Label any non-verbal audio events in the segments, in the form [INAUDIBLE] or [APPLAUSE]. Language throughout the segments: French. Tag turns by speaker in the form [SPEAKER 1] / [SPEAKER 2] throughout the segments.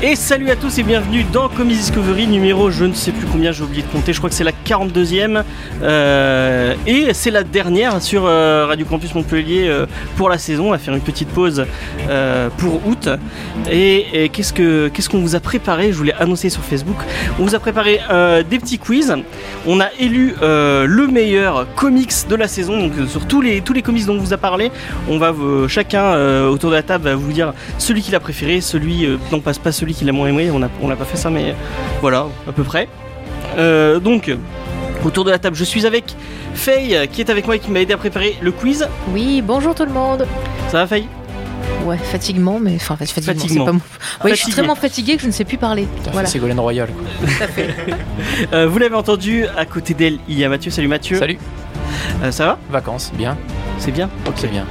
[SPEAKER 1] Et salut à tous et bienvenue dans Comics Discovery numéro je ne sais plus combien j'ai oublié de compter, je crois que c'est la 42e euh, et c'est la dernière sur euh, Radio Campus Montpellier euh, pour la saison, on va faire une petite pause euh, pour août. Et, et qu'est-ce qu'on qu qu vous a préparé Je voulais annoncer sur Facebook, on vous a préparé euh, des petits quiz, on a élu euh, le meilleur comics de la saison, donc euh, sur tous les, tous les comics dont on vous a parlé, on va euh, chacun autour de la table va vous dire celui qu'il a préféré, celui, euh, non pas, pas celui qui l'a moins aimé, on n'a on a pas fait ça, mais voilà, à peu près. Euh, donc, autour de la table, je suis avec Faye, qui est avec moi et qui m'a aidé à préparer le quiz.
[SPEAKER 2] Oui, bonjour tout le monde.
[SPEAKER 1] Ça va Faye
[SPEAKER 2] Ouais, fatiguement, mais enfin, fatiguement. fatiguement. Pas... Oui, fatigué. je suis tellement fatigué que je ne sais plus parler.
[SPEAKER 3] Voilà. C'est Golène Royal. Quoi. Tout à
[SPEAKER 1] fait. euh, vous l'avez entendu, à côté d'elle, il y a Mathieu. Salut Mathieu.
[SPEAKER 3] Salut.
[SPEAKER 1] Euh, ça va
[SPEAKER 3] Vacances, bien.
[SPEAKER 1] C'est bien
[SPEAKER 3] Ok. C'est bien.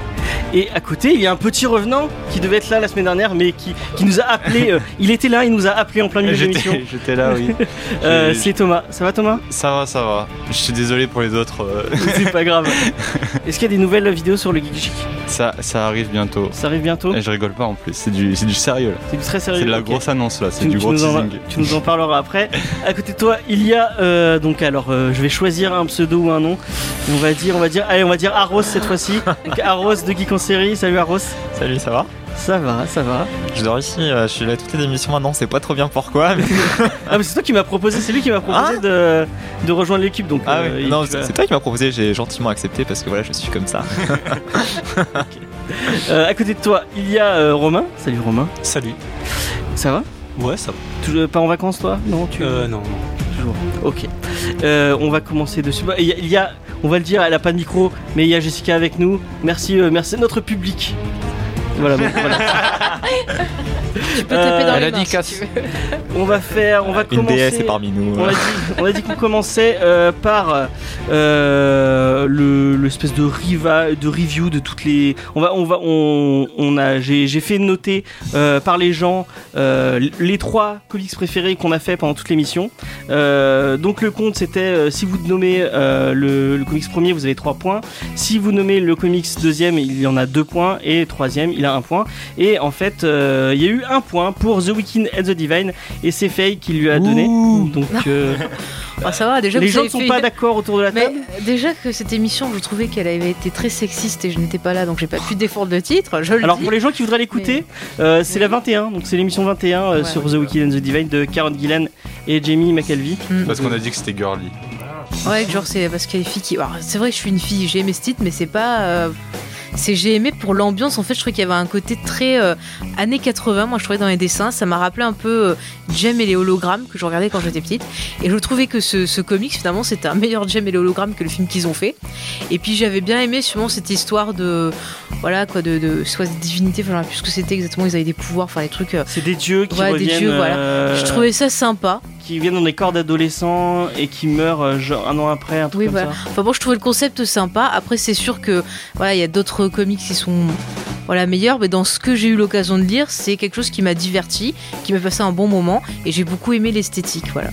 [SPEAKER 1] Et à côté, il y a un petit revenant qui devait être là la semaine dernière, mais qui, qui nous a
[SPEAKER 4] [LAUGHS]
[SPEAKER 1] appelé. Euh, il était là, il nous a appelé en plein milieu de l'émission.
[SPEAKER 4] Ah, J'étais là,
[SPEAKER 5] [LAUGHS]
[SPEAKER 4] oui.
[SPEAKER 1] euh, c'est Thomas. Ça va,
[SPEAKER 4] [LAUGHS]
[SPEAKER 1] Thomas
[SPEAKER 4] Ça va, ça va. Je suis désolé pour les autres. Euh... [LAUGHS]
[SPEAKER 1] c'est pas grave. Est-ce qu'il y a des nouvelles vidéos sur le Geek Chic
[SPEAKER 4] ça, ça arrive bientôt.
[SPEAKER 1] Ça arrive bientôt.
[SPEAKER 4] Et je rigole pas en plus. C'est du, du, sérieux là.
[SPEAKER 1] C'est du très sérieux.
[SPEAKER 4] Euh, C'est de la
[SPEAKER 1] okay.
[SPEAKER 4] grosse annonce là. C'est du gros teasing.
[SPEAKER 1] En, tu nous en parleras
[SPEAKER 4] [LAUGHS]
[SPEAKER 1] après. à côté de toi, il y a euh, donc alors, je vais choisir un pseudo ou un nom. On va dire, on va dire, allez, on va dire Arros cette fois-ci. Donc Arros de Geek en série. Salut Arros.
[SPEAKER 4] [LAUGHS]
[SPEAKER 5] Salut, ça va
[SPEAKER 1] Ça va, ça va.
[SPEAKER 5] Je dors ici, euh, je suis là toutes les émissions maintenant, c'est pas trop bien pourquoi.
[SPEAKER 4] [LAUGHS]
[SPEAKER 5] Mais...
[SPEAKER 1] ah, mais c'est toi qui m'as proposé, c'est lui qui m'a proposé ah de, de, rejoindre l'équipe. Donc,
[SPEAKER 5] ah, euh, oui. non, c'est toi qui m'as proposé, j'ai gentiment accepté parce que voilà, je suis comme ça.
[SPEAKER 1] okay. euh, à côté de toi, il y a euh, Romain. Salut Romain.
[SPEAKER 6] Salut.
[SPEAKER 1] Ça va
[SPEAKER 6] Ouais, ça va.
[SPEAKER 1] Toujours pas en vacances toi Non, tu.
[SPEAKER 6] Euh, non, non.
[SPEAKER 1] Toujours. Ok. Euh, on va commencer dessus. Il y a, il y a on va le dire, elle a pas de micro, mais il y a Jessica avec nous. Merci, euh, merci notre public. Voilà. Donc, voilà.
[SPEAKER 2] tu peux taper dans euh, les
[SPEAKER 3] elle
[SPEAKER 2] mains,
[SPEAKER 3] a dit casse. Si
[SPEAKER 1] on va faire, on va
[SPEAKER 5] Une
[SPEAKER 1] commencer.
[SPEAKER 5] DS est parmi nous.
[SPEAKER 1] On
[SPEAKER 5] euh.
[SPEAKER 1] a dit, on a dit qu'on commençait euh, par euh, le l'espèce de riva, de review de toutes les. On va, on va, on, on a, j'ai fait noter euh, par les gens euh, les trois comics préférés qu'on a fait pendant toute l'émission. Euh, donc le compte c'était euh, si vous nommez euh, le, le, comics premier vous avez 3 points, si vous nommez le comics deuxième il y en a 2 points et troisième il a 1 point et en fait euh, il y a eu 1 point pour The Weeknd and the Divine et c'est Faye qui lui a donné
[SPEAKER 2] Ouh.
[SPEAKER 1] donc euh,
[SPEAKER 2] [LAUGHS] oh, ça va, déjà
[SPEAKER 1] les
[SPEAKER 2] vous
[SPEAKER 1] gens
[SPEAKER 2] avez
[SPEAKER 1] ne sont
[SPEAKER 2] fait
[SPEAKER 1] pas
[SPEAKER 2] une-
[SPEAKER 1] d'accord autour de la
[SPEAKER 2] Mais
[SPEAKER 1] table
[SPEAKER 2] déjà que cette émission je trouvais qu'elle avait été très sexiste et je n'étais pas là donc j'ai pas pu défendre le titre je le
[SPEAKER 1] alors
[SPEAKER 2] dis.
[SPEAKER 1] pour les gens qui voudraient l'écouter euh, c'est
[SPEAKER 2] Oui.
[SPEAKER 1] la 21 donc c'est l'émission 21
[SPEAKER 2] Ouais,
[SPEAKER 1] euh, sur
[SPEAKER 2] ouais.
[SPEAKER 1] The Weeknd and the Divine de Karen Gillan et Jamie McAlvey
[SPEAKER 4] Parce qu'on a dit que c'était girly.
[SPEAKER 2] Ouais, genre c'est parce qu'il y a les filles qui. Alors, c'est vrai que je suis une fille, j'ai aimé ce titre, mais c'est pas. euh, C'est j'ai aimé pour l'ambiance. En fait, je trouvais qu'il y avait un côté très euh, années 80. Moi, je trouvais dans les dessins, ça m'a rappelé un peu euh, Jem et les hologrammes que je regardais quand j'étais petite. Et je trouvais que ce, ce comics finalement c'était un meilleur Jem et les hologrammes que le film qu'ils ont fait. Et puis j'avais bien aimé sûrement cette histoire de voilà quoi de, de soit des divinités, enfin, je sais plus ce que c'était exactement. Ils avaient des pouvoirs, enfin des trucs. euh,
[SPEAKER 1] c'est des dieux qui
[SPEAKER 2] Ouais, des
[SPEAKER 1] reviennent
[SPEAKER 2] dieux, voilà.
[SPEAKER 1] euh,
[SPEAKER 2] Je trouvais ça sympa.
[SPEAKER 1] qui viennent dans des corps d'adolescents et qui meurent euh, genre un an après, un truc
[SPEAKER 2] Oui,
[SPEAKER 1] comme
[SPEAKER 2] voilà.
[SPEAKER 1] ça.
[SPEAKER 2] Enfin bon, je trouvais le concept sympa. Après, c'est sûr que voilà, il y a d'autres comics qui sont voilà meilleurs, mais dans ce que j'ai eu l'occasion de lire, c'est quelque chose qui m'a diverti, qui m'a passé un bon moment, et j'ai beaucoup aimé l'esthétique, voilà.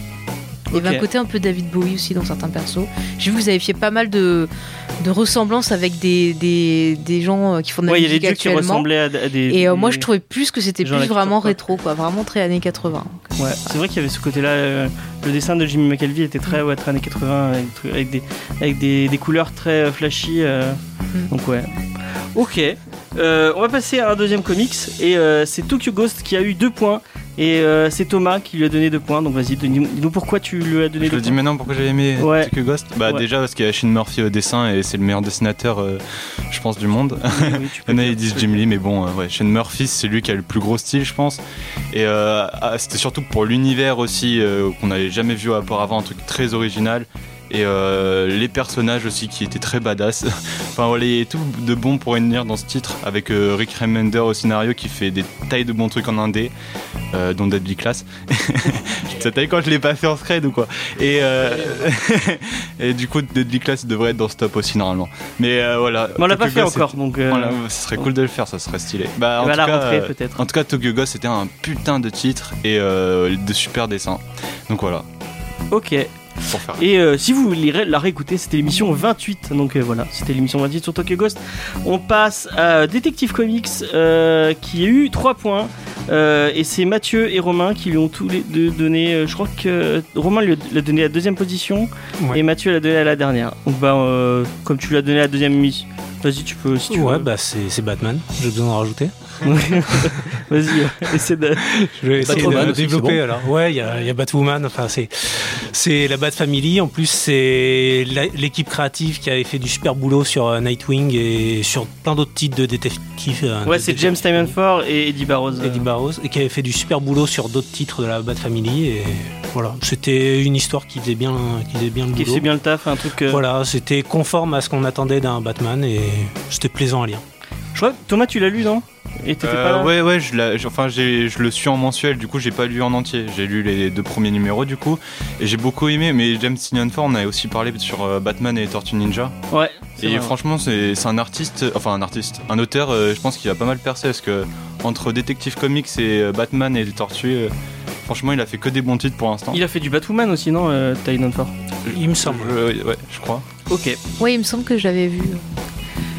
[SPEAKER 2] Il y avait
[SPEAKER 1] Ok.
[SPEAKER 2] un côté un peu David Bowie aussi dans certains persos. J'ai vu que vous avez fait pas mal de, de ressemblances avec des, des, des gens euh, qui font de la
[SPEAKER 1] Ouais, il y a
[SPEAKER 2] musique
[SPEAKER 1] des dieux qui
[SPEAKER 2] actuellement.
[SPEAKER 1] ressemblaient à, à des.
[SPEAKER 2] et euh, moi,
[SPEAKER 1] des-
[SPEAKER 2] je trouvais plus que c'était
[SPEAKER 1] des gens à
[SPEAKER 2] plus
[SPEAKER 1] la culture
[SPEAKER 2] vraiment
[SPEAKER 1] pop.
[SPEAKER 2] rétro, quoi, vraiment très années 80.
[SPEAKER 1] Ouais, c'est vrai qu'il y avait ce côté-là. euh, le dessin de Jimmy McAlvey était très, ouais, très années 80, avec, des trucs- avec des, avec des, des couleurs très euh, flashy. euh,
[SPEAKER 2] Mm.
[SPEAKER 1] Donc, ouais. Ok. Euh, on va passer à un deuxième comics. Et euh, c'est Tokyo Ghost qui a eu deux points. Et euh, c'est Thomas qui lui a donné deux points. Donc, vas-y, dis-nous dis-nous pourquoi tu lui as donné
[SPEAKER 4] Je
[SPEAKER 1] deux
[SPEAKER 4] le dis
[SPEAKER 1] points.
[SPEAKER 4] maintenant pourquoi j'ai aimé
[SPEAKER 1] Ouais.
[SPEAKER 4] Tokyo Ghost Bah
[SPEAKER 1] Ouais.
[SPEAKER 4] déjà parce qu'il y a Shane Murphy au dessin et c'est le meilleur dessinateur, euh, je pense, du monde.
[SPEAKER 1] Oui, tu peux
[SPEAKER 4] Il y en a,
[SPEAKER 1] dire,
[SPEAKER 4] ils disent
[SPEAKER 1] tu peux
[SPEAKER 4] Jim Lee, mais bon, euh, ouais, Shane Murphy, c'est lui qui a le plus gros style, je pense. Et euh, ah, c'était surtout pour l'univers aussi, euh, qu'on n'avait jamais vu auparavant, un truc très original. et euh, les personnages aussi qui étaient très badass. [LAUGHS] enfin voilà, il y a tout de bon pour venir dans ce titre avec euh, Rick Remender au scénario qui fait des tailles de bons trucs en indé, euh, dont Deadly Class. [LAUGHS] Cette taille quand je l'ai pas fait en thread ou quoi. Et, euh, [LAUGHS] et du coup, Deadly Class devrait être dans ce top aussi normalement. Mais euh, voilà.
[SPEAKER 1] Mais on l'a pas fait encore donc.
[SPEAKER 4] Voilà, ce serait cool de le faire, ça serait stylé. Bah, en,
[SPEAKER 1] à
[SPEAKER 4] tout
[SPEAKER 1] Euh, la
[SPEAKER 4] cas,
[SPEAKER 1] rentrée,
[SPEAKER 4] euh,
[SPEAKER 1] peut-être.
[SPEAKER 4] en tout cas, Tokyo Ghost c'était un putain de titre et euh, de super dessins. Donc voilà,
[SPEAKER 1] Ok.
[SPEAKER 4] pour faire.
[SPEAKER 1] Et euh, si vous voulez la réécouter, c'était l'émission 28. Donc euh, voilà, c'était l'émission 28 sur Tokyo Ghost. On passe à Detective Comics euh, qui a eu 3 points. Euh, et c'est Mathieu et Romain qui lui ont tous les deux donné. euh, je crois que euh, Romain lui a- l'a donné à la deuxième position
[SPEAKER 3] Ouais.
[SPEAKER 1] et Mathieu l'a donné à la dernière. Donc bah, euh, comme tu l'as donné à la deuxième mission, vas-y, tu peux si tu
[SPEAKER 6] Ouais,
[SPEAKER 1] veux.
[SPEAKER 6] bah c'est c'est Batman, j'ai besoin d'en rajouter.
[SPEAKER 1] [LAUGHS] vas-y, euh, essaie de.
[SPEAKER 6] Je vais essayer
[SPEAKER 3] Batwoman
[SPEAKER 6] de
[SPEAKER 3] aussi, c'est
[SPEAKER 6] développer
[SPEAKER 3] bon.
[SPEAKER 6] alors. Ouais, il y, a il y a Batwoman, enfin c'est c'est la Bat Family. En plus, c'est la- l'équipe créative qui avait fait du super boulot sur euh, Nightwing et sur plein d'autres titres de détectives. euh,
[SPEAKER 1] Ouais,
[SPEAKER 6] de-
[SPEAKER 1] c'est
[SPEAKER 6] de-
[SPEAKER 1] James Tyman Ford et Eddie Barrows.
[SPEAKER 6] Eddie Barrows et qui avait fait du super boulot sur d'autres titres de la Bat Family. Et voilà, c'était une histoire qui faisait bien, qui faisait bien le
[SPEAKER 1] qui
[SPEAKER 6] boulot.
[SPEAKER 1] fait bien le taf, un truc. euh,
[SPEAKER 6] Voilà, c'était conforme à ce qu'on attendait d'un Batman et c'était plaisant à lire.
[SPEAKER 1] Je crois que Thomas, tu l'as lu, non Et t'étais pas
[SPEAKER 4] Euh,
[SPEAKER 1] là
[SPEAKER 4] ouais, ouais, je, la- je- enfin, j'ai- je le suis en mensuel, du coup, j'ai pas lu en entier. J'ai lu les deux premiers numéros, du coup, et j'ai beaucoup aimé. Mais James Tynion Ford, on avait aussi parlé sur euh, Batman et les Tortues Ninja.
[SPEAKER 1] Ouais. c'est
[SPEAKER 4] Et
[SPEAKER 1] vrai.
[SPEAKER 4] franchement, c'est c'est un artiste, enfin, un artiste, un auteur, euh, je pense qu'il a pas mal percé parce que entre Detective Comics et euh, Batman et les Tortues, euh, franchement, il a fait que des bons titres pour l'instant.
[SPEAKER 1] Il a fait du Batwoman aussi, non, euh, Tynan Ford
[SPEAKER 6] Il me semble.
[SPEAKER 4] Je- ouais, je crois.
[SPEAKER 1] Ok.
[SPEAKER 2] Ouais, il me semble que je l'avais vu.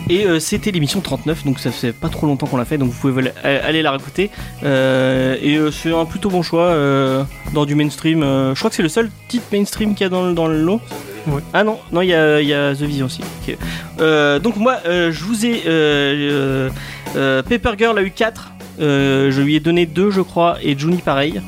[SPEAKER 1] Et euh, c'était l'émission 39, donc ça fait pas trop longtemps qu'on l'a fait, donc vous pouvez val- a- aller la réécouter. Euh, et euh, c'est un plutôt bon choix euh, dans du mainstream. euh, je crois que c'est le seul titre mainstream qu'il y a dans, le- dans le lot.
[SPEAKER 6] Ouais.
[SPEAKER 1] Ah non, non, il y a, il y a The Vision aussi. Ok. Euh, donc moi, euh, je vous ai... euh, euh, euh, Paper Girl a eu 4. je lui ai donné 2, je crois, et Juni pareil.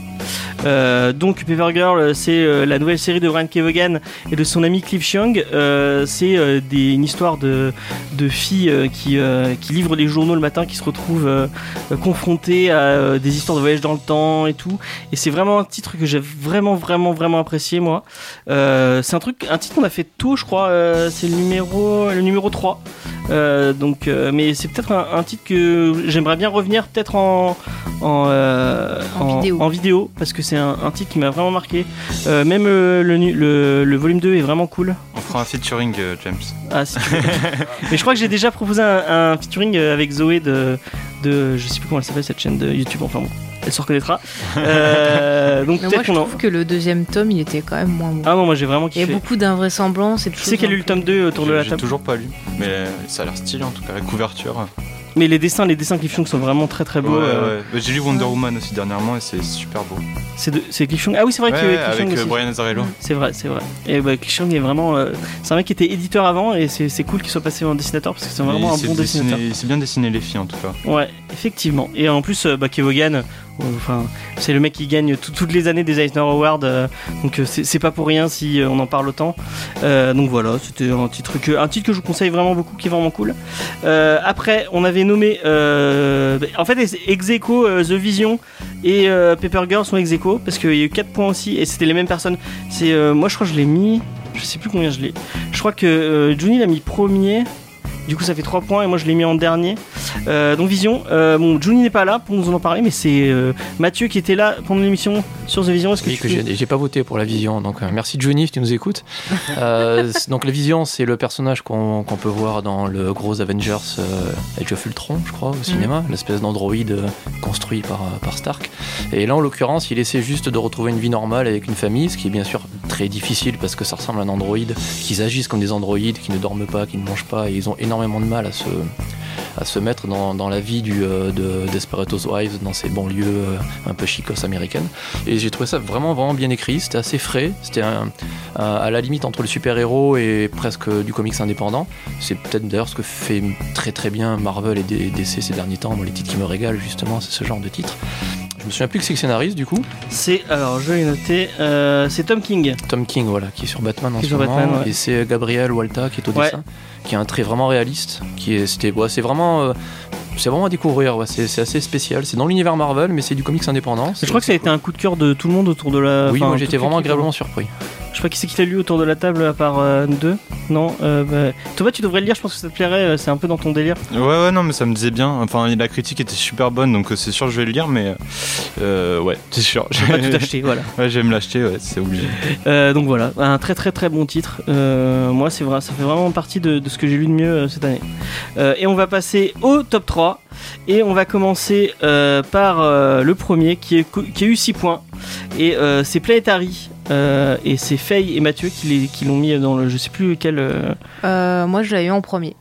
[SPEAKER 1] Euh, donc Paper Girl, euh, c'est euh, la nouvelle série de Brian Kevogan et de son ami Cliff Chiang. Euh, c'est euh, des- une histoire de, de filles euh, qui, euh, qui livrent les journaux le matin, qui se retrouvent euh, euh, confrontées à euh, des histoires de voyage dans le temps et tout. Et c'est vraiment un titre que j'ai vraiment, vraiment, vraiment apprécié, moi. Euh, c'est un truc, un titre qu'on a fait tôt, je crois. euh, c'est le numéro, le numéro 3. Euh, donc, euh, mais c'est peut-être un, un titre que j'aimerais bien revenir peut-être en en, euh,
[SPEAKER 2] En vidéo.
[SPEAKER 1] parce que c'est un, un titre qui m'a vraiment marqué. Euh, même euh, le, nu- le, le volume 2 est vraiment cool.
[SPEAKER 4] On fera un featuring, euh, James.
[SPEAKER 1] Ah, si
[SPEAKER 2] [LAUGHS]
[SPEAKER 1] tu veux. Mais je crois que j'ai déjà proposé un, un featuring euh, avec Zoé de, de. Je sais plus comment elle s'appelle cette chaîne de YouTube, enfin bon, elle se reconnaîtra.
[SPEAKER 2] [LAUGHS]
[SPEAKER 1] Euh, donc
[SPEAKER 2] Mais moi,
[SPEAKER 1] peut-être
[SPEAKER 2] je
[SPEAKER 1] qu'on en.
[SPEAKER 2] trouve que le deuxième tome, il était quand même moins bon.
[SPEAKER 1] Ah non, moi j'ai vraiment
[SPEAKER 2] Il y a
[SPEAKER 1] kiffé.
[SPEAKER 2] beaucoup d'invraisemblances et de
[SPEAKER 1] Qui
[SPEAKER 2] choses hein.
[SPEAKER 1] c'est qui a lu
[SPEAKER 2] un
[SPEAKER 1] le tome 2 autour de
[SPEAKER 4] J'ai-
[SPEAKER 1] la
[SPEAKER 4] j'ai
[SPEAKER 1] table
[SPEAKER 4] toujours pas lu, mais euh, ça a l'air stylé en tout cas, la couverture.
[SPEAKER 1] Mais les dessins, les dessins Cliff Young sont vraiment très très
[SPEAKER 4] Ouais,
[SPEAKER 1] beaux. euh,
[SPEAKER 4] ouais. J'ai lu Wonder Woman aussi dernièrement et c'est super beau.
[SPEAKER 1] C'est de- c'est Cliff Young. Ah oui, c'est vrai
[SPEAKER 4] Ouais,
[SPEAKER 1] qu'il y avait
[SPEAKER 4] ouais,
[SPEAKER 1] Cliff Young
[SPEAKER 4] avec euh,
[SPEAKER 1] aussi.
[SPEAKER 4] Brian Azzarello.
[SPEAKER 1] C'est vrai, c'est vrai. Et bah, Cliff Young est vraiment. euh, c'est un mec qui était éditeur avant et c'est c'est cool qu'il soit passé en dessinateur parce que c'est vraiment
[SPEAKER 4] Et
[SPEAKER 1] un
[SPEAKER 4] c'est
[SPEAKER 1] bon
[SPEAKER 4] dessiné-
[SPEAKER 1] dessinateur.
[SPEAKER 4] il sait bien dessiner les filles en tout cas.
[SPEAKER 1] Ouais, effectivement. Et en plus, euh, bah, Kevogan, euh, enfin, c'est le mec qui gagne tout- toutes les années des Eisner Awards, euh, donc euh, c'est c'est pas pour rien si euh, on en parle autant. Euh, donc voilà, c'était un titre que un titre que je vous conseille vraiment beaucoup, qui est vraiment cool. Euh, après, on avait nommé, euh, bah, en fait, Execo, The Vision et euh, Paper Girl sont Execo parce qu'il y a eu 4 points aussi et c'était les mêmes personnes. C'est euh, moi, je crois que je l'ai mis, je sais plus combien je l'ai. Je crois que euh, Juni l'a mis premier. Du coup, ça fait 3 points et moi je l'ai mis en dernier. Euh, donc Vision, euh, bon, Johnny n'est pas là pour nous en parler, mais c'est euh, Mathieu qui était là pendant l'émission sur The Vision. Est-ce que
[SPEAKER 3] Oui,
[SPEAKER 1] tu
[SPEAKER 3] que
[SPEAKER 1] peux-
[SPEAKER 3] j'ai j'ai pas voté pour la vision, donc euh, merci Johnny si tu nous écoutes.
[SPEAKER 1] [LAUGHS]
[SPEAKER 3] Euh, c- donc la vision, c'est le personnage qu'on qu'on peut voir dans le gros Avengers euh, Age of Ultron, je
[SPEAKER 1] Mm.
[SPEAKER 3] crois, au cinéma, l'espèce d'androïde euh, construit par, euh, par Stark. Et là, en l'occurrence, il essaie juste de retrouver une vie normale avec une famille, ce qui est bien sûr très difficile parce que ça ressemble à un androïde, qu'ils agissent comme des androïdes, qui ne dorment pas, qui ne mangent pas, et ils ont énormément de mal à se à se mettre dans, dans la vie du, euh, de Desperados Wives dans ces banlieues euh, un peu chicos américaines. Et j'ai trouvé ça vraiment, vraiment bien écrit. C'était assez frais. C'était un- un- à la limite entre le super-héros et presque euh, du comics indépendant. C'est peut-être d'ailleurs ce que fait très, très bien Marvel et D- DC ces derniers temps. Moi, les titres qui me régalent, justement, c'est ce genre de titres. Je me souviens plus que c'est le scénariste, du coup.
[SPEAKER 1] C'est alors je l'ai noté, euh, c'est Tom King.
[SPEAKER 3] Tom King, voilà, qui est sur Batman en
[SPEAKER 1] Qui est
[SPEAKER 3] ce
[SPEAKER 1] sur
[SPEAKER 3] moment.
[SPEAKER 1] Batman, ouais.
[SPEAKER 3] Et c'est euh, Gabriel Walta qui est au
[SPEAKER 1] Ouais.
[SPEAKER 3] dessin, qui a un trait vraiment réaliste. Qui est, c'était, ouais, c'est vraiment, euh, c'est vraiment à découvrir. ouais, c'est, c'est assez spécial. C'est dans l'univers Marvel, mais c'est du comics indépendant.
[SPEAKER 1] Je crois que ça a été un coup de cœur de tout le monde autour de la.
[SPEAKER 3] Oui,
[SPEAKER 1] enfin,
[SPEAKER 3] moi
[SPEAKER 1] toute
[SPEAKER 3] j'étais vraiment
[SPEAKER 1] l'équipe.
[SPEAKER 3] agréablement surpris.
[SPEAKER 1] Je Je sais pas qui c'est qui l'a lu autour de la table à part euh, nous deux. Non, euh, bah, Thomas, tu devrais le lire, je pense que ça te plairait, euh, c'est un peu dans ton délire.
[SPEAKER 4] Ouais, ouais, non, mais ça me disait bien. Enfin, la critique était super bonne, donc euh, c'est sûr, je vais le lire, mais. euh, ouais,
[SPEAKER 1] [LAUGHS]
[SPEAKER 4] c'est sûr.
[SPEAKER 1] Je vais pas tout
[SPEAKER 3] [LAUGHS]
[SPEAKER 1] acheter, voilà.
[SPEAKER 4] Ouais, je vais me l'acheter, ouais, c'est obligé.
[SPEAKER 1] Euh, donc voilà, un très très très bon titre. Euh, moi, c'est vrai, ça fait vraiment partie de, de ce que j'ai lu de mieux euh, cette année. Euh, et on va passer au top 3. Et on va commencer euh, par euh, le premier qui, est, co- qui a eu 6 points. Et euh, c'est Planetary. Euh, et c'est Faye et Mathieu qui les- qui l'ont mis dans le. Je sais plus quel. euh,
[SPEAKER 2] Euh, moi, je l'ai eu en premier.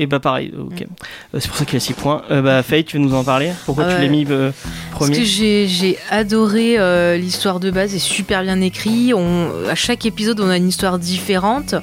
[SPEAKER 1] Et bah pareil, ok. Euh, c'est pour ça qu'il a 6 points. Euh, bah Faye, tu veux nous en parler Pourquoi
[SPEAKER 2] Ah
[SPEAKER 1] tu
[SPEAKER 2] ouais.
[SPEAKER 1] l'as mis euh,
[SPEAKER 2] Parce que
[SPEAKER 1] premier
[SPEAKER 2] j'ai j'ai adoré euh, l'histoire de base, est super bien écrit. On, à chaque épisode, on a une histoire différente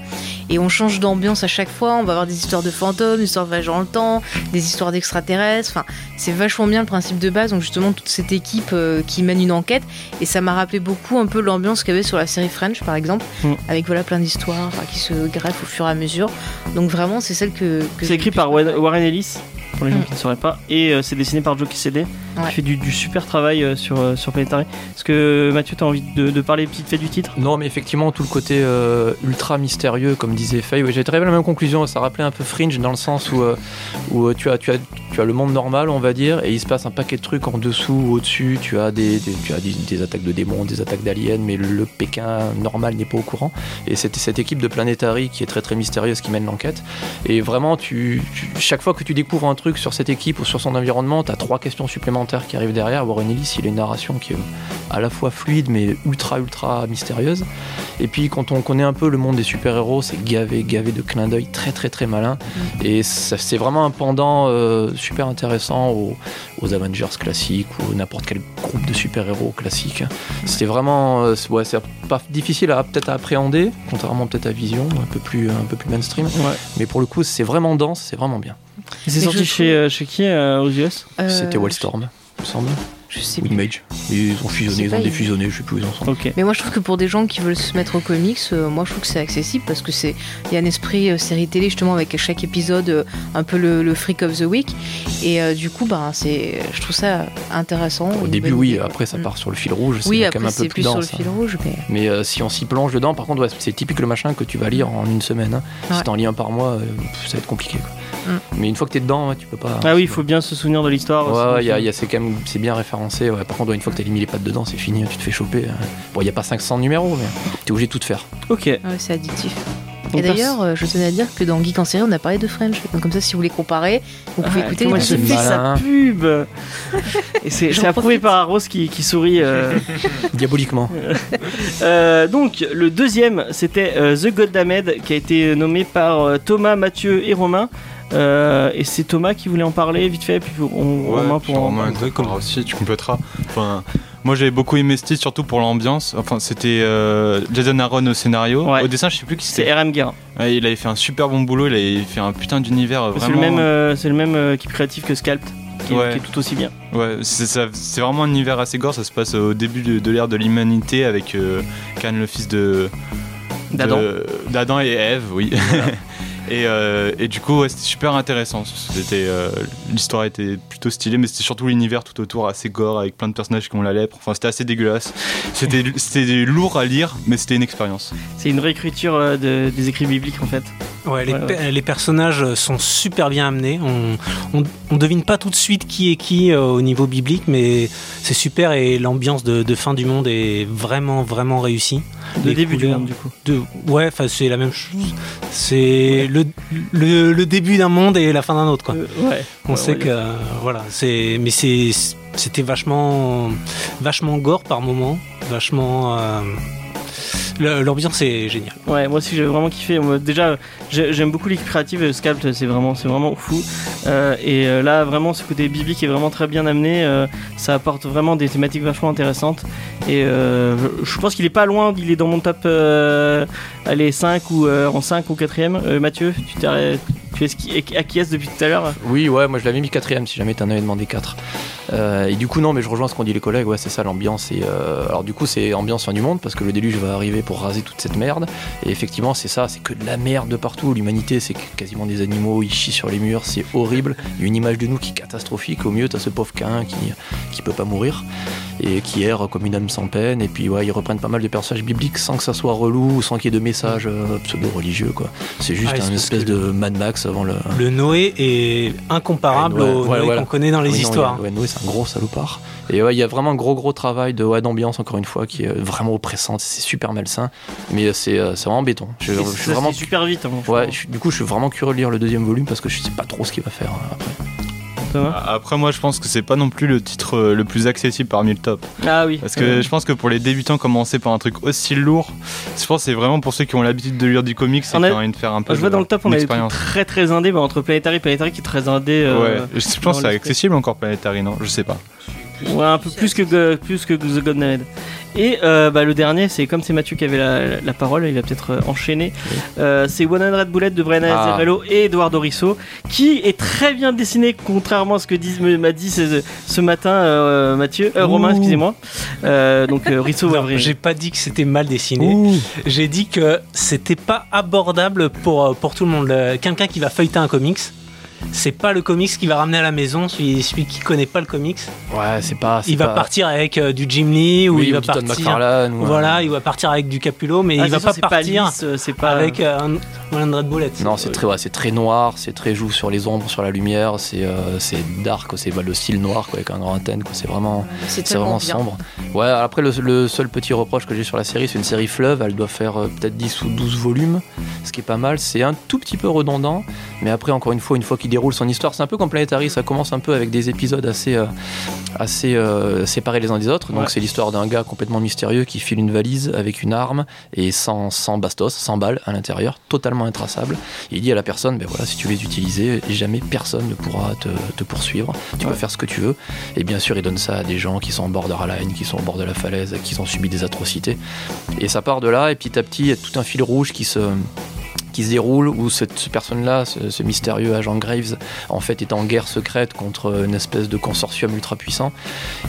[SPEAKER 2] et on change d'ambiance à chaque fois. On va avoir des histoires de fantômes, des histoires de voyage dans le temps, des histoires d'extraterrestres. Enfin, c'est vachement bien le principe de base. Donc justement, toute cette équipe euh, qui mène une enquête et ça m'a rappelé beaucoup un peu l'ambiance qu'il y avait sur la série French, par exemple,
[SPEAKER 1] Mm.
[SPEAKER 2] avec voilà plein d'histoires enfin, qui se greffent au fur et à mesure. Donc vraiment, c'est celle que. que
[SPEAKER 1] C'est
[SPEAKER 2] j'ai
[SPEAKER 1] écrit
[SPEAKER 2] le
[SPEAKER 1] par
[SPEAKER 2] plus-
[SPEAKER 1] Wa- Warren Ellis, pour les gens
[SPEAKER 2] Mm.
[SPEAKER 1] qui ne sauraient pas, et euh, c'est dessiné par Joe Kisede,
[SPEAKER 2] Ouais.
[SPEAKER 1] qui fait du, du super travail euh, sur, euh, sur Planetary. Est-ce que Mathieu, t'as envie de, de parler petite fait du titre
[SPEAKER 3] Non, mais effectivement, tout le côté euh, ultra mystérieux, comme disait Faye, ouais, j'ai très bien la même conclusion. Ça rappelait un peu Fringe dans le sens où, euh, où euh, tu, as, tu, as, tu as le monde normal, on va dire, et il se passe un paquet de trucs en dessous ou au-dessus. Tu as, des, des- tu as des, des attaques de démons, des attaques d'aliens, mais le Pékin normal n'est pas au courant. Et c'est cette équipe de Planetary qui est très très mystérieuse qui mène l'enquête. Et vraiment, tu, tu- chaque fois que tu découvres un truc sur cette équipe ou sur son environnement, tu as trois questions supplémentaires qui arrivent derrière. Warren Ellis, il a une narration qui est à la fois fluide mais ultra ultra mystérieuse. Et puis quand on connaît un peu le monde des super-héros, c'est gavé gavé de clins d'œil très très très malin. Et ça- c'est vraiment un pendant euh, super intéressant aux, aux Avengers classiques ou n'importe quel groupe de super-héros classique. C'était vraiment euh, c'est- ouais, c'est pas difficile à peut-être à appréhender, contrairement peut-être à Vision, un peu plus un peu plus mainstream. Mais pour le coup, c'est vraiment dense, c'est vraiment bien.
[SPEAKER 1] C'est
[SPEAKER 2] Mais
[SPEAKER 1] sorti
[SPEAKER 2] je
[SPEAKER 1] chez, euh, chez qui euh, aux US
[SPEAKER 2] Euh,
[SPEAKER 3] C'était Wallstorm, il me semble.
[SPEAKER 2] Je sais
[SPEAKER 3] Ou
[SPEAKER 2] plus.
[SPEAKER 3] Image. Ils ont fusionné,
[SPEAKER 2] C'est
[SPEAKER 3] ils
[SPEAKER 2] pas
[SPEAKER 3] ont
[SPEAKER 2] une-
[SPEAKER 3] défusionné, je sais plus où ils en sont.
[SPEAKER 1] Ok.
[SPEAKER 2] Mais moi, je trouve que pour des gens qui veulent se mettre aux comics, euh, moi, je trouve que c'est accessible parce que c'est il y a un esprit euh, série télé justement avec chaque épisode euh, un peu le, le freak of the week et euh, du coup, bah, c'est je trouve ça intéressant.
[SPEAKER 3] Au
[SPEAKER 2] une
[SPEAKER 3] début,
[SPEAKER 2] bonne
[SPEAKER 3] oui,
[SPEAKER 2] idée, quoi.
[SPEAKER 3] après ça
[SPEAKER 2] bah Mm.
[SPEAKER 3] part sur le fil rouge, c'est
[SPEAKER 2] Oui,
[SPEAKER 3] quand même
[SPEAKER 2] après
[SPEAKER 3] un peu
[SPEAKER 2] c'est
[SPEAKER 3] plus
[SPEAKER 2] plus sur le
[SPEAKER 3] dense.
[SPEAKER 2] fil
[SPEAKER 3] hein.
[SPEAKER 2] rouge, mais
[SPEAKER 3] Mais euh, si on s'y plonge dedans, par contre, ouais, c'est typique le machin que tu vas lire en une semaine. hein.
[SPEAKER 2] Ouais.
[SPEAKER 3] Si t'en lis un par mois, euh, pff, ça va être compliqué. quoi.
[SPEAKER 2] Mm.
[SPEAKER 3] Mais une fois que t'es dedans, ouais, tu peux pas.
[SPEAKER 1] Ah oui, il faut bien se souvenir de l'histoire.
[SPEAKER 3] Ouais,
[SPEAKER 1] sinon
[SPEAKER 3] ouais, y a-
[SPEAKER 1] tu-
[SPEAKER 3] y a- c'est quand même c'est bien référencé. ouais. Par contre, ouais, une fois que t'as mis les pattes dedans, c'est fini, tu te fais choper. hein. Bon, il a pas 500 numéros, mais t'es obligé de tout faire. [LAUGHS]
[SPEAKER 1] Ok.
[SPEAKER 2] ouais, c'est addictif.
[SPEAKER 1] On
[SPEAKER 2] et
[SPEAKER 1] passe-
[SPEAKER 2] d'ailleurs, euh, je tenais à dire que dans Geek en série, on a parlé de French. Donc comme ça, si vous voulez comparer, vous pouvez
[SPEAKER 1] Ah,
[SPEAKER 2] écouter.
[SPEAKER 1] comment
[SPEAKER 2] les
[SPEAKER 1] elle se
[SPEAKER 3] c'est
[SPEAKER 2] deux.
[SPEAKER 1] fait sa
[SPEAKER 2] [LAUGHS]
[SPEAKER 3] malin.
[SPEAKER 1] pub Et c'est
[SPEAKER 2] J'en
[SPEAKER 1] c'est approuvé
[SPEAKER 2] profite.
[SPEAKER 1] par Arros qui, qui sourit. euh.
[SPEAKER 3] Diaboliquement.
[SPEAKER 1] Euh, donc, le deuxième, c'était euh, The Goddamed, qui a été nommé par euh, Thomas, Mathieu et Romain. Euh, et c'est Thomas qui voulait en parler vite fait, puis on, Romain pour en-
[SPEAKER 4] Romain,
[SPEAKER 6] parler.
[SPEAKER 4] t'en parleras aussi, tu compléteras. Enfin, moi j'avais beaucoup aimé ce titre, surtout pour l'ambiance. Enfin, c'était euh, Jason Aaron au scénario.
[SPEAKER 1] Ouais.
[SPEAKER 4] Au dessin, je sais plus qui
[SPEAKER 1] C'est
[SPEAKER 4] c'était.
[SPEAKER 1] RM Guérin.
[SPEAKER 4] Ouais, il avait fait un super bon boulot, il avait fait un putain d'univers euh,
[SPEAKER 1] C'est le
[SPEAKER 4] vraiment.
[SPEAKER 1] même, euh, c'est le même euh, équipe créative que Scalped, qui, est-
[SPEAKER 4] Ouais.
[SPEAKER 1] qui est tout aussi bien.
[SPEAKER 4] Ouais, c'est ça- c'est vraiment un univers assez gore. Ça se passe au début de, de l'ère de l'humanité avec euh, Cain, le fils de
[SPEAKER 1] D'Adam.
[SPEAKER 4] de- d'Adam et Ève, oui. [LAUGHS] et, euh, et du coup, ouais, c'était super intéressant. C'était euh, l'histoire était plutôt stylée, mais c'était surtout l'univers tout autour assez gore avec plein de personnages qui ont la lèpre. Enfin, c'était assez dégueulasse.
[SPEAKER 1] [LAUGHS]
[SPEAKER 4] C'était c'était lourd à lire, mais c'était une expérience.
[SPEAKER 1] C'est une réécriture euh, de- des écrits bibliques en fait.
[SPEAKER 6] Ouais, les,
[SPEAKER 1] Ouais, ouais.
[SPEAKER 6] pe- les personnages sont super bien amenés. On, on, on devine pas tout de suite qui est qui euh, au niveau biblique, mais c'est super et l'ambiance de, de fin du monde est vraiment, vraiment réussie.
[SPEAKER 1] Le
[SPEAKER 6] Les
[SPEAKER 1] début du
[SPEAKER 6] couleurs
[SPEAKER 1] monde du coup.
[SPEAKER 6] de- ouais, enfin, c'est la même chose. C'est le, le, le début d'un monde et la fin d'un autre, quoi.
[SPEAKER 1] Euh, ouais.
[SPEAKER 6] On
[SPEAKER 1] Ouais,
[SPEAKER 6] sait
[SPEAKER 1] ouais.
[SPEAKER 6] que euh, voilà, c'est mais c'est c'était vachement vachement gore par moment, vachement euh, le- l'ambiance est géniale.
[SPEAKER 1] Ouais, moi aussi j'ai vraiment kiffé. Moi, Déjà, j'ai- j'aime beaucoup l'équipe créative. euh, Sculpt, c'est vraiment, c'est vraiment fou. Euh, et euh, là, vraiment, ce côté biblique est vraiment très bien amené. euh, ça apporte vraiment des thématiques vachement intéressantes. Et euh, je- je pense qu'il est pas loin. Il est dans mon top, euh, allez, 5 ou euh, en 5 ou 4ème. Mathieu, tu t'arrêtes. Tu esqui- acquiesces depuis tout à l'heure
[SPEAKER 3] Oui, ouais, moi je l'avais mis quatrième si jamais t'en avais demandé quatre. Euh, et du coup, non, mais je rejoins ce qu'ont dit les collègues, ouais, c'est ça l'ambiance. Et euh, alors, du coup, c'est ambiance fin du monde parce que le déluge va arriver pour raser toute cette merde. Et effectivement, c'est ça, c'est que de la merde de partout. L'humanité, c'est quasiment des animaux, ils chient sur les murs, c'est horrible. Il y a une image de nous qui est catastrophique. Au mieux, t'as ce pauvre Cain qui, qui peut pas mourir. et qui erre comme une âme sans peine. Et puis ouais, ils reprennent pas mal de personnages bibliques sans que ça soit relou ou sans qu'il y ait de messages euh, pseudo-religieux. quoi. C'est juste
[SPEAKER 6] Ah, c'est
[SPEAKER 3] un
[SPEAKER 6] parce
[SPEAKER 3] espèce
[SPEAKER 6] que
[SPEAKER 3] de Mad Max avant le.
[SPEAKER 6] Le Noé est incomparable
[SPEAKER 3] Ouais,
[SPEAKER 6] au
[SPEAKER 3] ouais,
[SPEAKER 6] Noé
[SPEAKER 3] voilà.
[SPEAKER 6] qu'on connaît dans les
[SPEAKER 3] Oui, non,
[SPEAKER 6] histoires.
[SPEAKER 3] ouais, Noé, c'est un gros salopard. Et ouais, il y a vraiment un gros, gros travail de, ouais, d'ambiance, encore une fois, qui est vraiment oppressante. C'est super malsain. Mais euh, c'est euh, c'est vraiment béton. Je, je suis
[SPEAKER 1] Ça,
[SPEAKER 3] vraiment.
[SPEAKER 1] c'est super vite. hein,
[SPEAKER 3] Ouais,
[SPEAKER 1] franchement.
[SPEAKER 3] je suis- du coup, je suis vraiment curieux de lire le deuxième volume parce que je sais pas trop ce qu'il va faire. hein, après.
[SPEAKER 1] Thomas
[SPEAKER 4] Après, moi, je pense que c'est pas non plus le titre euh, le plus accessible parmi le top.
[SPEAKER 1] Ah oui.
[SPEAKER 4] Parce que je pense que pour les débutants, commencer par un truc aussi lourd, je pense que c'est vraiment pour ceux qui ont l'habitude de lire du comics et
[SPEAKER 1] On a-
[SPEAKER 4] qui ont envie de faire un peu
[SPEAKER 1] je vois
[SPEAKER 4] de-
[SPEAKER 1] dans le top, on a des trucs
[SPEAKER 4] d'expérience.
[SPEAKER 1] très très indé, bah, entre Planetary et Planetary qui est très indé. euh,
[SPEAKER 4] ouais, je pense que c'est
[SPEAKER 1] l'esprit.
[SPEAKER 4] accessible encore Planetary, non Je sais pas.
[SPEAKER 1] Ouais, un peu plus que, Go- plus que The God Knight. Et euh, bah, le dernier, c'est comme c'est Mathieu qui avait la, la parole, il a peut-être euh, enchaîné. Euh, c'est One Hundred Bullet de Brenna
[SPEAKER 3] Ah.
[SPEAKER 1] Azzarello et Eduardo Risso, qui est très bien dessiné, contrairement à ce que disent- me- m'a dit ce, ce matin euh, Mathieu, euh,
[SPEAKER 6] Ouh.
[SPEAKER 1] Romain, excusez-moi. Euh, donc euh, Risso va
[SPEAKER 6] Non,
[SPEAKER 1] vrai.
[SPEAKER 6] J'ai pas dit que c'était mal dessiné. J'ai dit que c'était pas abordable pour, euh, pour tout le monde. Le- Quelqu'un qui va feuilleter un comics, c'est pas le comics qui va ramener à la maison. Celui, celui qui connaît pas le comics,
[SPEAKER 3] Ouais, c'est pas. Ah, c'est
[SPEAKER 6] il va
[SPEAKER 3] pas-
[SPEAKER 6] partir avec euh, du Jim Lee ou
[SPEAKER 3] Oui,
[SPEAKER 6] il va
[SPEAKER 3] du Todd
[SPEAKER 6] partir.
[SPEAKER 3] McFarlane, ou euh, un-
[SPEAKER 6] Voilà, il va partir avec du Capullo, mais
[SPEAKER 1] Ah,
[SPEAKER 6] il
[SPEAKER 1] c'est
[SPEAKER 6] va
[SPEAKER 1] sûr,
[SPEAKER 6] pas
[SPEAKER 1] c'est
[SPEAKER 6] partir
[SPEAKER 1] lisse, euh, c'est pas
[SPEAKER 6] avec euh, un 100 Bullets.
[SPEAKER 3] Non, c'est très, ouais, c'est très noir, c'est très joue sur les ombres, sur la lumière, c'est euh, c'est dark, quoi, c'est bah, le style noir quoi, avec un grand antenne, quoi, c'est vraiment,
[SPEAKER 2] C'est
[SPEAKER 3] c'est vraiment
[SPEAKER 2] tellement bien.
[SPEAKER 3] sombre. Ouais, après le, le seul petit reproche que j'ai sur la série, c'est une série fleuve, elle doit faire euh, peut-être 10 ou 12 volumes, ce qui est pas mal, c'est un tout petit peu redondant, mais après encore une fois, une fois qu'il déroule son histoire, c'est un peu comme Planetary, ça commence un peu avec des épisodes assez, euh, assez euh, séparés les uns des autres, donc
[SPEAKER 1] Ouais.
[SPEAKER 3] c'est l'histoire d'un gars complètement mystérieux qui file une valise avec une arme et sans, sans bastos, sans balles à l'intérieur, totalement intraçable. Et il dit à la personne, ben voilà, si tu veux les utiliser, jamais personne ne pourra te, te poursuivre, tu peux faire ce que tu veux. Et bien sûr, il donne ça à des gens qui sont en borderline, qui sont au bord de la falaise, qui ont subi des atrocités. Et ça part de là, et petit à petit, il y a tout un fil rouge qui se qui se déroule où cette ce personne-là, ce, ce mystérieux agent Graves, en fait est en guerre secrète contre une espèce de consortium ultra puissant.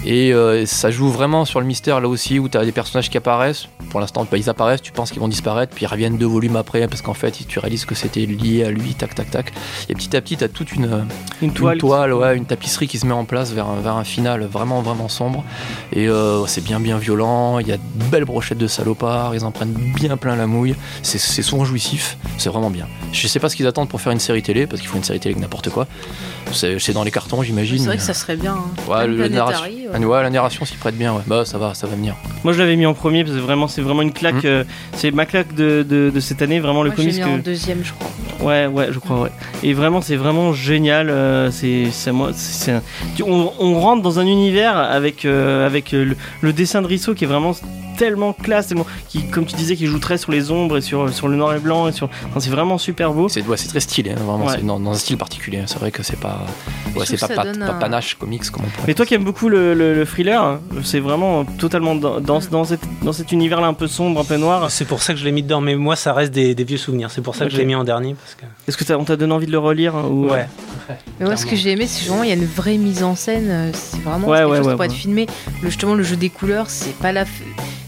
[SPEAKER 3] Et euh, ça joue vraiment sur le mystère là aussi où tu as des personnages qui apparaissent. Pour l'instant, bah, ils apparaissent, tu penses qu'ils vont disparaître, puis ils reviennent deux volumes après parce qu'en fait, tu réalises que c'était lié à lui, tac, tac, tac. Et petit à petit, tu as toute une
[SPEAKER 1] une
[SPEAKER 3] une toile, ouais, une tapisserie qui se met en place vers un, vers un final vraiment vraiment sombre. Et euh, c'est bien bien violent, il y a de belles brochettes de salopards, ils en prennent bien plein la mouille, c'est- c'est souvent jouissif, c'est vraiment bien. Je sais pas ce qu'ils attendent pour faire une série télé, parce qu'ils font une série télé avec n'importe quoi. C'est c'est dans les cartons j'imagine.
[SPEAKER 2] C'est vrai que ça serait bien. hein.
[SPEAKER 3] Ouais, le-
[SPEAKER 2] Planetary, euh,
[SPEAKER 3] Ah, la narration,
[SPEAKER 2] ouais.
[SPEAKER 3] ouais, la narration s'y prête bien, ouais. Bah ça va, ça va venir.
[SPEAKER 1] Moi je l'avais mis en premier parce que vraiment c'est vraiment une claque,
[SPEAKER 6] Mmh.
[SPEAKER 3] Mm.
[SPEAKER 1] euh, c'est ma claque de, de- de cette année, vraiment le
[SPEAKER 2] Moi, j'ai
[SPEAKER 1] comics
[SPEAKER 2] mis
[SPEAKER 1] que.
[SPEAKER 2] en deuxième, je crois.
[SPEAKER 1] Ouais, ouais, je crois, ouais. Et vraiment, c'est vraiment génial. euh, c'est, c'est moi, c'est, c'est un- tu- on, on rentre dans un univers avec, euh, avec euh, le, le dessin de Risso qui est vraiment tellement classe, tellement, qui, comme tu disais, qui joue très sur les ombres et sur, sur le noir et blanc. Et sur, enfin, c'est vraiment super beau.
[SPEAKER 3] C'est ouais, c'est très stylé, hein, vraiment,
[SPEAKER 1] Ouais.
[SPEAKER 3] c'est dans, dans un style particulier. hein. C'est vrai que c'est pas,
[SPEAKER 2] Je
[SPEAKER 3] ouais,
[SPEAKER 2] trouve
[SPEAKER 3] c'est
[SPEAKER 2] que
[SPEAKER 3] pas,
[SPEAKER 2] ça
[SPEAKER 3] pat-
[SPEAKER 2] donne
[SPEAKER 3] pas
[SPEAKER 2] un-
[SPEAKER 3] panache comics comme on pourrait.
[SPEAKER 1] Mais toi qui aimes beaucoup le, le- le thriller, hein, c'est vraiment totalement dans, dans, dans, cette- dans cet univers-là un peu sombre, un peu noir.
[SPEAKER 6] Ah, C'est pour ça que je l'ai mis dedans, mais moi ça reste des, des vieux souvenirs. C'est pour ça que je
[SPEAKER 1] Ok.
[SPEAKER 6] l'ai mis en dernier. Parce que...
[SPEAKER 1] Est-ce que t'as- on t'a donné envie de le relire hein, ou...
[SPEAKER 6] Ouais.
[SPEAKER 2] Mais moi, ce que
[SPEAKER 6] Clairement.
[SPEAKER 2] j'ai aimé, c'est vraiment il y a une vraie mise en scène. euh, C'est vraiment
[SPEAKER 1] Ouais,
[SPEAKER 2] c'est quelque
[SPEAKER 1] ouais,
[SPEAKER 2] chose
[SPEAKER 1] ouais,
[SPEAKER 2] qui pourrait
[SPEAKER 1] ouais.
[SPEAKER 2] être filmé. Le, justement, le jeu des couleurs, c'est pas la, f-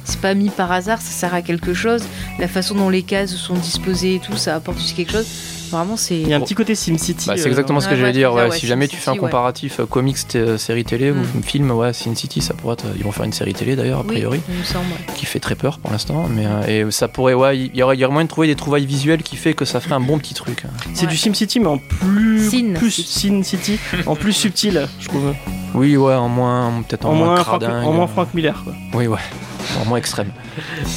[SPEAKER 2] c'est pas mis par hasard. Ça sert à quelque chose. La façon dont les cases sont disposées et tout, ça apporte aussi quelque chose. Vraiment, c'est.
[SPEAKER 1] Il y a un petit côté SimCity.
[SPEAKER 3] Bah,
[SPEAKER 1] euh,
[SPEAKER 3] c'est exactement ce que
[SPEAKER 2] Ouais,
[SPEAKER 3] j'allais
[SPEAKER 2] ouais,
[SPEAKER 3] dire.
[SPEAKER 2] c'est ça,
[SPEAKER 3] ouais.
[SPEAKER 2] ouais,
[SPEAKER 3] si jamais
[SPEAKER 2] Sin
[SPEAKER 3] tu fais un
[SPEAKER 2] City, ouais.
[SPEAKER 3] comparatif euh, comics, t- euh, série télé ou
[SPEAKER 2] Mm.
[SPEAKER 3] film, ouais, Sin City, ça pourrait être- euh, Ils vont faire une série télé d'ailleurs, a
[SPEAKER 2] Oui,
[SPEAKER 3] priori,
[SPEAKER 2] il me semble.
[SPEAKER 3] qui fait très peur pour l'instant. Mais euh, et ça pourrait, ouais, il y aurait, il y aurait moyen de trouver des trouvailles visuelles qui fait que ça ferait un bon petit truc. hein.
[SPEAKER 1] C'est
[SPEAKER 2] Ouais.
[SPEAKER 1] du SimCity, mais en plus.
[SPEAKER 2] Sin
[SPEAKER 1] plus
[SPEAKER 2] City.
[SPEAKER 1] Sin City, en plus subtil, je trouve.
[SPEAKER 3] Oui, ouais, en moins, peut-être en,
[SPEAKER 1] En moins, Frank,
[SPEAKER 3] cradingue.
[SPEAKER 1] en moins Frank Miller. Quoi.
[SPEAKER 3] Oui, ouais, en moins extrême.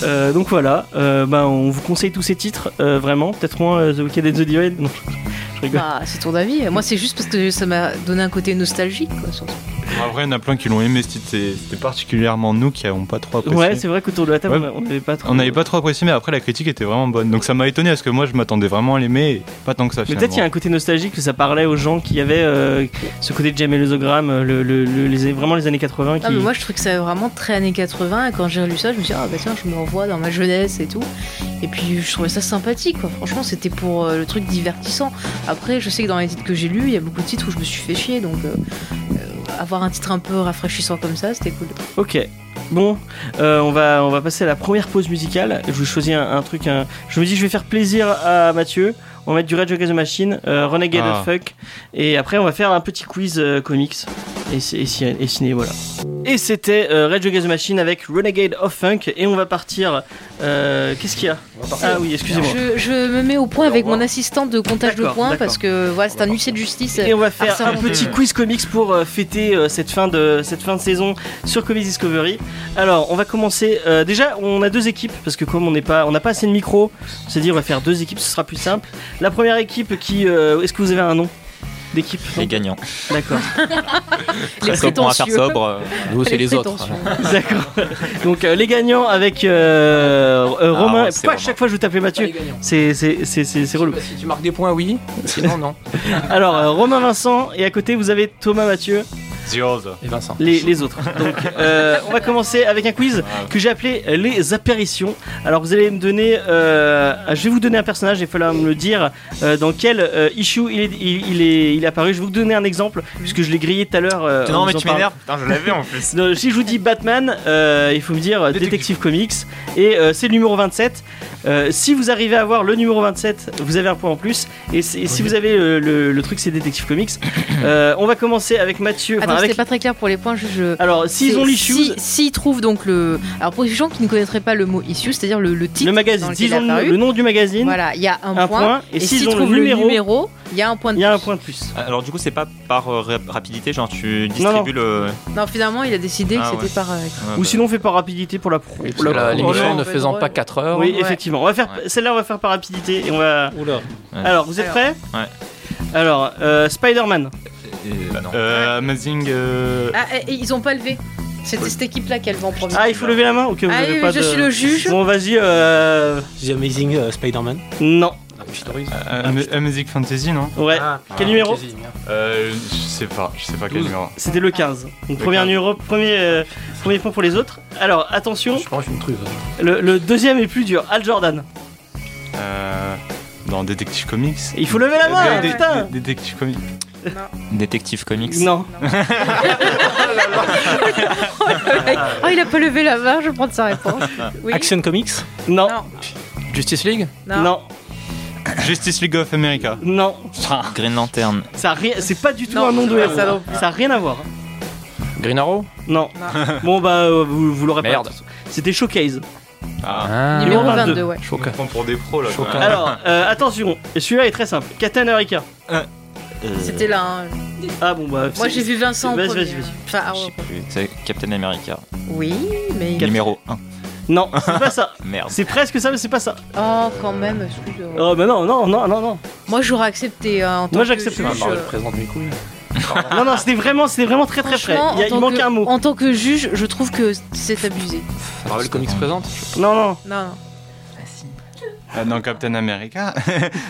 [SPEAKER 1] Euh, donc voilà, euh, ben, on vous conseille tous ces titres, euh, vraiment. Peut-être moins euh, The Wicked and the Divine. Non, je rigole.
[SPEAKER 2] Bah, c'est ton avis. Moi, c'est juste parce que ça m'a donné un côté nostalgique. Quoi, surtout.
[SPEAKER 4] En vrai, il y en a plein qui l'ont aimé, c'était c'était particulièrement nous qui n'avons pas trop apprécié.
[SPEAKER 1] ouais, c'est vrai qu'autour de la table,
[SPEAKER 4] Ouais.
[SPEAKER 1] on n'avait pas trop.
[SPEAKER 4] on n'avait pas trop apprécié, mais après la critique était vraiment bonne. Donc ça m'a étonné parce que moi je m'attendais vraiment à l'aimer, et pas tant que ça
[SPEAKER 1] Mais
[SPEAKER 4] finalement.
[SPEAKER 1] peut-être il y a un côté nostalgique que ça parlait aux gens qui avaient euh, ce côté de Jam et le Zogram, euh, le, le- le- les, vraiment les années 80. Qui...
[SPEAKER 2] Ah, mais moi, je trouve que c'est vraiment très années 80. Et quand j'ai lu ça, je me suis dit, ah, bah tiens, je me revois dans ma jeunesse et tout. Et puis, je trouvais ça sympathique, quoi. Franchement, c'était pour euh, le truc divertissant. Après, je sais que dans les titres que j'ai lus, il y a beaucoup de titres où je me suis fait chier. Donc, euh, euh, avoir un titre un peu rafraîchissant comme ça, c'était cool.
[SPEAKER 1] Ok. Bon, euh, on, va, on va passer à la première pause musicale. Je vous choisis un, un truc. un- Je me dis, je vais faire plaisir à Mathieu. On va mettre du Rage Against the Machine, euh, Renegade
[SPEAKER 4] Ah.
[SPEAKER 1] Fuck. Et après, on va faire un petit quiz euh, comics. et, c- et, c- et ciné, voilà. Et c'était euh, Rage Against the Machine avec Renegade of Funk. Et on va partir. euh, Qu'est-ce qu'il y a Ah oui, excusez-moi.
[SPEAKER 2] Je, je me mets au point avec mon assistant de comptage de
[SPEAKER 1] D'accord,
[SPEAKER 2] points
[SPEAKER 1] d'accord.
[SPEAKER 2] parce que voilà, c'est un huissier de justice.
[SPEAKER 1] Et on va faire
[SPEAKER 2] Arsène
[SPEAKER 1] un
[SPEAKER 2] Lupin.
[SPEAKER 1] petit quiz comics pour euh, fêter euh, cette, fin de, cette fin de saison sur Comics Discovery. Alors, on va commencer. euh, déjà, on a deux équipes parce que comme on n'est pas, on n'a pas assez de micros, on s'est dit on va faire deux équipes, ce sera plus simple. La première équipe qui, euh, est-ce que vous avez un nom d'équipe Non
[SPEAKER 5] Les gagnants.
[SPEAKER 1] D'accord. [LAUGHS]
[SPEAKER 2] Les
[SPEAKER 5] Très sobre, on va faire
[SPEAKER 2] prétentieux.
[SPEAKER 5] sobre. euh,
[SPEAKER 3] Nous, c'est les autres.
[SPEAKER 2] prétentieux.
[SPEAKER 1] D'accord. Donc euh, les gagnants avec euh, euh, Romain.
[SPEAKER 5] Ah, ouais, c'est
[SPEAKER 1] Pourquoi à
[SPEAKER 5] Romain. Ah,
[SPEAKER 1] chaque fois je vous tapais Mathieu C'est c'est- c'est- c'est- c'est
[SPEAKER 5] [LAUGHS]
[SPEAKER 1] relou.
[SPEAKER 3] Si tu marques des points, oui. Sinon, non.
[SPEAKER 1] Alors euh, Romain Vincent et à côté vous avez Thomas Mathieu,
[SPEAKER 4] The
[SPEAKER 5] Euh,
[SPEAKER 4] Other.
[SPEAKER 3] Et Vincent.
[SPEAKER 1] les, les autres. Donc euh, on va commencer avec un quiz que j'ai appelé euh, les apparitions. Alors vous allez me donner, euh, je vais vous donner un personnage, il falloir me le dire euh, dans quel euh, issue il est, il, il est, il est apparu. Je vais vous donner un exemple puisque je l'ai grillé tout à l'heure. euh, en
[SPEAKER 5] Non, mais
[SPEAKER 1] vous en
[SPEAKER 5] tu
[SPEAKER 1] parlant.
[SPEAKER 5] m'énerves. Putain, je l'avais en plus.
[SPEAKER 1] Non, si je vous dis Batman, euh, il faut me dire euh, Détective, Comics. Et euh, c'est le numéro 27. Euh, si vous arrivez à avoir le numéro 27, vous avez un point en plus. Et, c'est- et si vous avez euh, le, le truc, c'est Détective
[SPEAKER 5] [CLEARS THROAT]
[SPEAKER 1] Comics. Euh, on va commencer avec Mathieu. enfin,
[SPEAKER 2] Attends,
[SPEAKER 1] avec-
[SPEAKER 2] c'était pas très clair pour les points. Je, je-
[SPEAKER 1] Alors, s'ils
[SPEAKER 2] C'est-
[SPEAKER 1] ont les
[SPEAKER 2] si- S'ils trouvent donc le. Alors pour les gens qui ne connaîtraient pas le mot issue, c'est-à-dire le, le titre.
[SPEAKER 1] le magazine,
[SPEAKER 2] dans lequel
[SPEAKER 1] s'ils ont
[SPEAKER 2] il est
[SPEAKER 1] le,
[SPEAKER 2] apparu,
[SPEAKER 1] le nom du magazine,
[SPEAKER 2] Voilà, il y a un,
[SPEAKER 1] un
[SPEAKER 2] point.
[SPEAKER 1] point. Et,
[SPEAKER 2] Et,
[SPEAKER 1] s'ils
[SPEAKER 2] s'ils
[SPEAKER 1] ont le
[SPEAKER 2] trouvent le
[SPEAKER 1] numéro,
[SPEAKER 2] numéro, il y a un point de
[SPEAKER 1] il y a un
[SPEAKER 2] plus.
[SPEAKER 1] point de plus.
[SPEAKER 5] [LAUGHS] Alors, du coup, c'est pas par euh, rap- rapidité, genre tu distribues
[SPEAKER 1] Non, non.
[SPEAKER 5] le. euh,
[SPEAKER 2] Non, finalement, il a décidé que
[SPEAKER 5] Ah,
[SPEAKER 2] c'était
[SPEAKER 5] ouais.
[SPEAKER 2] par. euh,
[SPEAKER 1] Ou sinon, fait par rapidité pour la pro.
[SPEAKER 3] Oui,
[SPEAKER 1] pour la
[SPEAKER 3] parce que la-
[SPEAKER 1] pro-
[SPEAKER 2] limite-
[SPEAKER 3] L'émission
[SPEAKER 2] non,
[SPEAKER 3] ne
[SPEAKER 2] c'est
[SPEAKER 3] faisant
[SPEAKER 2] drôle.
[SPEAKER 3] pas 4 heures.
[SPEAKER 1] Oui,
[SPEAKER 2] Ouais.
[SPEAKER 1] effectivement. On va faire celle-là, on va faire par rapidité et on va.
[SPEAKER 6] Oula.
[SPEAKER 1] Alors, vous êtes
[SPEAKER 2] Alors.
[SPEAKER 1] prêts
[SPEAKER 5] Ouais.
[SPEAKER 1] Alors, euh, Spider-Man.
[SPEAKER 5] Bah, non.
[SPEAKER 4] Euh, amazing. euh,
[SPEAKER 2] Ah, et- et ils ont pas levé. C'était cette équipe-là qu'elle va en premier.
[SPEAKER 1] Ah, il faut lever la main Ok, vous
[SPEAKER 2] Ah
[SPEAKER 1] avez
[SPEAKER 2] oui,
[SPEAKER 1] pas
[SPEAKER 2] je
[SPEAKER 1] de-
[SPEAKER 2] suis le juge.
[SPEAKER 1] Bon, vas-y, euh.
[SPEAKER 6] The Amazing euh, Spider-Man.
[SPEAKER 1] Non.
[SPEAKER 4] euh, Ama- Amazing Fantasy, non
[SPEAKER 1] Ouais. Quel numéro
[SPEAKER 4] euh, Je sais pas, je sais pas quel
[SPEAKER 1] Douze.
[SPEAKER 4] numéro.
[SPEAKER 1] C'était le 15. Donc, premier,
[SPEAKER 4] 15.
[SPEAKER 1] numéro, premier, euh, premier point pour les autres. Alors, attention,
[SPEAKER 3] Je pense une truc.
[SPEAKER 1] le, le deuxième est plus dur. Al Jordan.
[SPEAKER 4] Euh, dans Detective Comics.
[SPEAKER 1] Il faut lever la main,
[SPEAKER 4] Euh, Dé-
[SPEAKER 1] putain
[SPEAKER 4] Dé- Detective Comics.
[SPEAKER 5] Détective Comics.
[SPEAKER 1] Non.
[SPEAKER 5] Ah.
[SPEAKER 2] Oh, il a pas levé la main, je vais prendre sa
[SPEAKER 5] [LAUGHS]
[SPEAKER 2] réponse. Oui.
[SPEAKER 6] Action Comics.
[SPEAKER 1] Non.
[SPEAKER 2] Non.
[SPEAKER 3] Justice League
[SPEAKER 2] Non.
[SPEAKER 1] Non.
[SPEAKER 4] Justice League of America.
[SPEAKER 1] Non.
[SPEAKER 5] Green Lantern.
[SPEAKER 1] Ça a rien. C'est pas du tout
[SPEAKER 2] Non, Ah,
[SPEAKER 1] un nom de
[SPEAKER 2] c'est
[SPEAKER 1] héros.
[SPEAKER 2] pas ça non
[SPEAKER 1] Ça a rien à voir.
[SPEAKER 3] Green Arrow
[SPEAKER 4] [LAUGHS]
[SPEAKER 1] Non.
[SPEAKER 2] Non.
[SPEAKER 1] Bon, bah, euh, vous, vous l'aurez pas.
[SPEAKER 3] Merde.
[SPEAKER 1] C'était Showcase.
[SPEAKER 3] Ah,
[SPEAKER 4] Ah,
[SPEAKER 2] Numéro 22,
[SPEAKER 1] 22,
[SPEAKER 2] ouais.
[SPEAKER 4] on
[SPEAKER 3] Choquant.
[SPEAKER 4] prend pour des pros là. quoi.
[SPEAKER 3] Choquant.
[SPEAKER 1] Alors, euh, attention, celui-là est très simple. Captain America.
[SPEAKER 5] euh,
[SPEAKER 2] C'était là. hein.
[SPEAKER 1] Ah bon, bah.
[SPEAKER 2] Moi,
[SPEAKER 1] c'est-
[SPEAKER 2] j'ai vu Vincent en
[SPEAKER 1] Vas-y,
[SPEAKER 2] premier.
[SPEAKER 1] vas-y, vas-y.
[SPEAKER 2] Enfin, ah,
[SPEAKER 5] Je sais
[SPEAKER 2] ouais.
[SPEAKER 5] plus. C'est Captain America.
[SPEAKER 2] Oui, mais.
[SPEAKER 5] Numéro 1.
[SPEAKER 1] Non, c'est pas
[SPEAKER 4] [LAUGHS]
[SPEAKER 1] ça.
[SPEAKER 5] Merde.
[SPEAKER 1] C'est presque ça, mais c'est pas ça.
[SPEAKER 2] Oh, quand même. excuse-
[SPEAKER 1] Oh, bah non, non, non, non, non.
[SPEAKER 2] Moi, j'aurais accepté euh, en tant
[SPEAKER 1] Moi,
[SPEAKER 2] que
[SPEAKER 1] j'accepte.
[SPEAKER 2] juge.
[SPEAKER 1] Ah,
[SPEAKER 3] Je
[SPEAKER 2] euh,
[SPEAKER 3] présente mes couilles.
[SPEAKER 1] Non, non, c'était vraiment, c'était vraiment très très frais.
[SPEAKER 2] franchement,
[SPEAKER 1] Il, y a-
[SPEAKER 2] en
[SPEAKER 1] il
[SPEAKER 2] tant
[SPEAKER 1] manque
[SPEAKER 2] que-
[SPEAKER 1] un mot.
[SPEAKER 2] En tant que juge, je trouve que c'est abusé.
[SPEAKER 3] Marvel Comics présente
[SPEAKER 1] Non, non.
[SPEAKER 2] Non, non.
[SPEAKER 4] Ah, dans Captain America.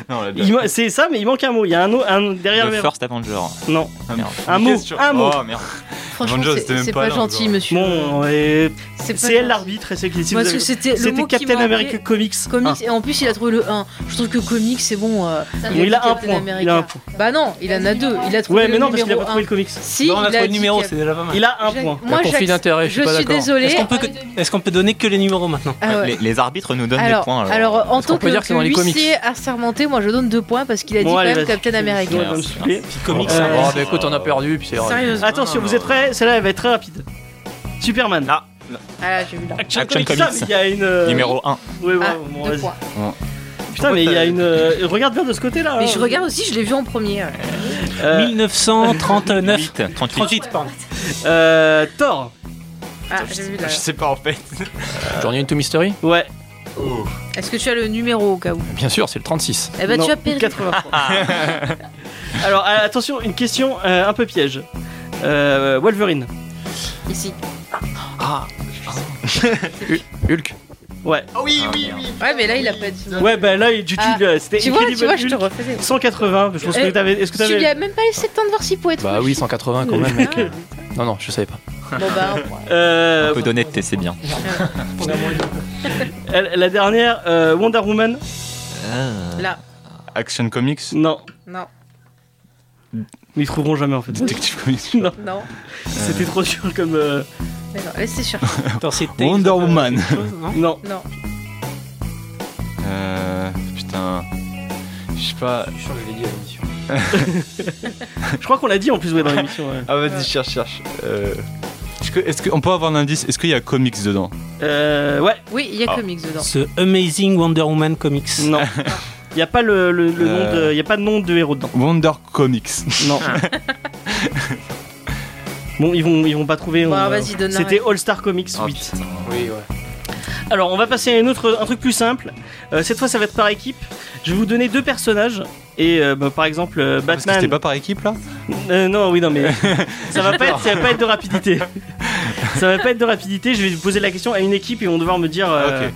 [SPEAKER 4] non, là,
[SPEAKER 1] Il ma- C'est ça, mais il manque un mot. Il y a un, o- un derrière.
[SPEAKER 5] Le First Avenger.
[SPEAKER 1] Non.
[SPEAKER 4] Ah,
[SPEAKER 5] Merde.
[SPEAKER 1] Un
[SPEAKER 4] Une
[SPEAKER 1] mot,
[SPEAKER 4] question.
[SPEAKER 1] un mot.
[SPEAKER 4] Oh, merde.
[SPEAKER 2] Franchement,
[SPEAKER 4] Avengers,
[SPEAKER 2] c'est-
[SPEAKER 4] c'était même
[SPEAKER 2] c'est
[SPEAKER 4] pas
[SPEAKER 2] pas
[SPEAKER 4] là,
[SPEAKER 2] gentil,
[SPEAKER 4] encore.
[SPEAKER 2] monsieur.
[SPEAKER 1] Bon, et
[SPEAKER 2] C'est pas
[SPEAKER 1] c'est elle
[SPEAKER 2] gentil.
[SPEAKER 1] l'arbitre et c'est qui décide.
[SPEAKER 2] Moi,
[SPEAKER 1] Vous
[SPEAKER 2] parce que
[SPEAKER 1] avez-
[SPEAKER 2] c'était le
[SPEAKER 1] C'était
[SPEAKER 2] mot qui
[SPEAKER 1] Captain
[SPEAKER 2] m'a
[SPEAKER 1] America
[SPEAKER 2] appelé-
[SPEAKER 1] Comics.
[SPEAKER 2] Comics, et en plus il a trouvé le 1. Je trouve que comics c'est bon. euh,
[SPEAKER 1] Ah. Bon, il a un
[SPEAKER 2] Captain
[SPEAKER 1] point.
[SPEAKER 2] America.
[SPEAKER 1] Il a un point.
[SPEAKER 2] Bah non, il en a deux. Il a trouvé
[SPEAKER 1] Ah. Ouais,
[SPEAKER 2] le
[SPEAKER 1] mais non, parce
[SPEAKER 2] numéro
[SPEAKER 1] qu'il a pas trouvé
[SPEAKER 2] 1.
[SPEAKER 1] le comics.
[SPEAKER 2] Si,
[SPEAKER 6] non, on a
[SPEAKER 2] il
[SPEAKER 6] trouvé le
[SPEAKER 2] dit
[SPEAKER 6] numéro,
[SPEAKER 2] qu'il
[SPEAKER 6] c'est déjà pas mal.
[SPEAKER 1] Il a un
[SPEAKER 2] J'ai-
[SPEAKER 1] point.
[SPEAKER 3] La
[SPEAKER 2] Moi,
[SPEAKER 3] conflit
[SPEAKER 2] j'accepte-
[SPEAKER 3] d'intérêt, je suis
[SPEAKER 2] je
[SPEAKER 3] pas
[SPEAKER 2] suis
[SPEAKER 3] d'accord.
[SPEAKER 2] désolée.
[SPEAKER 6] Est-ce qu'on peut, que- est-ce qu'on peut donner que les numéros maintenant
[SPEAKER 2] Ah ouais.
[SPEAKER 5] les, les arbitres nous donnent
[SPEAKER 2] Alors,
[SPEAKER 5] des points.
[SPEAKER 2] alors, euh, en
[SPEAKER 3] Est-ce qu'on
[SPEAKER 2] tant que,
[SPEAKER 3] peut dire que c'est dans les
[SPEAKER 2] que
[SPEAKER 3] comics
[SPEAKER 2] huissier assermenté, moi je donne deux points parce qu'il a dit
[SPEAKER 1] Bon,
[SPEAKER 2] quand
[SPEAKER 1] allez, vas-y.
[SPEAKER 2] même Captain
[SPEAKER 1] Je vais
[SPEAKER 2] America.
[SPEAKER 1] pas me souffler.
[SPEAKER 6] Puis Comics.
[SPEAKER 1] Euh,
[SPEAKER 3] Bon, bah écoute, on a perdu, puis c'est grave.
[SPEAKER 2] Sérieusement.
[SPEAKER 1] Attention, vous êtes prêts Celle-là, elle va être très rapide. Superman.
[SPEAKER 5] Ah.
[SPEAKER 2] Ah là, j'ai vu là.
[SPEAKER 5] Action,
[SPEAKER 1] Ça, mais il y a une. euh,
[SPEAKER 5] Numéro 1.
[SPEAKER 1] Ouais, ouais,
[SPEAKER 2] Ah,
[SPEAKER 1] bon,
[SPEAKER 2] deux
[SPEAKER 1] vas-y.
[SPEAKER 2] points.
[SPEAKER 1] Putain, mais il y a une. euh, Regarde bien de ce côté-là.
[SPEAKER 2] Mais
[SPEAKER 1] hein.
[SPEAKER 2] je regarde aussi, je l'ai vu en premier.
[SPEAKER 1] Euh,
[SPEAKER 6] 1939.
[SPEAKER 5] 8. 38.
[SPEAKER 6] 38, pardon.
[SPEAKER 1] euh, Thor.
[SPEAKER 2] Ah, j'ai vu là.
[SPEAKER 4] Je sais pas en fait.
[SPEAKER 3] Journey into Mystery
[SPEAKER 1] Ouais.
[SPEAKER 2] Est-ce que tu as le numéro au cas où
[SPEAKER 3] Bien sûr, c'est le 36.
[SPEAKER 2] Eh ben
[SPEAKER 1] Non,
[SPEAKER 2] tu as perdu.
[SPEAKER 1] 83. Alors euh, attention, une question euh, un peu piège. Euh, Wolverine.
[SPEAKER 2] Hein. Ici.
[SPEAKER 3] Hulk.
[SPEAKER 1] Ouais.
[SPEAKER 2] Ouais, mais là il a pas dit.
[SPEAKER 1] Ouais, bah là, il- du tout,
[SPEAKER 2] Ah.
[SPEAKER 1] euh, c'était
[SPEAKER 2] Tu vois, tu
[SPEAKER 1] Incredible
[SPEAKER 2] vois, je te
[SPEAKER 1] Hulk,
[SPEAKER 2] refaisais.
[SPEAKER 1] 180. Je pense que
[SPEAKER 2] Eh,
[SPEAKER 1] t'avais. Est-ce que
[SPEAKER 2] Tu lui
[SPEAKER 1] t'avais.
[SPEAKER 2] as même pas laissé le temps de voir s'il pouvait être.
[SPEAKER 3] Bah oui, 180 quand
[SPEAKER 2] [LAUGHS]
[SPEAKER 3] même, mec.
[SPEAKER 2] Ah.
[SPEAKER 3] Non, non, je savais pas.
[SPEAKER 1] [LAUGHS]
[SPEAKER 2] Bon bah, un point.
[SPEAKER 1] Euh,
[SPEAKER 5] Un peu d'honnêteté, c'est bien.
[SPEAKER 1] la la dernière, euh, Wonder Woman.
[SPEAKER 4] Ah.
[SPEAKER 2] là,
[SPEAKER 4] Action Comics.
[SPEAKER 1] Non.
[SPEAKER 2] non,
[SPEAKER 1] Mais ils trouveront jamais en fait.
[SPEAKER 4] Detective Comics.
[SPEAKER 1] Non,
[SPEAKER 2] non.
[SPEAKER 1] c'était trop dur comme. euh,
[SPEAKER 2] Mais non, laissez sur.
[SPEAKER 6] Attends, c'est Tales
[SPEAKER 4] Wonder
[SPEAKER 6] of-
[SPEAKER 4] Woman.
[SPEAKER 6] Non
[SPEAKER 1] Non.
[SPEAKER 2] Non.
[SPEAKER 4] Euh, putain. Je sais pas.
[SPEAKER 1] Je crois qu'on l'a dit en plus ouais, dans l'émission. ouais.
[SPEAKER 5] Ah, vas-y, cherche, cherche. Euh,
[SPEAKER 4] Est-ce que- Est-ce qu'on peut avoir un indice Est-ce qu'il y a comics dedans
[SPEAKER 1] Euh, ouais,
[SPEAKER 2] Oui, il y a
[SPEAKER 4] Ah.
[SPEAKER 2] comics dedans.
[SPEAKER 6] Ce Amazing Wonder Woman comics.
[SPEAKER 1] non. Il n'y a pas le, le- le nom
[SPEAKER 4] Euh.
[SPEAKER 1] de, y a pas de nom de héros dedans.
[SPEAKER 4] Wonder Comics. [LAUGHS]
[SPEAKER 1] Non. bon, ils vont, ils vont pas trouver.
[SPEAKER 2] Bon,
[SPEAKER 1] on-
[SPEAKER 2] alors, vas-y, donne la
[SPEAKER 1] C'était All Star Comics 8.
[SPEAKER 3] Oui, ouais.
[SPEAKER 1] Alors, on va passer à une autre, un truc plus simple. Euh, cette fois, ça va être par équipe. Je vais vous donner deux personnages. Et euh, bah, par exemple, euh,
[SPEAKER 4] Parce que c'était
[SPEAKER 1] Batman.
[SPEAKER 4] pas par équipe là
[SPEAKER 1] Euh, non, oui, non,
[SPEAKER 4] [LAUGHS]
[SPEAKER 1] mais ça va pas être, ça va pas être de rapidité. ça va pas être de rapidité. Je vais vous poser la question à une équipe et ils vont devoir me dire. euh,
[SPEAKER 4] Ah, Ok.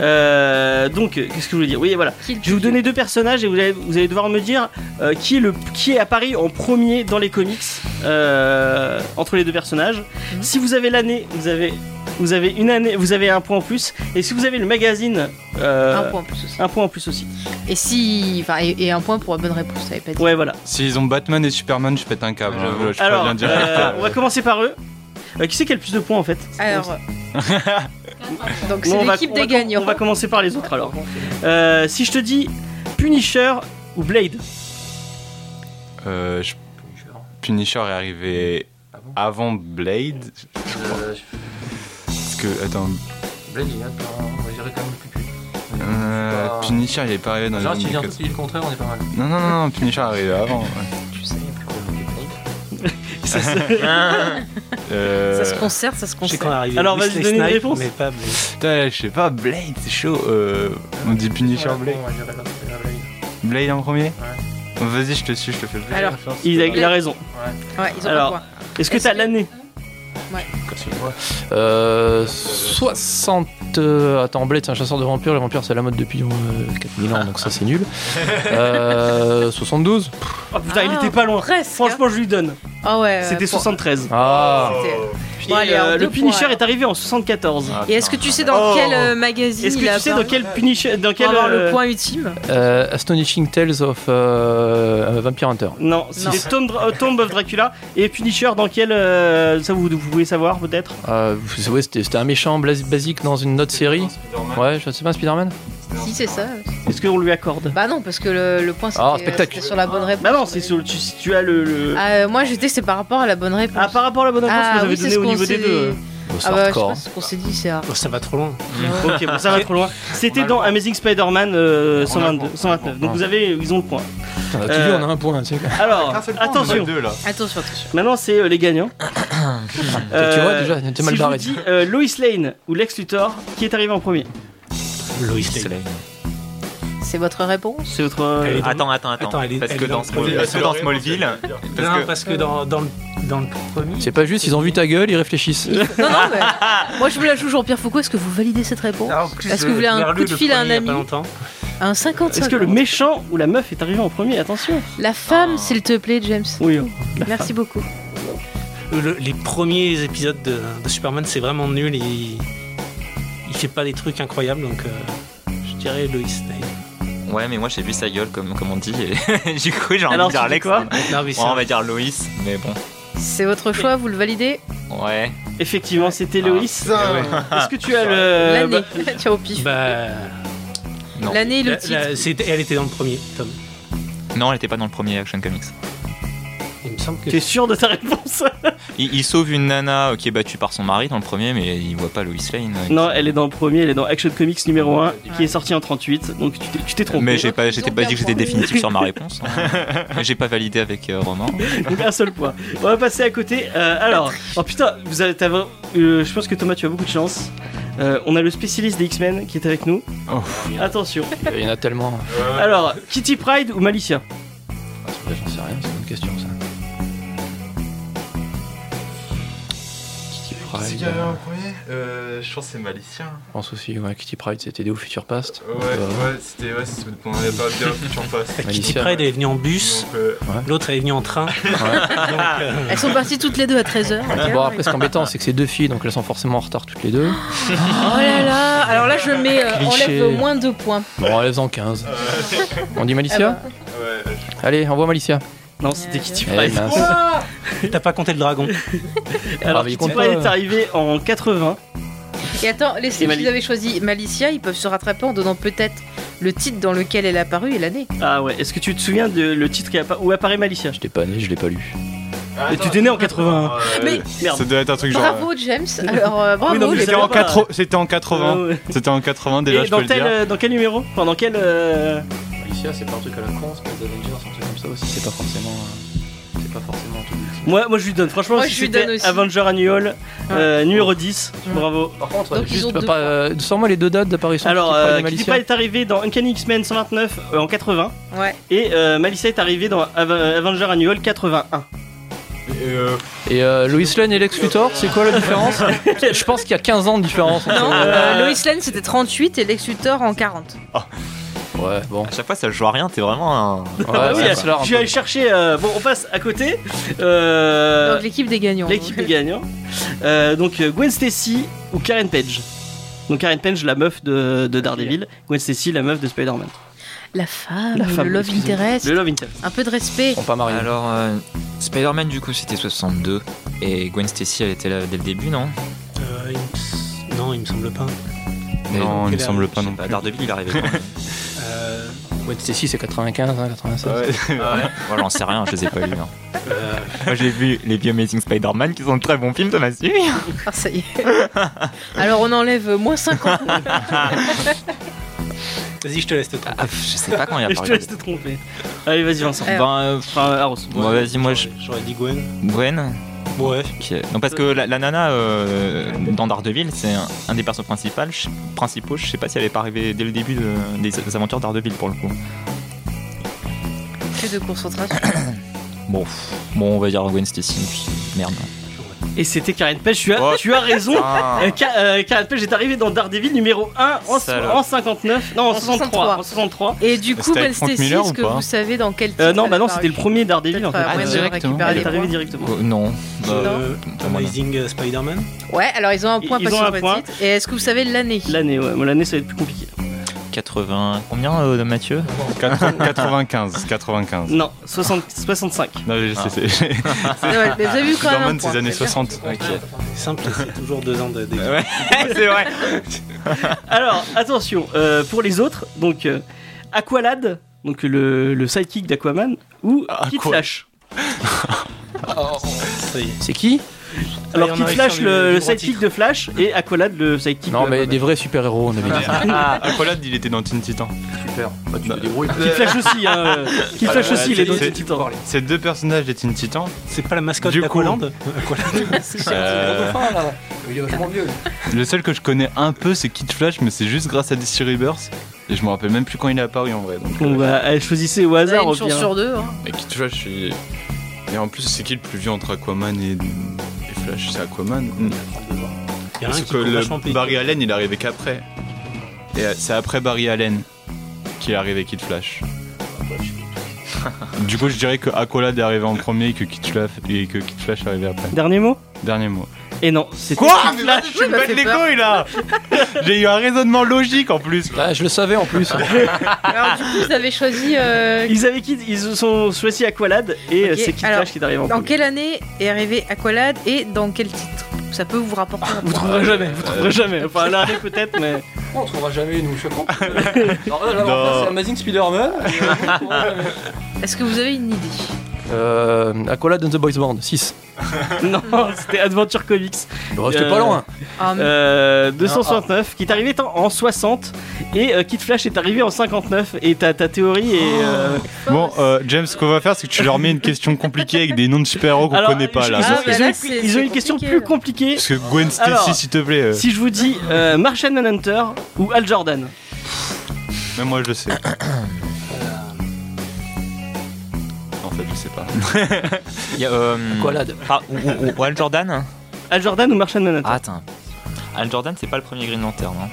[SPEAKER 1] euh, donc, qu'est-ce que je voulais dire Oui, voilà.
[SPEAKER 2] Kill
[SPEAKER 1] Je vais vous
[SPEAKER 2] Bill.
[SPEAKER 1] donner deux personnages et vous allez, vous allez devoir me dire euh, qui, est le, qui est apparu en premier dans les comics euh, entre les deux personnages.
[SPEAKER 2] Mhm.
[SPEAKER 1] Si vous avez l'année, vous avez, vous avez une année, vous avez un point en plus. Et si vous avez le magazine, euh,
[SPEAKER 2] Un point en plus aussi.
[SPEAKER 1] un point en plus aussi.
[SPEAKER 2] Et si. Enfin, et, et un point pour la bonne réponse, ça avait pas dit.
[SPEAKER 1] Ouais, voilà.
[SPEAKER 4] S'ils ont Batman et Superman, je pète un câble. hein. Je peux
[SPEAKER 1] Alors,
[SPEAKER 4] bien dire.
[SPEAKER 1] euh, on va commencer par eux. Euh, qui c'est qui a le plus de points en fait
[SPEAKER 2] Alors. euh,
[SPEAKER 1] [LAUGHS]
[SPEAKER 2] Donc
[SPEAKER 1] Bon,
[SPEAKER 2] c'est
[SPEAKER 1] on va-
[SPEAKER 2] l'équipe
[SPEAKER 1] on va-
[SPEAKER 2] des gagnants.
[SPEAKER 1] On va commencer par les autres alors. Euh, si je te dis Punisher ou Blade,
[SPEAKER 4] Euh, je- Punisher est arrivé avant Blade. Euh, Parce que, attends,
[SPEAKER 3] Blade, il y a on va gérer quand même le plus
[SPEAKER 4] euh,
[SPEAKER 3] Bah,
[SPEAKER 4] Punisher il est pas arrivé dans
[SPEAKER 3] Genre,
[SPEAKER 4] les
[SPEAKER 3] si tu
[SPEAKER 4] années
[SPEAKER 3] viens tout le contraire, on est pas mal.
[SPEAKER 4] 80. Non, non, non, non, Punisher est arrivé avant. ouais.
[SPEAKER 3] Tu sais, il y a plus quoi Blade.
[SPEAKER 1] ça se-
[SPEAKER 4] Euh,
[SPEAKER 2] Ça se concerte, ça se
[SPEAKER 6] Je sais qu'on est
[SPEAKER 2] concerte.
[SPEAKER 6] arrivé.
[SPEAKER 1] Alors, vas-y,
[SPEAKER 6] Wesley
[SPEAKER 1] donne une
[SPEAKER 6] Snipes,
[SPEAKER 1] réponse.
[SPEAKER 6] Mais pas Blade.
[SPEAKER 4] putain, je sais pas, Blade, c'est chaud. euh, on dit Punisher
[SPEAKER 3] Ouais,
[SPEAKER 4] ou Blade
[SPEAKER 3] On va gérer la- la Blade.
[SPEAKER 4] Blade en premier Vas-y, je te suis, je te fais le
[SPEAKER 2] Alors,
[SPEAKER 1] [LAUGHS] il, a, il a raison.
[SPEAKER 2] Ouais, ils
[SPEAKER 1] euh,
[SPEAKER 2] ont
[SPEAKER 1] Alors,
[SPEAKER 2] pas de
[SPEAKER 1] Est-ce que
[SPEAKER 2] Est-ce
[SPEAKER 1] t'as
[SPEAKER 2] que-
[SPEAKER 1] l'année
[SPEAKER 3] Euh, 60. euh, Attends, Blade, c'est un chasseur de vampires. Les vampires, c'est à la mode depuis euh, 4000 ans, donc ça, c'est nul. Euh, 72
[SPEAKER 1] Oh putain, il
[SPEAKER 2] Ah,
[SPEAKER 1] était pas
[SPEAKER 2] points.
[SPEAKER 1] loin.
[SPEAKER 2] Presque.
[SPEAKER 1] Franchement, je lui donne.
[SPEAKER 2] hein. Ah ouais.
[SPEAKER 1] C'était
[SPEAKER 2] ouais,
[SPEAKER 1] 73.
[SPEAKER 3] Ah
[SPEAKER 2] c'était-
[SPEAKER 1] Et,
[SPEAKER 2] Bon, allez,
[SPEAKER 1] euh,
[SPEAKER 2] en deux
[SPEAKER 1] le Punisher
[SPEAKER 2] points, hein.
[SPEAKER 1] est arrivé en 74.
[SPEAKER 5] Ah,
[SPEAKER 2] Et est-ce que tu sais
[SPEAKER 1] Oh.
[SPEAKER 2] dans quel euh, magazine
[SPEAKER 1] Est-ce que
[SPEAKER 2] il a
[SPEAKER 1] tu sais dans
[SPEAKER 2] apparu
[SPEAKER 1] quel Punisher. Dans
[SPEAKER 2] Pour
[SPEAKER 1] quel.
[SPEAKER 2] avoir
[SPEAKER 1] euh,
[SPEAKER 2] le point ultime
[SPEAKER 3] euh, Astonishing Tales of euh, Vampire Hunter.
[SPEAKER 1] Non, c'est Tomb, euh, Tomb of Dracula. Et Punisher, dans quel. euh, ça, vous, vous pouvez savoir peut-être
[SPEAKER 3] Euh, c'est- ouais, C'était c'était un méchant blas- basique dans une autre série. Ouais, je sais pas, Spider-Man
[SPEAKER 2] Ah Si, c'est ça.
[SPEAKER 1] Est-ce qu'on lui accorde
[SPEAKER 2] Bah non, parce que le, le point c'était
[SPEAKER 3] Ah, spectacle.
[SPEAKER 2] c'était sur la bonne réponse.
[SPEAKER 1] Bah non, c'est sur- tu, si tu as le. le- Ah,
[SPEAKER 2] Ah, euh, moi j'étais, c'est par rapport à la bonne réponse.
[SPEAKER 1] par rapport à la bonne réponse
[SPEAKER 2] Ah,
[SPEAKER 1] que vous avez
[SPEAKER 2] oui, c'est
[SPEAKER 1] donnée
[SPEAKER 2] ce
[SPEAKER 1] au
[SPEAKER 2] qu'on
[SPEAKER 1] niveau
[SPEAKER 2] s'est
[SPEAKER 1] des deux.
[SPEAKER 3] Bon, c'est
[SPEAKER 2] Ah bah, je sais
[SPEAKER 3] hardcore.
[SPEAKER 2] pas ce qu'on s'est dit, c'est rare.
[SPEAKER 6] Oh, ça va trop loin.
[SPEAKER 1] Ok, bon, ça va trop loin. C'était dans Amazing Spider-Man euh, 122, 129. Donc vous avez, ils ont le point.
[SPEAKER 3] Putain, on a tout
[SPEAKER 1] Euh,
[SPEAKER 3] vu, on a hein, un point, tu sais. quoi.
[SPEAKER 1] Alors, attention.
[SPEAKER 4] deux là.
[SPEAKER 2] Attention, attention.
[SPEAKER 1] Maintenant, c'est euh, les gagnants. Euh,
[SPEAKER 3] Tu vois, déjà, t'es
[SPEAKER 1] si
[SPEAKER 3] mal
[SPEAKER 1] je
[SPEAKER 3] barré.
[SPEAKER 1] vous dis, euh, Lois Lane ou Lex Luthor, qui est arrivé en premier
[SPEAKER 6] Lois
[SPEAKER 5] c'est
[SPEAKER 6] Lane.
[SPEAKER 5] la-
[SPEAKER 2] C'est votre réponse
[SPEAKER 1] C'est votre. euh,
[SPEAKER 6] Elle est-
[SPEAKER 5] Attends, attends,
[SPEAKER 6] Attends,
[SPEAKER 5] attends.
[SPEAKER 6] elle est-
[SPEAKER 5] Parce
[SPEAKER 6] elle
[SPEAKER 5] que
[SPEAKER 6] est
[SPEAKER 5] dans
[SPEAKER 6] dans- elle est
[SPEAKER 5] Small- parce que dans Smallville.
[SPEAKER 6] non,
[SPEAKER 5] Parce que.
[SPEAKER 6] parce que dans, dans, le, dans le premier.
[SPEAKER 3] C'est pas juste, ils ont vu ta gueule,
[SPEAKER 2] [LAUGHS]
[SPEAKER 3] ils réfléchissent.
[SPEAKER 2] Non, non,
[SPEAKER 1] [LAUGHS]
[SPEAKER 2] mais. Moi je vous la joue, Jean-Pierre Foucault. Est-ce que vous validez cette réponse
[SPEAKER 1] Ah.
[SPEAKER 2] Est-ce que vous voulez un
[SPEAKER 6] Merlu,
[SPEAKER 2] coup de
[SPEAKER 6] Ah, le
[SPEAKER 2] fil à un
[SPEAKER 6] premier, il y a
[SPEAKER 2] ami
[SPEAKER 6] pas longtemps.
[SPEAKER 2] Un 50
[SPEAKER 1] Est-ce que le Ah. méchant ou la meuf est arrivé en premier Attention.
[SPEAKER 2] La femme, s'il te plaît, James.
[SPEAKER 1] Oui. hein.
[SPEAKER 2] Merci beaucoup.
[SPEAKER 6] Le- les premiers épisodes de, de Superman, c'est vraiment nul. Il, il fait pas des trucs incroyables, donc euh, je dirais Lois Lane.
[SPEAKER 5] Ouais, mais moi j'ai vu sa gueule, comme, comme on dit, et [LAUGHS] du coup j'ai envie
[SPEAKER 1] Alors,
[SPEAKER 5] de dire
[SPEAKER 1] tu dis
[SPEAKER 5] Alex.
[SPEAKER 1] quoi
[SPEAKER 6] Non, mais
[SPEAKER 5] Ouais,
[SPEAKER 6] c'est
[SPEAKER 5] on va dire Loïs, mais bon.
[SPEAKER 2] C'est votre choix, vous le validez
[SPEAKER 5] Ouais.
[SPEAKER 1] Effectivement, c'était
[SPEAKER 5] Ah,
[SPEAKER 1] Loïs. Est-ce que tu as le.
[SPEAKER 2] L'année.
[SPEAKER 1] bah,
[SPEAKER 2] [LAUGHS] Tiens, au pif.
[SPEAKER 6] Bah,
[SPEAKER 5] Non.
[SPEAKER 2] L'année et le
[SPEAKER 6] la- la-
[SPEAKER 2] titre.
[SPEAKER 6] c'était- elle était dans le premier tome.
[SPEAKER 5] Non, elle était pas dans le premier Action Comics.
[SPEAKER 6] Il me semble que.
[SPEAKER 1] bah, T'es sûr de ta réponse [LAUGHS]
[SPEAKER 5] Il, il sauve une nana euh, qui est battue par son mari dans le premier, mais il voit pas Lois Lane. euh, Il-
[SPEAKER 1] Non, elle est dans le premier, elle est dans Action Comics numéro 1, qui est sorti en 38. Donc tu t'es- tu t'es trompé.
[SPEAKER 5] Mais j'ai pas,
[SPEAKER 2] Ils
[SPEAKER 5] j'étais
[SPEAKER 2] ont
[SPEAKER 5] pas
[SPEAKER 2] bien
[SPEAKER 5] dit que j'étais
[SPEAKER 2] formé.
[SPEAKER 5] définitif sur ma réponse. hein. Mais j'ai pas validé avec euh, Roman.
[SPEAKER 1] Donc [LAUGHS] un seul point. On va passer à côté. Euh, alors, oh putain, vous avez, t'as vra- euh, je pense que Thomas, tu as beaucoup de chance. Euh, on a le spécialiste des X-Men qui est avec nous.
[SPEAKER 4] Oh.
[SPEAKER 1] Attention.
[SPEAKER 3] Il y en a tellement.
[SPEAKER 7] Euh,
[SPEAKER 1] Alors, Kitty Pride ou Malicia
[SPEAKER 3] Ah, c'est vrai, J'en sais rien, c'est une bonne question ça. Kitty Pryde, euh,
[SPEAKER 7] premier euh, Je pense que c'est Malicien.
[SPEAKER 3] je pense aussi, ouais, Kitty Pride c'était des au Future Past.
[SPEAKER 7] Ouais,
[SPEAKER 4] [LAUGHS]
[SPEAKER 3] Euh,
[SPEAKER 7] ouais, c'était. Ouais, c'est- on n'avait pas bien foutu en face.
[SPEAKER 6] Kitty
[SPEAKER 3] Alicia,
[SPEAKER 6] Pryde,
[SPEAKER 3] ouais.
[SPEAKER 6] elle est venue en bus,
[SPEAKER 7] Donc, euh,
[SPEAKER 6] l'autre elle est venue en train. [LAUGHS]
[SPEAKER 2] Elles sont parties toutes les deux à 13h.
[SPEAKER 3] Bon, après, ce qui est embêtant, c'est que c'est deux filles, donc elles sont forcément en retard toutes les deux.
[SPEAKER 2] Oh là là Alors là, je mets. euh,
[SPEAKER 3] Cliché.
[SPEAKER 2] enlève au moins deux points.
[SPEAKER 3] Bon, elles en 15. On dit Malicia
[SPEAKER 2] Ah bah.
[SPEAKER 7] ouais,
[SPEAKER 3] Allez, envoie Malicia.
[SPEAKER 1] Non, c'était
[SPEAKER 2] Euh,
[SPEAKER 1] Kitty
[SPEAKER 3] Eh,
[SPEAKER 1] Pride.
[SPEAKER 3] mince.
[SPEAKER 6] T'as pas compté le dragon.
[SPEAKER 1] Alors,
[SPEAKER 3] Ah, mais
[SPEAKER 1] Kitty
[SPEAKER 3] il compte pas,
[SPEAKER 1] Pride
[SPEAKER 3] ouais.
[SPEAKER 1] est arrivé en 80.
[SPEAKER 2] Et attends, les
[SPEAKER 1] Et
[SPEAKER 2] filles
[SPEAKER 1] Mali-
[SPEAKER 2] qu'ils avaient choisi Malicia, ils peuvent se rattraper en donnant peut-être le titre dans lequel elle est apparue et l'année.
[SPEAKER 1] Ah ouais, est-ce que tu te souviens de le titre qui appa- où apparaît Malicia
[SPEAKER 3] Je l'ai pas né, je l'ai pas lu.
[SPEAKER 1] Et tu t'es né en 81.
[SPEAKER 2] Mais-
[SPEAKER 1] Merde.
[SPEAKER 4] Ça doit être un truc genre.
[SPEAKER 2] Bravo
[SPEAKER 1] [LAUGHS]
[SPEAKER 2] James, alors euh, bravo
[SPEAKER 1] Oui, non, mais
[SPEAKER 2] les
[SPEAKER 4] C'était
[SPEAKER 1] savais
[SPEAKER 4] en,
[SPEAKER 1] pas.
[SPEAKER 4] quatre- c'était en 80.
[SPEAKER 1] Ah ouais.
[SPEAKER 4] C'était en 80 déjà,
[SPEAKER 1] Et
[SPEAKER 4] je peux
[SPEAKER 1] dans
[SPEAKER 4] le dire.
[SPEAKER 1] quel, euh, dans quel numéro Enfin, dans quel. euh,
[SPEAKER 3] Alicia, c'est pas un truc à la con, c'est pas des Avengers, un truc comme ça aussi. C'est pas forcément. euh, C'est pas forcément un truc. de-
[SPEAKER 1] Moi, moi, je lui donne, franchement,
[SPEAKER 2] Moi,
[SPEAKER 1] si
[SPEAKER 2] je lui
[SPEAKER 1] c'était
[SPEAKER 2] donne aussi.
[SPEAKER 1] Avenger Annual, euh, numéro 10,
[SPEAKER 2] Ouais.
[SPEAKER 1] bravo.
[SPEAKER 3] Par contre,
[SPEAKER 2] Donc, ils ont
[SPEAKER 3] juste,
[SPEAKER 2] deux
[SPEAKER 3] pas, euh, sors-moi les deux dates d'apparition.
[SPEAKER 1] Alors,
[SPEAKER 3] qui parlent de
[SPEAKER 1] euh,
[SPEAKER 3] Malicia.
[SPEAKER 1] Kilipa est arrivé dans Uncanny X-Men 129 euh, en 80,
[SPEAKER 2] Ouais.
[SPEAKER 1] et euh, Malicia est arrivée dans Ava- Avenger Annual 81.
[SPEAKER 7] Euh,
[SPEAKER 3] Et euh, Lois Lane et Lex Luthor, c'est quoi la différence Je pense qu'il y a 15 ans de différence. entre-
[SPEAKER 2] Non,
[SPEAKER 1] Euh,
[SPEAKER 2] euh, Lois Lane c'était 38 et Lex Luthor en 40.
[SPEAKER 3] Ouais, bon.
[SPEAKER 5] À chaque fois, ça joue à rien, t'es vraiment
[SPEAKER 1] [LAUGHS]
[SPEAKER 5] un.
[SPEAKER 3] Ouais,
[SPEAKER 2] bah
[SPEAKER 1] Ah oui,
[SPEAKER 3] ouais,
[SPEAKER 1] euh,
[SPEAKER 3] c'est là, un
[SPEAKER 1] je suis allé
[SPEAKER 3] peu.
[SPEAKER 1] chercher. euh, bon, on passe à côté. euh,
[SPEAKER 2] Donc l'équipe des gagnants.
[SPEAKER 1] L'équipe des gagnants. Euh, donc euh, Gwen Stacy ou Karen Page. Donc Karen Page, la meuf de, de Daredevil. Gwen Stacy, la meuf de Spider-Man.
[SPEAKER 2] La femme,
[SPEAKER 1] La femme,
[SPEAKER 2] le love
[SPEAKER 1] excusez-moi.
[SPEAKER 2] interest,
[SPEAKER 1] Le Love Interest.
[SPEAKER 2] un peu de
[SPEAKER 1] [LAUGHS]
[SPEAKER 2] respect.
[SPEAKER 3] Ils sont pas mariés.
[SPEAKER 5] Alors, euh, Spider-Man, du coup, c'était 62. Et Gwen Stacy, elle était là dès le début, non
[SPEAKER 6] Euh, il me s- Non, il me semble pas.
[SPEAKER 4] Non, il me
[SPEAKER 6] Quelle
[SPEAKER 4] semble
[SPEAKER 6] heure
[SPEAKER 4] pas non
[SPEAKER 5] Bah,
[SPEAKER 4] plus.
[SPEAKER 5] Daredevil, il arrivait [LAUGHS] quand même.
[SPEAKER 6] Euh,
[SPEAKER 3] Ouais, si, c'est 95, hein, 96.
[SPEAKER 5] Moi, j'en sais rien, je les ai pas lus. hein. Moi, j'ai vu les vieux Amazing Spider-Man qui sont de très bons films, Thomas. Oui.
[SPEAKER 2] Ah ça y est. Alors on enlève euh, moins 50.
[SPEAKER 1] [LAUGHS]
[SPEAKER 6] Vas-y, je te laisse te tromper.
[SPEAKER 5] Ah, pff, [LAUGHS] je sais pas quand il a
[SPEAKER 1] Je te
[SPEAKER 5] paru.
[SPEAKER 1] laisse te tromper. Allez, vas-y, Vincent.
[SPEAKER 2] Eh.
[SPEAKER 5] Ben, euh,
[SPEAKER 1] Enfin, Aros.
[SPEAKER 5] bon, vas-y, moi, je...
[SPEAKER 6] J'aurais- J'aurais dit Gwen.
[SPEAKER 5] Gwen.
[SPEAKER 6] Ouais.
[SPEAKER 5] qui est- Non, parce que la, la nana euh, dans Daredevil, c'est un, un des personnages principaux. Je... principaux. Je sais pas si elle est pas arrivée dès le début de- des, des aventures Daredevil pour le coup.
[SPEAKER 2] Que de concentration.
[SPEAKER 5] Bon, pff, bon on va dire Gwen Stacy. puis Merde.
[SPEAKER 1] Et c'était Karen Page. Tu as,
[SPEAKER 5] Oh.
[SPEAKER 1] tu as raison.
[SPEAKER 5] Ah.
[SPEAKER 1] Euh, Ka- euh, Karen Page est arrivée dans Daredevil numéro 1 en,
[SPEAKER 5] Salope.
[SPEAKER 1] en 59. Non, en
[SPEAKER 2] En
[SPEAKER 1] 63.
[SPEAKER 2] 63.
[SPEAKER 1] En 63.
[SPEAKER 2] Et du coup,
[SPEAKER 4] C'était avec
[SPEAKER 2] Gwen
[SPEAKER 4] Frank
[SPEAKER 2] Stacy,
[SPEAKER 4] Miller ou
[SPEAKER 2] est-ce que
[SPEAKER 4] pas
[SPEAKER 2] vous savez dans quel titre
[SPEAKER 1] Euh, non, bah non,
[SPEAKER 2] elle
[SPEAKER 1] c'était le
[SPEAKER 2] apparaît
[SPEAKER 1] premier Daredevil en fait.
[SPEAKER 2] Peut-être euh, pas
[SPEAKER 5] Ah,
[SPEAKER 2] moyen de
[SPEAKER 5] directement.
[SPEAKER 2] récupérer
[SPEAKER 1] Elle
[SPEAKER 2] des
[SPEAKER 1] est arrivée
[SPEAKER 2] points.
[SPEAKER 1] directement.
[SPEAKER 5] Oh, non. Bah,
[SPEAKER 6] Euh, Amazing euh, Spider-Man.
[SPEAKER 2] Ouais, alors ils ont un
[SPEAKER 1] Ils-
[SPEAKER 2] point
[SPEAKER 1] ils
[SPEAKER 2] pas
[SPEAKER 1] ont
[SPEAKER 2] sur
[SPEAKER 1] un
[SPEAKER 2] le
[SPEAKER 1] point.
[SPEAKER 2] titre. Et est-ce que vous savez l'année
[SPEAKER 1] L'année, ouais. Bon, L'année, ça va être plus compliqué.
[SPEAKER 5] 80. Combien euh, de Mathieu
[SPEAKER 4] Ah,
[SPEAKER 1] [LAUGHS]
[SPEAKER 4] 95, 95.
[SPEAKER 1] Non, 60 65.
[SPEAKER 4] Non, j'ai- c'est- c'est- j'ai-
[SPEAKER 2] Ouais, mais Vous avez vu quand
[SPEAKER 1] Ah.
[SPEAKER 4] [LAUGHS]
[SPEAKER 2] même hein, un point.
[SPEAKER 4] Spider-Man, c'est les années
[SPEAKER 2] c'est bien.
[SPEAKER 4] 60.
[SPEAKER 6] C'est simple, c'est toujours deux ans de. de-
[SPEAKER 5] C'est vrai.
[SPEAKER 1] Alors, attention, euh, pour les autres, donc euh, Aqualad, donc le, le sidekick d'Aquaman, ou Kid
[SPEAKER 4] quoi
[SPEAKER 1] Flash.
[SPEAKER 6] ça y est.
[SPEAKER 3] C'est qui
[SPEAKER 1] Alors
[SPEAKER 6] on
[SPEAKER 1] Kid
[SPEAKER 6] arrive
[SPEAKER 1] Flash,
[SPEAKER 6] sur les-
[SPEAKER 1] le,
[SPEAKER 6] les
[SPEAKER 1] le
[SPEAKER 6] gros
[SPEAKER 1] sidekick de Flash, et Aqualad, le sidekick
[SPEAKER 3] Non,
[SPEAKER 1] de
[SPEAKER 3] mais
[SPEAKER 1] Aquaman.
[SPEAKER 3] des vrais super-héros, on avait dit.
[SPEAKER 4] Aqualad, il était dans Teen Titan.
[SPEAKER 3] Ah. Super. Bah, tu
[SPEAKER 4] te [LAUGHS]
[SPEAKER 3] débrouilles.
[SPEAKER 1] Kid Flash aussi, hein. euh, Kid
[SPEAKER 4] Ah,
[SPEAKER 1] Flash aussi, il est dans Teen Titans.
[SPEAKER 4] Ces deux personnages des Teen Titans,
[SPEAKER 6] C'est pas la mascotte
[SPEAKER 4] Du coup-
[SPEAKER 6] d'Aqualand [LAUGHS] Aqualand.
[SPEAKER 4] euh,
[SPEAKER 3] Il est vachement vieux.
[SPEAKER 4] le seul que je connais un peu, c'est Kid Flash, mais c'est juste grâce à DC Rebirth. Et je me rappelle même plus quand il est apparu en vrai. donc,
[SPEAKER 1] Bon,
[SPEAKER 4] euh,
[SPEAKER 1] bah, allez, choisissez au hasard,
[SPEAKER 2] Ouais,
[SPEAKER 1] au
[SPEAKER 2] une chance
[SPEAKER 1] pire.
[SPEAKER 2] sur deux. hein.
[SPEAKER 7] Mais qui tu vois, je suis. Et en plus, c'est qui le plus vieux entre Aquaman et, et Flash C'est Aquaman.
[SPEAKER 4] Mm.
[SPEAKER 6] Il y a un
[SPEAKER 7] Parce
[SPEAKER 6] qui
[SPEAKER 7] que
[SPEAKER 6] court vachement
[SPEAKER 7] le
[SPEAKER 6] plus.
[SPEAKER 7] Barry Allen, il est arrivé qu'après.
[SPEAKER 4] Et euh, c'est après Barry Allen qu'il est arrivé Kid Flash.
[SPEAKER 3] Ah, bah,
[SPEAKER 4] [LAUGHS] du coup, je dirais que Aqualad est arrivé en premier et que Kid Flash, et que Kid Flash est arrivé après.
[SPEAKER 1] Dernier mot
[SPEAKER 4] Dernier mot.
[SPEAKER 1] Et non, c'était Kid Flash.
[SPEAKER 2] Oui, bah, c'est peur.
[SPEAKER 4] là J'ai eu un raisonnement logique en plus.
[SPEAKER 3] Bah, je le savais en plus.
[SPEAKER 1] Ah,
[SPEAKER 2] Alors du coup, vous avez choisi euh,
[SPEAKER 1] Ils avaient Kid, ils se sont choisis Aqualad, et euh,
[SPEAKER 2] Ok,
[SPEAKER 1] c'est Kid
[SPEAKER 2] alors,
[SPEAKER 1] Flash qui est arrivé en
[SPEAKER 2] dans
[SPEAKER 1] premier.
[SPEAKER 2] quelle année est arrivé Aqualad et dans quel titre Ça peut vous rapporter un
[SPEAKER 1] Vous
[SPEAKER 2] point.
[SPEAKER 1] trouverez jamais, vous trouverez
[SPEAKER 2] Euh.
[SPEAKER 1] jamais. Enfin, l'arrêt peut-être, mais.
[SPEAKER 2] [LAUGHS]
[SPEAKER 3] on trouvera jamais, nous, je comprends. Alors là,
[SPEAKER 4] Non. c'est
[SPEAKER 3] Amazing Spider-Man.
[SPEAKER 2] Est-ce que vous avez une idée
[SPEAKER 3] Euh, Aqualad and the Boys Band, 6.
[SPEAKER 1] Non, c'était Adventure Comics.
[SPEAKER 3] Bah, c'était
[SPEAKER 1] Euh,
[SPEAKER 3] pas loin.
[SPEAKER 2] Ah, mais-
[SPEAKER 1] Euh, 269, qui est arrivé en, en 60 et euh, Kid Flash est arrivé en 59 et ta, ta théorie est...
[SPEAKER 2] Oh.
[SPEAKER 1] euh,
[SPEAKER 4] Bon, euh, James, ce qu'on va faire, c'est que tu leur mets une question compliquée avec des noms de super-héros qu'on
[SPEAKER 1] Alors,
[SPEAKER 4] connaît pas là.
[SPEAKER 1] ils-
[SPEAKER 2] Ah,
[SPEAKER 1] ils-
[SPEAKER 2] bah
[SPEAKER 1] ils ont
[SPEAKER 2] là,
[SPEAKER 1] une-
[SPEAKER 2] c'est-
[SPEAKER 1] Ils ont
[SPEAKER 2] c'est
[SPEAKER 1] une question
[SPEAKER 2] compliqué,
[SPEAKER 1] plus
[SPEAKER 2] là.
[SPEAKER 1] compliquée.
[SPEAKER 4] Parce que Gwen
[SPEAKER 1] Alors,
[SPEAKER 4] Stacy, s'il te plaît. euh,
[SPEAKER 1] Si je vous dis euh, Martian Manhunter ou Al Jordan
[SPEAKER 4] Même moi, je le sais. en fait, je sais pas.
[SPEAKER 5] [LAUGHS] Il y a, euh,
[SPEAKER 3] Aqualad.
[SPEAKER 5] ah, ou, ou- ou Al Jordan
[SPEAKER 1] Al Jordan ou Martian Manhunter
[SPEAKER 5] Ah, attends. Al Jordan, c'est pas le premier Green Lantern, non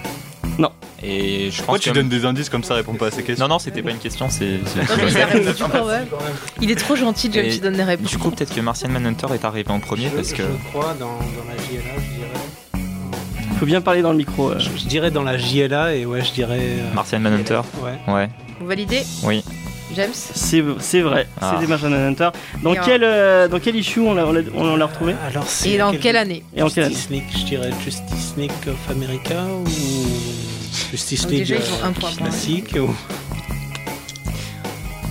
[SPEAKER 1] Non.
[SPEAKER 5] Et je pense
[SPEAKER 4] Pourquoi
[SPEAKER 5] que.
[SPEAKER 4] tu donnes des indices comme ça, réponds pas à ces questions
[SPEAKER 5] Non, non, c'était pas une question, c'est. c'est-
[SPEAKER 2] Non,
[SPEAKER 5] [LAUGHS]
[SPEAKER 2] mais il a répondu pas, ouais. Il est trop gentil, James,
[SPEAKER 5] Et
[SPEAKER 2] il donne des réponses.
[SPEAKER 5] Du coup, peut-être que Martian Manhunter est arrivé en premier
[SPEAKER 6] Je-
[SPEAKER 5] parce que.
[SPEAKER 6] Je crois dans, dans la JLA, je dirais.
[SPEAKER 2] Ah.
[SPEAKER 1] Faut bien parler dans le micro. euh.
[SPEAKER 6] Je, je dirais dans la JLA et ouais, je dirais. euh,
[SPEAKER 5] Martian Manhunter,
[SPEAKER 6] Ouais.
[SPEAKER 5] ouais.
[SPEAKER 2] Vous validez
[SPEAKER 5] Oui.
[SPEAKER 2] James
[SPEAKER 1] C'est c'est vrai,
[SPEAKER 5] Ah.
[SPEAKER 1] c'est des Martian Manhunter. Dans,
[SPEAKER 2] Et en-
[SPEAKER 1] quel, euh, dans quel issue on l'a on l'a- on l'a retrouvé
[SPEAKER 6] Alors, c'est
[SPEAKER 2] Et dans quelle année
[SPEAKER 1] Et en quelle année
[SPEAKER 6] Justice League, je dirais Justice League of America ou. Justice
[SPEAKER 2] Donc
[SPEAKER 6] League
[SPEAKER 2] déjà, ils ont un
[SPEAKER 6] euh,
[SPEAKER 2] point.
[SPEAKER 6] classique. ou-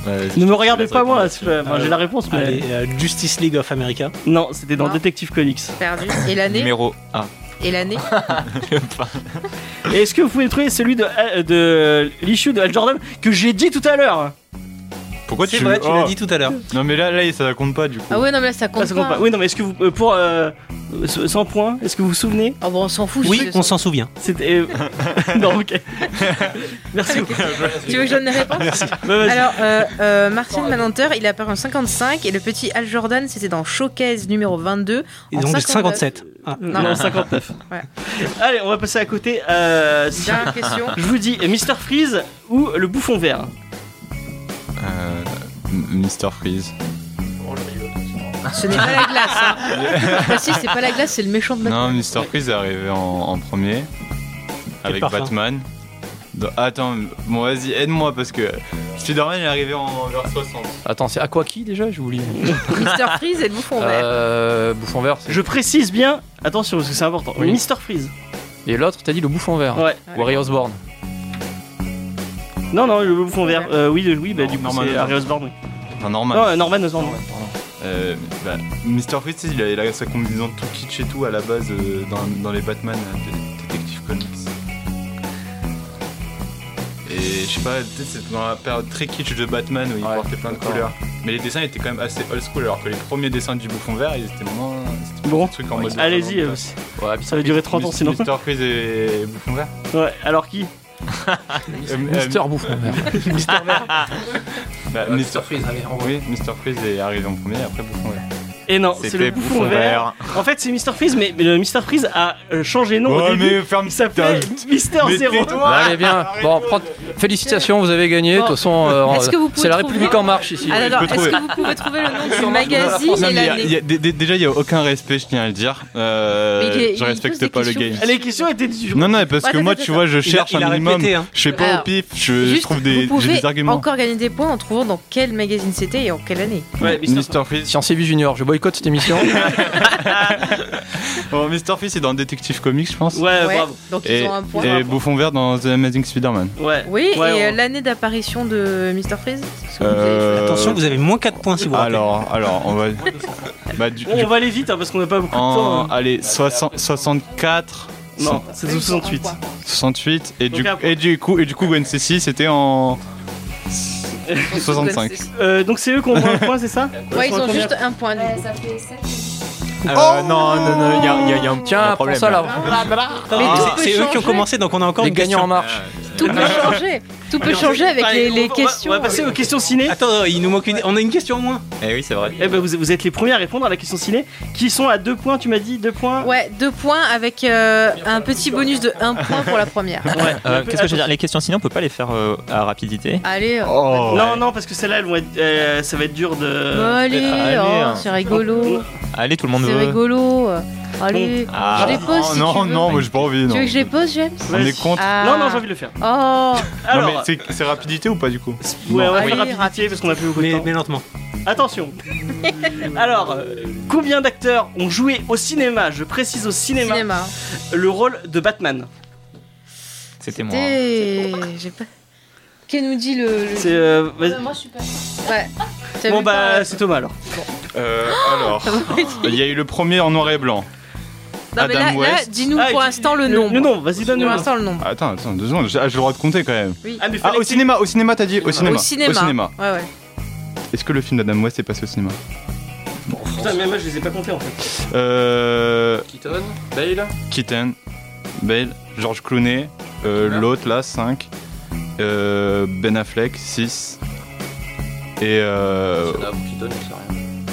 [SPEAKER 5] Euh,
[SPEAKER 1] Ne me regardez pas, moi,
[SPEAKER 5] réponse.
[SPEAKER 1] c'est pas- enfin,
[SPEAKER 6] Euh,
[SPEAKER 1] j'ai la réponse, mais.
[SPEAKER 6] Allez, euh, Justice League of America.
[SPEAKER 1] Non, c'était dans
[SPEAKER 2] Non.
[SPEAKER 1] Detective Comics.
[SPEAKER 2] Perdu. Et l'année
[SPEAKER 5] Numéro A.
[SPEAKER 2] Et l'année
[SPEAKER 1] Et est-ce que vous pouvez trouver celui de, euh, de l'issue de Al Jordan que j'ai dit tout à l'heure
[SPEAKER 4] Pourquoi
[SPEAKER 6] C'est
[SPEAKER 4] tu
[SPEAKER 6] vrai, tu
[SPEAKER 4] Oh.
[SPEAKER 6] l'as dit tout à l'heure.
[SPEAKER 4] Non, mais là, là, ça compte pas du coup.
[SPEAKER 2] Ah ouais, non, mais là, ça
[SPEAKER 1] Ah,
[SPEAKER 2] compte
[SPEAKER 1] ça compte
[SPEAKER 2] pas.
[SPEAKER 1] pas. Oui, non, mais est-ce que vous. euh, Pour euh, 100 points, est-ce que vous vous souvenez
[SPEAKER 2] Oh, bon, on s'en fout.
[SPEAKER 6] Oui,
[SPEAKER 2] je-
[SPEAKER 6] on s'en souvient. [LAUGHS]
[SPEAKER 1] C'était. euh, non, ok. Merci beaucoup.
[SPEAKER 2] Tu veux que je donne la
[SPEAKER 4] Ah,
[SPEAKER 2] réponse [LAUGHS]
[SPEAKER 1] Bah, vas-y.
[SPEAKER 2] Alors, euh, euh, Martin Manhunter, il apparaît en 55 et le petit Al Jordan, c'était dans Showcase numéro 22.
[SPEAKER 6] Ils
[SPEAKER 2] en
[SPEAKER 6] ont dit
[SPEAKER 2] 57.
[SPEAKER 6] 57. Ah.
[SPEAKER 1] Non,
[SPEAKER 2] non.
[SPEAKER 1] 59.
[SPEAKER 2] Ouais.
[SPEAKER 1] Allez, on va passer à côté. euh, si-
[SPEAKER 2] Dernière
[SPEAKER 4] [LAUGHS]
[SPEAKER 2] question.
[SPEAKER 1] Je vous dis, Mister Freeze ou le bouffon vert
[SPEAKER 4] Euh, Mr. Freeze.
[SPEAKER 2] Ce n'est pas la glace.
[SPEAKER 4] [LAUGHS]
[SPEAKER 2] Hein. Bah si, c'est pas la glace, c'est le méchant de Batman.
[SPEAKER 4] Non, Mr. Freeze est arrivé en, en premier avec
[SPEAKER 6] parfum.
[SPEAKER 4] Batman. Dans- Attends, bon, vas-y, aide-moi parce que Spider-Man est arrivé en vers 60.
[SPEAKER 3] Attends, c'est Aquaki déjà J'ai oublié.
[SPEAKER 2] Mister Freeze et le bouffon vert.
[SPEAKER 3] Euh, bouffon vert. c'est-
[SPEAKER 1] Je précise bien, attention parce que c'est important,
[SPEAKER 3] Oui.
[SPEAKER 1] Mister Freeze.
[SPEAKER 3] Et l'autre, t'as dit le bouffon
[SPEAKER 4] Ah.
[SPEAKER 3] vert.
[SPEAKER 1] Ouais.
[SPEAKER 4] Euh,
[SPEAKER 2] Ah,
[SPEAKER 3] Warriors Osborn.
[SPEAKER 1] Non, non, le bouffon vert.
[SPEAKER 2] Ouais.
[SPEAKER 1] Euh, oui, le- oui, bah du coup,
[SPEAKER 4] Norman
[SPEAKER 1] c'est
[SPEAKER 4] Osborn.
[SPEAKER 1] Harry Osborn. oui.
[SPEAKER 4] Enfin, normal.
[SPEAKER 1] Non, euh, Norman Osborn.
[SPEAKER 4] Euh, bah, Mr. Freeze, il a, il a sa combinaison tout kitsch et tout à la base euh, dans, dans les Batman euh, de- Detective Comics. Et je sais pas, peut-être c'est dans la période très kitsch de Batman où il
[SPEAKER 3] Ouais,
[SPEAKER 4] portait plein de
[SPEAKER 3] d'accord.
[SPEAKER 4] couleurs. Mais les dessins étaient quand même assez old school alors que les premiers dessins du bouffon vert ils étaient moins. c'était
[SPEAKER 1] Bon.
[SPEAKER 4] un truc en mode.
[SPEAKER 1] Allez-y,
[SPEAKER 4] vraiment,
[SPEAKER 1] euh,
[SPEAKER 4] quoi.
[SPEAKER 3] Ouais, puis
[SPEAKER 1] ça va durer 30 ans sinon.
[SPEAKER 4] Mr. Freeze et bouffon vert
[SPEAKER 1] Ouais, alors qui
[SPEAKER 4] Euh,
[SPEAKER 3] Mister
[SPEAKER 4] euh,
[SPEAKER 3] Bouffon vert.
[SPEAKER 4] bah, Mr. Freeze. Oui, Mr. Freeze est arrivé en premier après bouffon vert.
[SPEAKER 1] Et Eh non, c'est le bouffon vert. En fait, c'est Mister Freeze, mais mais le Mister Freeze a euh, changé nom au
[SPEAKER 4] Oh,
[SPEAKER 1] début.
[SPEAKER 4] mais ferme
[SPEAKER 1] Il s'appelait [LAUGHS] Mister
[SPEAKER 4] Mais
[SPEAKER 1] Zero.
[SPEAKER 4] tais-toi.
[SPEAKER 2] Ah.
[SPEAKER 3] Allez bien, bon, prends- félicitations, vous avez gagné. De toute façon, euh,
[SPEAKER 2] Est-ce que vous pouvez
[SPEAKER 3] c'est la
[SPEAKER 2] trouver-
[SPEAKER 3] République en marche ici.
[SPEAKER 2] Ah, alors,
[SPEAKER 4] je
[SPEAKER 2] est-ce
[SPEAKER 4] peux trouver.
[SPEAKER 2] que vous pouvez trouver le nom du magazine
[SPEAKER 4] Non,
[SPEAKER 2] et
[SPEAKER 4] mais il y a- il y
[SPEAKER 2] l'année
[SPEAKER 4] a- dé- dé- déjà, il n'y a aucun respect, je tiens à le dire. Euh,
[SPEAKER 2] Mais il est- il
[SPEAKER 4] je
[SPEAKER 2] pose des
[SPEAKER 4] respecte pas le
[SPEAKER 2] questions.
[SPEAKER 4] game.
[SPEAKER 1] Les questions étaient dures.
[SPEAKER 4] Non, non, parce que
[SPEAKER 2] Attends,
[SPEAKER 4] moi,
[SPEAKER 2] attends,
[SPEAKER 4] tu vois, je
[SPEAKER 6] Il a-
[SPEAKER 4] cherche
[SPEAKER 6] il a
[SPEAKER 4] un minimum.
[SPEAKER 6] répété, hein.
[SPEAKER 4] Je sais pas
[SPEAKER 2] Alors,
[SPEAKER 4] au pif, je, je
[SPEAKER 2] Juste,
[SPEAKER 4] trouve des,
[SPEAKER 2] vous
[SPEAKER 4] j'ai
[SPEAKER 2] pouvez
[SPEAKER 4] des arguments.
[SPEAKER 2] encore gagner des points en trouvant dans quel magazine c'était et en quelle année.
[SPEAKER 1] Ouais, Mr.
[SPEAKER 4] Mr. Freeze.
[SPEAKER 3] Science et Vie Junior, je boycotte cette émission.
[SPEAKER 4] Bon, Mr. oh, Freeze est dans Detective Comics, je pense.
[SPEAKER 2] Euh,
[SPEAKER 1] Ouais, bravo.
[SPEAKER 2] donc ils
[SPEAKER 4] Et,
[SPEAKER 2] ont un point.
[SPEAKER 4] et Bouffon Vert dans The Amazing Spider-Man.
[SPEAKER 1] Ouais.
[SPEAKER 2] Oui,
[SPEAKER 1] Ouais,
[SPEAKER 2] et euh,
[SPEAKER 1] on-
[SPEAKER 2] l'année d'apparition de Mister Freeze parce que vous
[SPEAKER 4] Euh,
[SPEAKER 2] avez fait-
[SPEAKER 6] Attention, vous avez moins 4 points si vous ratez.
[SPEAKER 4] Alors, alors, on va. bah, du,
[SPEAKER 1] Bon,
[SPEAKER 4] du-
[SPEAKER 1] on va aller vite hein, parce qu'on n'a pas beaucoup de
[SPEAKER 4] en,
[SPEAKER 1] temps. hein.
[SPEAKER 4] allez, 60 64.
[SPEAKER 1] Non, c'est au 68.
[SPEAKER 4] 68 et du,
[SPEAKER 1] Donc, un point.
[SPEAKER 4] et du coup et du coup Gwen Stacy c'était en 65
[SPEAKER 1] [LAUGHS] Euh, donc c'est eux qui ont moins de points, c'est
[SPEAKER 4] [LAUGHS]
[SPEAKER 1] ça
[SPEAKER 2] Ouais, ils
[SPEAKER 1] sont
[SPEAKER 2] ont
[SPEAKER 1] à
[SPEAKER 2] juste un point. du coup.
[SPEAKER 5] Euh, non, non, non, il y, a- y a- y a un petit
[SPEAKER 3] Tiens, prends
[SPEAKER 5] problème.
[SPEAKER 3] ça
[SPEAKER 5] là.
[SPEAKER 3] là.
[SPEAKER 6] Mais
[SPEAKER 2] Ah.
[SPEAKER 6] c'est- c'est eux qui ont
[SPEAKER 2] Changer.
[SPEAKER 6] commencé, donc on a encore
[SPEAKER 3] Les
[SPEAKER 6] une
[SPEAKER 3] gagnants en
[SPEAKER 6] question.
[SPEAKER 3] marche.
[SPEAKER 2] Tout peut changer. Tout peut changer avec les, les
[SPEAKER 1] On va-
[SPEAKER 2] questions. euh,
[SPEAKER 1] On va passer aux questions ciné.
[SPEAKER 6] Attends, il nous manque une. On a une question en moins.
[SPEAKER 5] Eh oui, c'est vrai.
[SPEAKER 1] Eh ben vous, vous êtes les premiers à répondre à la question ciné, qui sont à deux points. Tu m'as dit deux points.
[SPEAKER 2] Ouais, deux points avec euh, un petit bonus de un point pour la première.
[SPEAKER 1] Ouais.
[SPEAKER 5] Euh, Qu'est-ce que je veux dire Les questions sinon, on peut pas les faire euh, à rapidité.
[SPEAKER 2] Allez. euh,
[SPEAKER 4] oh
[SPEAKER 1] Non, non, parce que celles-là, elles vont être, euh, ça va être dur de.
[SPEAKER 2] bon, allez,
[SPEAKER 5] allez,
[SPEAKER 2] oh,
[SPEAKER 5] hein.
[SPEAKER 2] c'est rigolo.
[SPEAKER 5] Allez, tout le monde
[SPEAKER 2] C'est
[SPEAKER 5] veut.
[SPEAKER 2] rigolo. euh, Allez,
[SPEAKER 5] Ah.
[SPEAKER 2] je les pose. si
[SPEAKER 4] non
[SPEAKER 2] tu veux. bah,
[SPEAKER 4] non moi j'ai pas envie
[SPEAKER 2] Tu
[SPEAKER 4] non
[SPEAKER 2] veux que je les pose, James
[SPEAKER 4] on est contre
[SPEAKER 2] Ah.
[SPEAKER 1] Non, non, j'ai envie de le faire.
[SPEAKER 2] Oh,
[SPEAKER 4] non
[SPEAKER 1] Alors,
[SPEAKER 4] mais c'est- c'est rapidité ou pas du coup
[SPEAKER 1] ouais, on va
[SPEAKER 2] Allez,
[SPEAKER 1] faire rapidité
[SPEAKER 2] rapide.
[SPEAKER 1] parce qu'on a plus beaucoup de
[SPEAKER 6] Mais,
[SPEAKER 1] temps.
[SPEAKER 6] mais lentement.
[SPEAKER 2] Ah. [LAUGHS]
[SPEAKER 1] Attention. Alors, euh, combien d'acteurs ont joué au cinéma Je précise au cinéma,
[SPEAKER 2] cinéma.
[SPEAKER 1] le rôle de Batman.
[SPEAKER 5] C'était moi.
[SPEAKER 2] T'es- J'ai pas. Qu'est-ce nous dit le. le-
[SPEAKER 1] C'est euh, vas-y.
[SPEAKER 2] Ouais. T'as
[SPEAKER 1] bon
[SPEAKER 2] vu
[SPEAKER 1] bah
[SPEAKER 2] par-
[SPEAKER 1] c'est Thomas alors.
[SPEAKER 4] Euh,
[SPEAKER 2] Ah,
[SPEAKER 4] alors il y a eu le premier en noir et blanc
[SPEAKER 2] Non, mais là,
[SPEAKER 4] Adam
[SPEAKER 2] là,
[SPEAKER 4] West.
[SPEAKER 2] dis-nous
[SPEAKER 1] Ah,
[SPEAKER 2] pour
[SPEAKER 1] tu-
[SPEAKER 2] l'instant le
[SPEAKER 1] Le,
[SPEAKER 2] nombre.
[SPEAKER 1] nom, vas-y donne-nous.
[SPEAKER 2] Pour
[SPEAKER 1] un.
[SPEAKER 2] l'instant le nombre.
[SPEAKER 4] attends attends deux secondes j'ai ah, j'ai le droit de compter quand même
[SPEAKER 1] Ah, mais
[SPEAKER 4] ah
[SPEAKER 1] fallait
[SPEAKER 4] au
[SPEAKER 1] que-
[SPEAKER 4] cinéma au cinéma t'as dit au cinéma
[SPEAKER 2] Au cinéma. Ouais, ouais.
[SPEAKER 4] est-ce que le film d'Adam West est passé au cinéma
[SPEAKER 1] Putain, mais moi je les ai pas comptés en fait.
[SPEAKER 4] euh
[SPEAKER 3] Keaton, Bale.
[SPEAKER 4] Keaton Bale George Clooney euh, l'autre là 5 euh, Ben Affleck 6 et euh,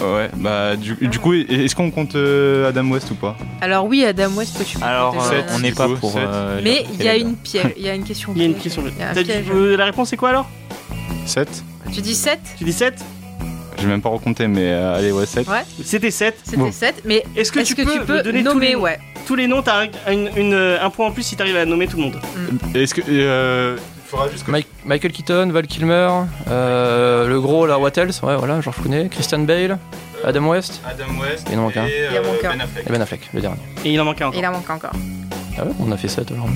[SPEAKER 4] Ouais, bah du, du coup, est-ce qu'on compte euh, Adam West ou pas
[SPEAKER 2] Alors, oui, Adam West, tu peux
[SPEAKER 1] Ah,
[SPEAKER 5] Alors,
[SPEAKER 2] compter,
[SPEAKER 5] euh,
[SPEAKER 4] Sept,
[SPEAKER 2] voilà.
[SPEAKER 5] on n'est pas
[SPEAKER 4] du coup,
[SPEAKER 5] pour.
[SPEAKER 4] sept.
[SPEAKER 5] euh,
[SPEAKER 2] Mais
[SPEAKER 5] les-
[SPEAKER 2] il y a une piège, il y a une question.
[SPEAKER 1] Il y a une question.
[SPEAKER 2] Il y a un
[SPEAKER 1] T'as dit-
[SPEAKER 2] piège.
[SPEAKER 1] euh, la réponse c'est quoi alors
[SPEAKER 4] 7
[SPEAKER 2] Tu dis 7
[SPEAKER 1] Tu dis 7
[SPEAKER 4] J'ai même pas recompté, mais euh, allez, ouais, 7.
[SPEAKER 2] Ouais.
[SPEAKER 1] C'était 7.
[SPEAKER 2] C'était
[SPEAKER 4] Bon.
[SPEAKER 2] 7, mais
[SPEAKER 1] Est-ce que,
[SPEAKER 2] est-ce
[SPEAKER 1] tu, peux me donner tous
[SPEAKER 2] nommer
[SPEAKER 1] les,
[SPEAKER 2] ouais.
[SPEAKER 1] tous les noms T'as un, une- une- un point en plus si t'arrives à nommer tout le monde.
[SPEAKER 4] Est-ce que. Euh, il faudra juste que.
[SPEAKER 3] Mike- Michael Keaton, Val Kilmer, euh, le gros là, Wattels, ouais voilà, George Clooney, Christian Bale, Adam West
[SPEAKER 4] Adam West
[SPEAKER 3] Il y en manque un.
[SPEAKER 4] et, euh,
[SPEAKER 2] Il y en manque un.
[SPEAKER 4] Affleck.
[SPEAKER 3] et Ben Affleck, le dernier.
[SPEAKER 1] Et il en manque un
[SPEAKER 2] Et
[SPEAKER 1] encore.
[SPEAKER 2] il en manque encore.
[SPEAKER 3] Ah ouais, on a fait ça, toi, alors